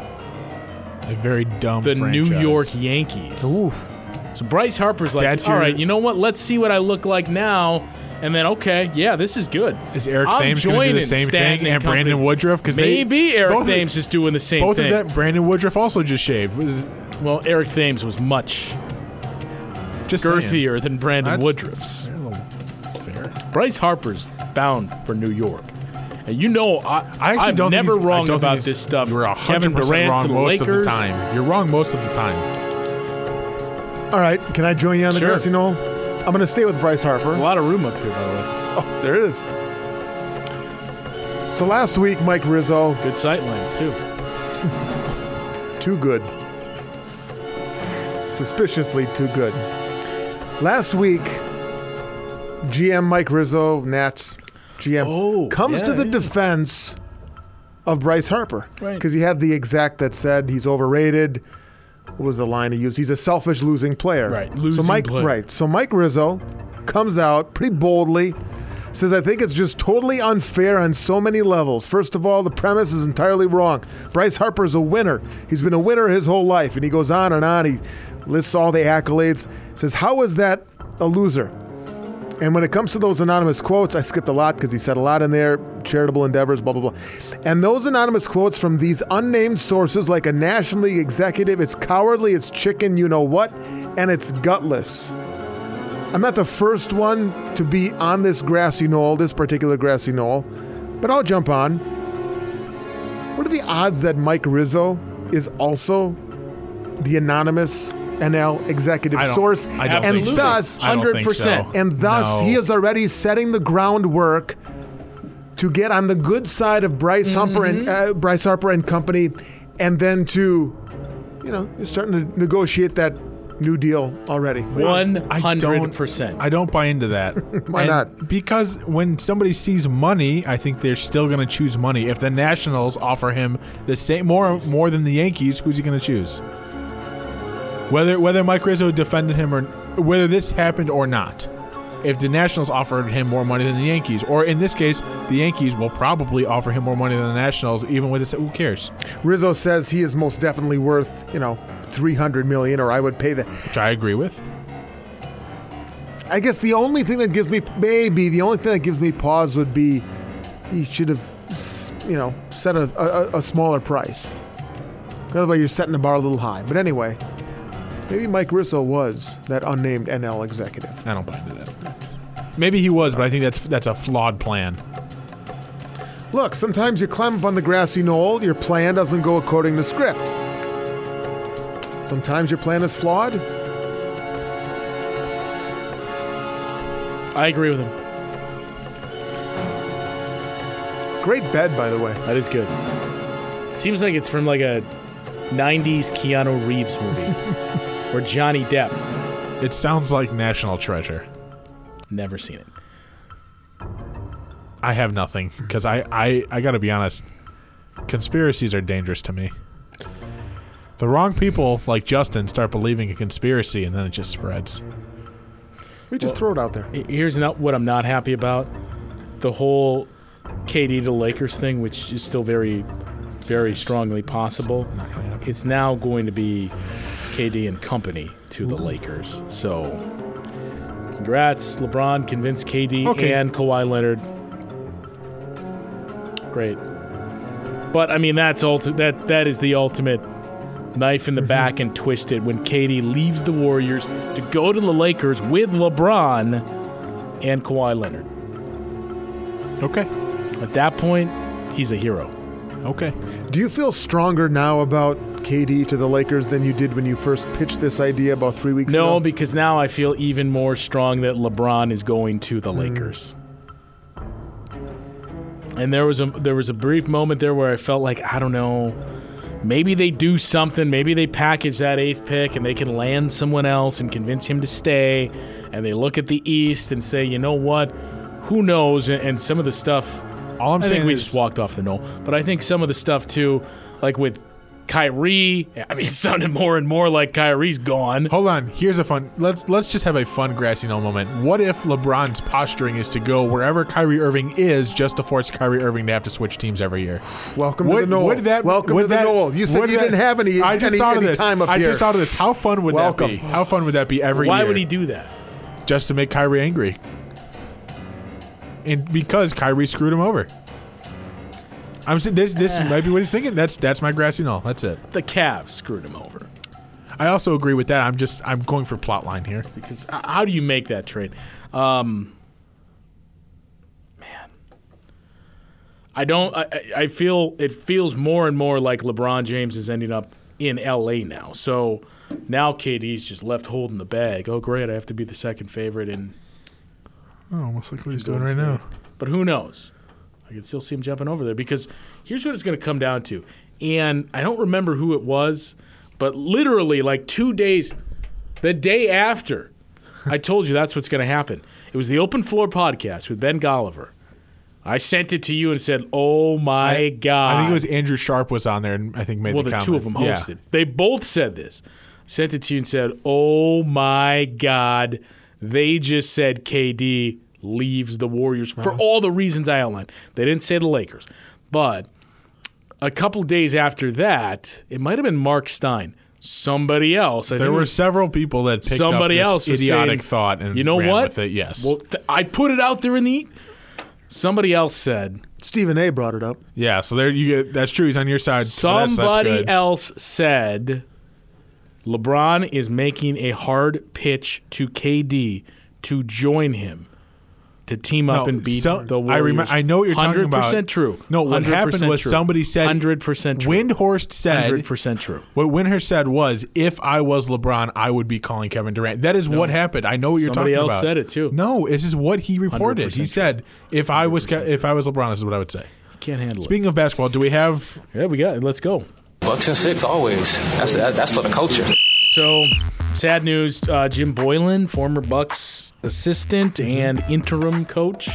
Speaker 4: A very dumb.
Speaker 1: The New
Speaker 4: franchise.
Speaker 1: York Yankees.
Speaker 3: Oof.
Speaker 1: So Bryce Harper's like,
Speaker 4: That's
Speaker 1: all
Speaker 4: your-
Speaker 1: right, you know what? Let's see what I look like now. And then, okay, yeah, this is good.
Speaker 4: Is Eric
Speaker 1: I'm
Speaker 4: Thames going to do
Speaker 1: joining
Speaker 4: the same
Speaker 1: Stanton
Speaker 4: thing and
Speaker 1: company.
Speaker 4: Brandon Woodruff? Because
Speaker 1: Maybe Eric
Speaker 4: both of-
Speaker 1: Thames is doing the same
Speaker 4: Both
Speaker 1: thing.
Speaker 4: of them. Brandon Woodruff also just shaved. Was
Speaker 1: Well, Eric Thames was much
Speaker 4: just saying.
Speaker 1: girthier than Brandon
Speaker 4: That's-
Speaker 1: Woodruff's.
Speaker 4: Fair.
Speaker 1: Bryce Harper's bound for New York. And you know, I,
Speaker 4: I actually
Speaker 1: am
Speaker 4: don't
Speaker 1: never
Speaker 4: think he's- I
Speaker 1: wrong
Speaker 4: don't think
Speaker 1: about
Speaker 4: he's-
Speaker 1: this stuff.
Speaker 4: You were 100%
Speaker 1: Kevin Durant
Speaker 4: wrong
Speaker 1: to the
Speaker 4: most
Speaker 1: Lakers.
Speaker 4: of the time. You're wrong most of the time.
Speaker 3: All right, can I join you on the
Speaker 1: Sure.
Speaker 3: grassy knoll? I'm going to stay with Bryce
Speaker 1: There's a
Speaker 3: Harper.
Speaker 1: lot of room up here, by the way.
Speaker 3: Oh, there it is. So last week, Mike Rizzo,
Speaker 1: Good sight lines, too.
Speaker 3: too good. Suspiciously too good. Last week, GM Mike Rizzo, Nats GM,
Speaker 1: Oh,
Speaker 3: comes to
Speaker 1: yeah,
Speaker 3: the
Speaker 1: yeah.
Speaker 3: defense of Bryce Harper
Speaker 1: Right.
Speaker 3: because he had the exact that said he's overrated. What was the line he used? He's a selfish losing player.
Speaker 1: Right, losing
Speaker 3: so Mike,
Speaker 1: player.
Speaker 3: right. So Mike Rizzo comes out pretty boldly, says, I think it's just totally unfair on so many levels. First of all, the premise is entirely wrong. Bryce Harper is a winner. He's been a winner his whole life. And he goes on and on. He lists all the accolades. Says, How is that a loser? And when it comes to those anonymous quotes, I skipped a lot because he said a lot in there charitable endeavors, blah, blah, blah. And those anonymous quotes from these unnamed sources, like a National League executive, it's cowardly, it's chicken, you know what, and it's gutless. I'm not the first one to be on this grassy knoll, this particular grassy knoll, but I'll jump on. What are the odds that Mike Rizzo is also the anonymous NL executive
Speaker 4: I don't-
Speaker 3: source?
Speaker 4: I don't
Speaker 3: and
Speaker 4: think so.
Speaker 3: thus,
Speaker 4: I don't think so.
Speaker 1: 100%.
Speaker 3: and thus
Speaker 4: No.
Speaker 3: he is already setting the groundwork to get on the good side of Bryce Harper and uh, Bryce Harper and company, and then to, you know, you're starting to negotiate that new deal already.
Speaker 1: One
Speaker 4: I
Speaker 1: hundred
Speaker 4: don't,
Speaker 1: percent.
Speaker 4: I don't buy into that.
Speaker 3: Why
Speaker 4: And
Speaker 3: not?
Speaker 4: Because when somebody sees money, I think they're still going to choose money. If the Nationals offer him the same more more than the Yankees, who's he going to choose? Whether whether Mike Rizzo defended him or whether this happened or not, if the Nationals offered him more money than the Yankees, or in this case, the Yankees will probably offer him more money than the Nationals, even with this. Who cares?
Speaker 3: Rizzo says he is most definitely worth, you know, 300 million, or I would pay that.
Speaker 4: Which I agree with.
Speaker 3: I guess the only thing that gives me maybe the only thing that gives me pause would be he should have s- you know set a, a, a smaller price. Otherwise, you're setting the bar a little high. But anyway, maybe Mike Rizzo was that unnamed NL executive.
Speaker 4: I don't buy into that. Maybe he was, but I think that's that's a flawed plan.
Speaker 3: Look, sometimes you climb up on the grassy knoll, your plan doesn't go according to script. Sometimes your plan is flawed.
Speaker 1: I agree with him.
Speaker 3: Great bed, by the way.
Speaker 1: That is good. Seems like it's from like a '90s Keanu Reeves movie or Johnny Depp.
Speaker 4: It sounds like National Treasure.
Speaker 1: Never seen it.
Speaker 4: I have nothing because I, I, I got to be honest. Conspiracies are dangerous to me. The wrong people, like Justin, start believing a conspiracy and then it just spreads.
Speaker 3: We just throw it out there.
Speaker 1: Here's not what I'm not happy about: the whole KD to Lakers thing, which is still very, very strongly possible. It's now going to be KD and company to the Lakers. So, congrats, LeBron convinced KD
Speaker 4: Okay.
Speaker 1: and Kawhi Leonard. Great, but I mean that's ulti- that that is the ultimate knife in the back and twist it when KD leaves the Warriors to go to the Lakers with LeBron and Kawhi Leonard.
Speaker 4: Okay.
Speaker 1: At that point, he's a hero.
Speaker 4: Okay.
Speaker 3: Do you feel stronger now about KD to the Lakers than you did when you first pitched this idea about three weeks ago?
Speaker 1: No, because now I feel even more strong that LeBron is going to the Lakers. And there was a there was a brief moment there where I felt like I don't know, maybe they do something, maybe they package that eighth pick and they can land someone else and convince him to stay. And they look at the East and say, you know what, who knows? And, and some of the stuff
Speaker 4: All I'm
Speaker 1: I
Speaker 4: saying
Speaker 1: think we
Speaker 4: is
Speaker 1: just walked off the knoll. But I think some of the stuff too, like with Kyrie, I mean, it sounded more and more like Kyrie's gone.
Speaker 4: Hold on. Here's a fun. Let's let's just have a fun grassy knoll moment. What if LeBron's posturing is to go wherever Kyrie Irving is, just to force Kyrie Irving to have to switch teams every year?
Speaker 3: Welcome to
Speaker 4: Would,
Speaker 3: the Knoll.
Speaker 4: would that
Speaker 3: Welcome
Speaker 4: would
Speaker 3: to the
Speaker 4: that,
Speaker 3: Knoll. You said
Speaker 4: would
Speaker 3: you
Speaker 4: that-
Speaker 3: didn't have any.
Speaker 4: I just
Speaker 3: any,
Speaker 4: thought of
Speaker 3: any
Speaker 4: this.
Speaker 3: Time up
Speaker 4: I
Speaker 3: here.
Speaker 4: just thought of this. How fun would
Speaker 3: Welcome.
Speaker 4: that be? How fun would that be every
Speaker 1: Why
Speaker 4: year?
Speaker 1: would he do that?
Speaker 4: just to make Kyrie angry. And because Kyrie screwed him over. I'm saying this this might be what he's thinking. That's that's my grassy knoll. That's it.
Speaker 1: The Cavs screwed him over.
Speaker 4: I also agree with that. I'm just I'm going for plot line here.
Speaker 1: Because h- how do you make that trade? Um, man, I don't. I, I- I feel it feels more and more like LeBron James is ending up in L.A. now. So now KD's just left holding the bag. Oh great, I have to be the second favorite in
Speaker 4: Oh, almost like what he's
Speaker 1: doing right now. But who knows? I can still see him jumping over there because here's what it's going to come down to. And I don't remember who it was, but literally, like two days, the day after, I told you that's what's going to happen. It was the Open Floor podcast with Ben Golliver. I sent it to you and said, "Oh my god!"
Speaker 4: I think it was Andrew Sharp was on there, and I think made
Speaker 1: well,
Speaker 4: the,
Speaker 1: the,
Speaker 4: comment.
Speaker 1: two of them
Speaker 4: Yeah.
Speaker 1: hosted. They both said this. Sent it to you and said, "Oh my God, they just said KD leaves the Warriors for all the reasons I outlined." They didn't say the Lakers, but a couple days after that, it might have been Mark Stein. somebody else. I think
Speaker 4: There
Speaker 1: it
Speaker 4: were
Speaker 1: was
Speaker 4: several people that picked
Speaker 1: Mm-hmm. somebody
Speaker 4: up
Speaker 1: else
Speaker 4: this
Speaker 1: was
Speaker 4: idiotic
Speaker 1: saying,
Speaker 4: thought and
Speaker 1: you know
Speaker 4: ran
Speaker 1: what?
Speaker 4: with it. Yes.
Speaker 1: Well, th- I put it out there in the. e-" Somebody else said.
Speaker 3: Stephen A. brought it up.
Speaker 4: yeah. So there you get. That's true. He's on your side. So that's- that's
Speaker 1: Somebody
Speaker 4: good.
Speaker 1: else said. LeBron is making a hard pitch to KD to join him to team up
Speaker 4: No,
Speaker 1: and beat
Speaker 4: so-
Speaker 1: the
Speaker 4: I,
Speaker 1: Warriors.
Speaker 4: remember, I know what you're talking about.
Speaker 1: 100% true.
Speaker 4: No, what
Speaker 1: 100%
Speaker 4: happened was
Speaker 1: true.
Speaker 4: somebody said
Speaker 1: 100% true.
Speaker 4: Windhorst said
Speaker 1: 100% true.
Speaker 4: What Windhorst said was, if I was LeBron, I would be calling Kevin Durant. That is what happened. I know what you're
Speaker 1: Somebody
Speaker 4: talking
Speaker 1: else
Speaker 4: about.
Speaker 1: said it, too.
Speaker 4: No, this is what he reported.
Speaker 1: 100%
Speaker 4: He
Speaker 1: true.
Speaker 4: said, if I was Ke- if I was LeBron, this is what I would say.
Speaker 1: Can't handle
Speaker 4: Speaking of basketball, do we have?
Speaker 1: it. Yeah, we got it. Let's go.
Speaker 7: Bucks and six always. That's that, that's for the culture.
Speaker 1: So, sad news. Uh, Jim Boylan, former Bucks assistant and interim coach.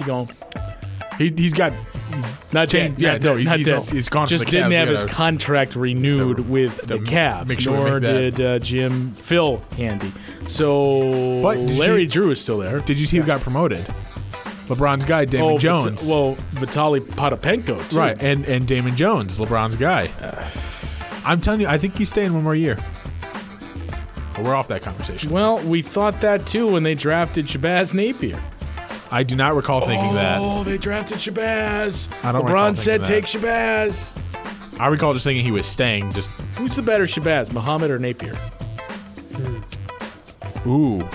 Speaker 1: You know,
Speaker 4: He, he's got.
Speaker 1: not
Speaker 4: Yeah,
Speaker 1: dead.
Speaker 4: yeah,
Speaker 1: not
Speaker 4: no,
Speaker 1: dead. Not
Speaker 4: he's-
Speaker 1: dead.
Speaker 4: he's gone to
Speaker 1: Just
Speaker 4: the
Speaker 1: didn't
Speaker 4: Cavs,
Speaker 1: have
Speaker 4: yeah.
Speaker 1: his contract renewed with the,
Speaker 4: the- make
Speaker 1: Cavs,
Speaker 4: sure we
Speaker 1: nor
Speaker 4: make that.
Speaker 1: did uh, Jim Phil Handy. So
Speaker 4: But did
Speaker 1: Larry
Speaker 4: you-
Speaker 1: Drew is still there.
Speaker 4: Did you see who got promoted? LeBron's guy, Damon
Speaker 1: oh, Vita-
Speaker 4: Jones.
Speaker 1: well, Vitali Potapenko. Too.
Speaker 4: right, and and Damon Jones, LeBron's guy. I'm telling you, I think he's staying one more year. But we're off that conversation.
Speaker 1: Well, we thought that too when they drafted Shabazz Napier.
Speaker 4: I do not recall thinking that.
Speaker 1: Oh, they drafted Shabazz.
Speaker 4: I don't recall
Speaker 1: LeBron said take
Speaker 4: thinking
Speaker 1: Shabazz.
Speaker 4: I recall just thinking he was staying. Just
Speaker 1: Who's the better Shabazz, Muhammad or Napier?
Speaker 4: ooh.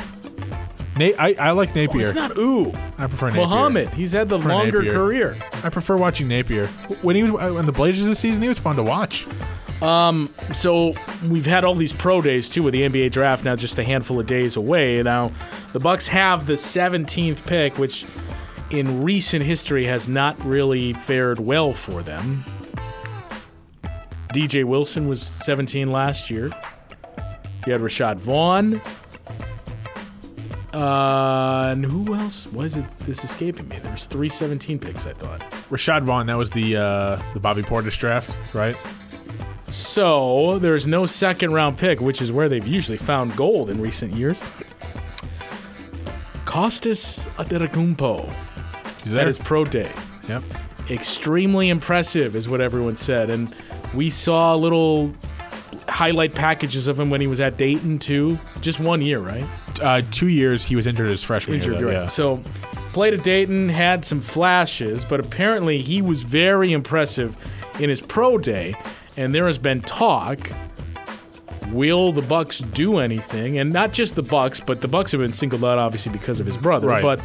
Speaker 4: Na- I, I like Napier.
Speaker 1: It's not ooh.
Speaker 4: I prefer Napier.
Speaker 1: Muhammad. He's had the
Speaker 4: For
Speaker 1: longer
Speaker 4: Napier.
Speaker 1: career.
Speaker 4: I prefer watching Napier. When he was on the Blazers this season, he was fun to watch.
Speaker 1: So we've had all these pro days too with the NBA draft now just a handful of days away. Now the Bucks have the 17th pick, which in recent history has not really fared well for them. DJ Wilson was 17 last year. You had Rashad Vaughn. Uh, and who else? Why is it this escaping me? There was three 17 picks, I thought.
Speaker 4: Rashad Vaughn, that was the uh, the Bobby Portis draft, right?
Speaker 1: So there's no second round pick, which is where they've usually found gold in recent years. Costas Adetokounmpo.
Speaker 4: He's
Speaker 1: That
Speaker 4: there.
Speaker 1: is pro day.
Speaker 4: Yep.
Speaker 1: Extremely impressive is what everyone said, and we saw little highlight packages of him when he was at Dayton too. Just one year, right?
Speaker 4: Uh, two years he was injured as freshman.
Speaker 1: Injured,
Speaker 4: year,
Speaker 1: right.
Speaker 4: though, yeah.
Speaker 1: So played at Dayton, had some flashes, but apparently he was very impressive in his pro day, and there has been talk. Will the Bucks do anything? And not just the Bucks, but the Bucks have been singled out obviously because of his brother.
Speaker 4: Right.
Speaker 1: But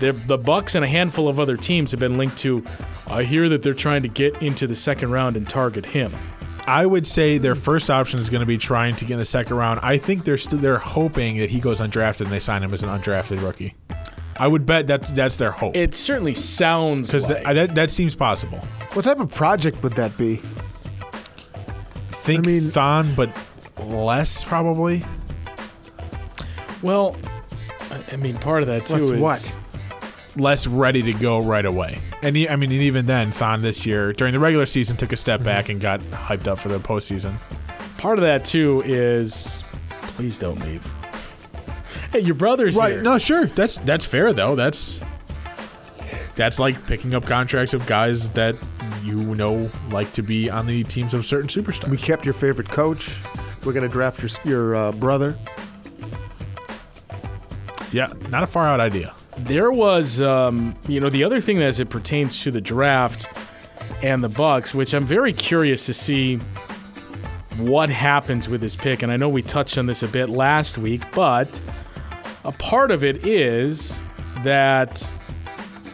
Speaker 1: they're- the Bucks and a handful of other teams have been linked to. I hear that they're trying to get into the second round and target him.
Speaker 4: I would say their first option is going to be trying to get in the second round. I think they're still they're hoping that he goes undrafted and they sign him as an undrafted rookie. I would bet that's that's their hope
Speaker 1: It certainly sounds
Speaker 4: because
Speaker 1: like
Speaker 4: that, that that seems possible.
Speaker 3: What type of project would that be?
Speaker 4: Think
Speaker 3: I mean-
Speaker 4: Thon, but less probably.
Speaker 1: well. I- I mean, part of that too
Speaker 3: Plus
Speaker 1: is
Speaker 3: what?
Speaker 4: less ready to go right away. And he, I mean, and even then, Thon this year during the regular season took a step back and got hyped up for the postseason.
Speaker 1: Part of that too is please don't leave. Hey, your brother's
Speaker 4: Right?
Speaker 1: here.
Speaker 4: No, sure. That's that's fair though. That's that's like picking up contracts of guys that you know like to be on the teams of certain superstars.
Speaker 3: We kept your favorite coach. We're gonna draft your your uh, brother.
Speaker 4: yeah, not a far out idea.
Speaker 1: There was, um, you know, the other thing as it pertains to the draft and the Bucks, which I'm very curious to see what happens with this pick. And I know we touched on this a bit last week, but a part of it is that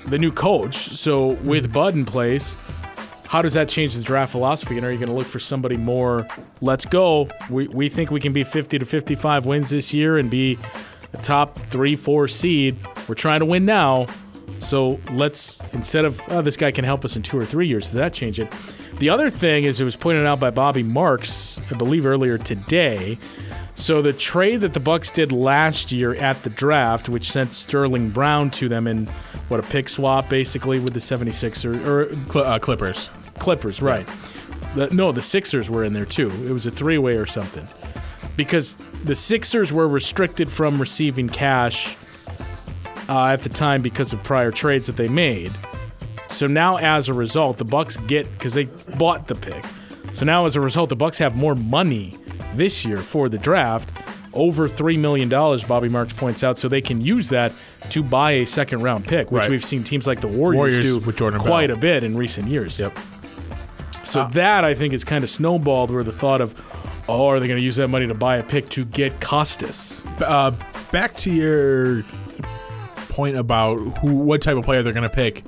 Speaker 1: the new coach. So with Bud in place, how does that change the draft philosophy? And are you going to look for somebody more? Let's go. We, we think we can be 50 to 55 wins this year and be a top three, four seed. We're trying to win now. So let's, instead of, oh, this guy can help us in two or three years, does that change it? The other thing is, it was pointed out by Bobby Marks, I believe, earlier today. So the trade that the Bucks did last year at the draft, which sent Sterling Brown to them in what a pick swap basically with the 76ers or
Speaker 4: Cl- uh, Clippers.
Speaker 1: Clippers, right. The, no, the Sixers were in there too. It was a three way or something. Because the Sixers were restricted from receiving cash uh, at the time because of prior trades that they made. So now, as a result, the Bucks get because they bought the pick. So now, as a result, the Bucks have more money this year for the draft, over three million dollars. Bobby Marks points out, so they can use that to buy a second round pick, which
Speaker 4: Right.
Speaker 1: we've seen teams like the Warriors,
Speaker 4: Warriors
Speaker 1: do
Speaker 4: with Jordan
Speaker 1: quite
Speaker 4: Bell. Ah.
Speaker 1: a bit in recent years. Yep. So that I think is kind of snowballed where the thought of, oh, are they going to use that money to buy a pick to get Costas?
Speaker 4: Uh, back to your point about who, what type of player they're going to pick.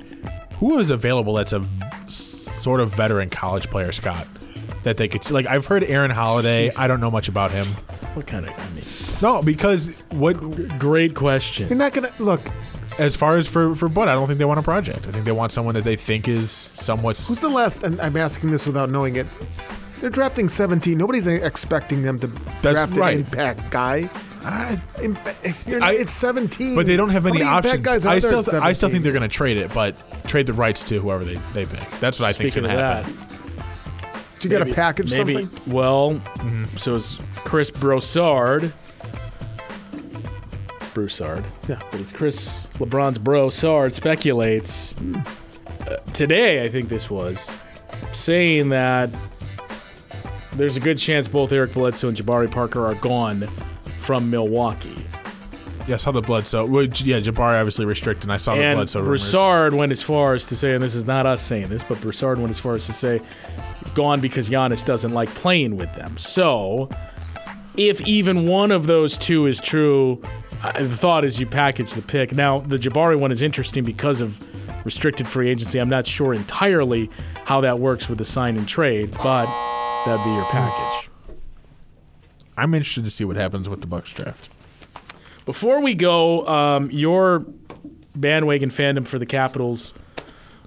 Speaker 4: Who is available that's a v- s- sort of veteran college player, Scott? That they could like. I've heard Aaron Holiday. I don't know much about him.
Speaker 1: What kind of? I mean,
Speaker 4: No, because what
Speaker 1: great question.
Speaker 3: You're not gonna look.
Speaker 4: as far as for for Bud, I don't think they want a project. I think they want someone that they think is somewhat. s-
Speaker 3: Who's the last? And I'm asking this without knowing it. They're drafting 17. Nobody's e-, expecting them to draft
Speaker 4: right.
Speaker 3: an impact guy. Impa- you're-
Speaker 4: I-
Speaker 3: it's 17.
Speaker 4: But they don't have
Speaker 3: How
Speaker 4: many
Speaker 3: impact
Speaker 4: options.
Speaker 3: Guys are
Speaker 4: I
Speaker 3: there
Speaker 4: still
Speaker 3: at
Speaker 4: I still
Speaker 3: 17?
Speaker 4: think they're going to trade it, but trade the rights to whoever they, they pick. That's what I think is
Speaker 1: Speaking
Speaker 4: going
Speaker 1: of
Speaker 4: to
Speaker 1: that,
Speaker 4: happen.
Speaker 3: Did you get a package
Speaker 1: maybe,
Speaker 3: something?
Speaker 1: Well, mm-hmm. so is Chris Broussard. Broussard.
Speaker 3: Yeah.
Speaker 1: But as Chris LeBron's Broussard speculates uh, today, I think this was, saying that there's a good chance both Eric Bledsoe and Jabari Parker are gone from Milwaukee.
Speaker 4: Yeah, I saw the blood. So which, yeah, Jabari obviously restricted. and I saw the
Speaker 1: and
Speaker 4: blood. So
Speaker 1: Broussard went as far as to say, and this is not us saying this, but Broussard went as far as to say, gone because Giannis doesn't like playing with them. So, if even one of those two is true, I- the thought is you package the pick. Now, the Jabari one is interesting because of restricted free agency. I'm not sure entirely how that works with the sign and trade, but that'd be your package.
Speaker 4: I'm interested to see what happens with the Bucks draft.
Speaker 1: Before we go, um, your bandwagon fandom for the Capitals.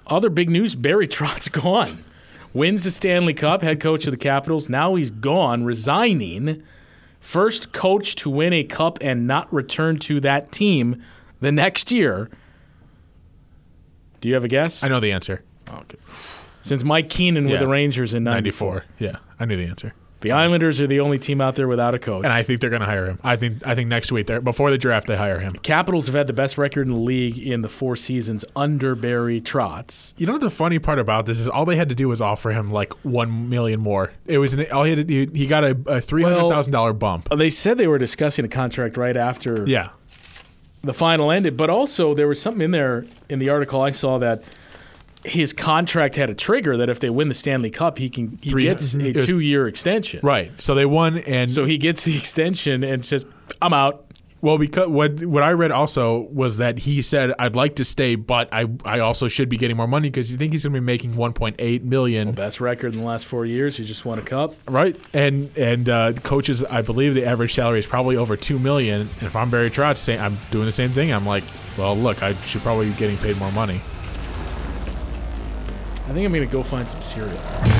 Speaker 1: Other big news: Barry Trotz gone. Wins the Stanley Cup. Head coach of the Capitals. Now he's gone, resigning. First coach to win a cup and not return to that team the next year. Do you have a guess?
Speaker 4: I know the answer.
Speaker 1: Since Mike Keenan with
Speaker 4: Yeah.
Speaker 1: the Rangers in '94,
Speaker 4: 94. Yeah, I knew the answer.
Speaker 1: the Islanders are the only team out there without a coach.
Speaker 4: And I think they're going to hire him. I think I think next week they're before the draft they hire him.
Speaker 1: Capitals have had the best record in the league in the four seasons under Barry Trotz.
Speaker 4: You know the funny part about this is all they had to do was offer him like 1 million more. It was an, all he had to do he got a, a $300,000 bump.
Speaker 1: Uh, They said they were discussing a contract right after
Speaker 4: Yeah.
Speaker 1: the final ended, but also there was something in there in the article I saw that his contract had a trigger that if they win the Stanley Cup, he can he
Speaker 4: Three-
Speaker 1: gets a
Speaker 4: it was-
Speaker 1: two-year extension.
Speaker 4: Right. So they won and
Speaker 1: So he gets the extension and says, "I'm out."
Speaker 4: Well, because what what I read also was that he said I'd like to stay, but I I also should be getting more money because you think he's going to be making 1.8 million,
Speaker 1: Best record in the last four years. He just won a cup.
Speaker 4: right? And and uh, coaches, I believe the average salary is probably over two million. And if I'm Barry Trotz, say, I'm doing the same thing. I'm like, well, look, I should probably be getting paid more money.
Speaker 1: I think I'm going to go find some cereal.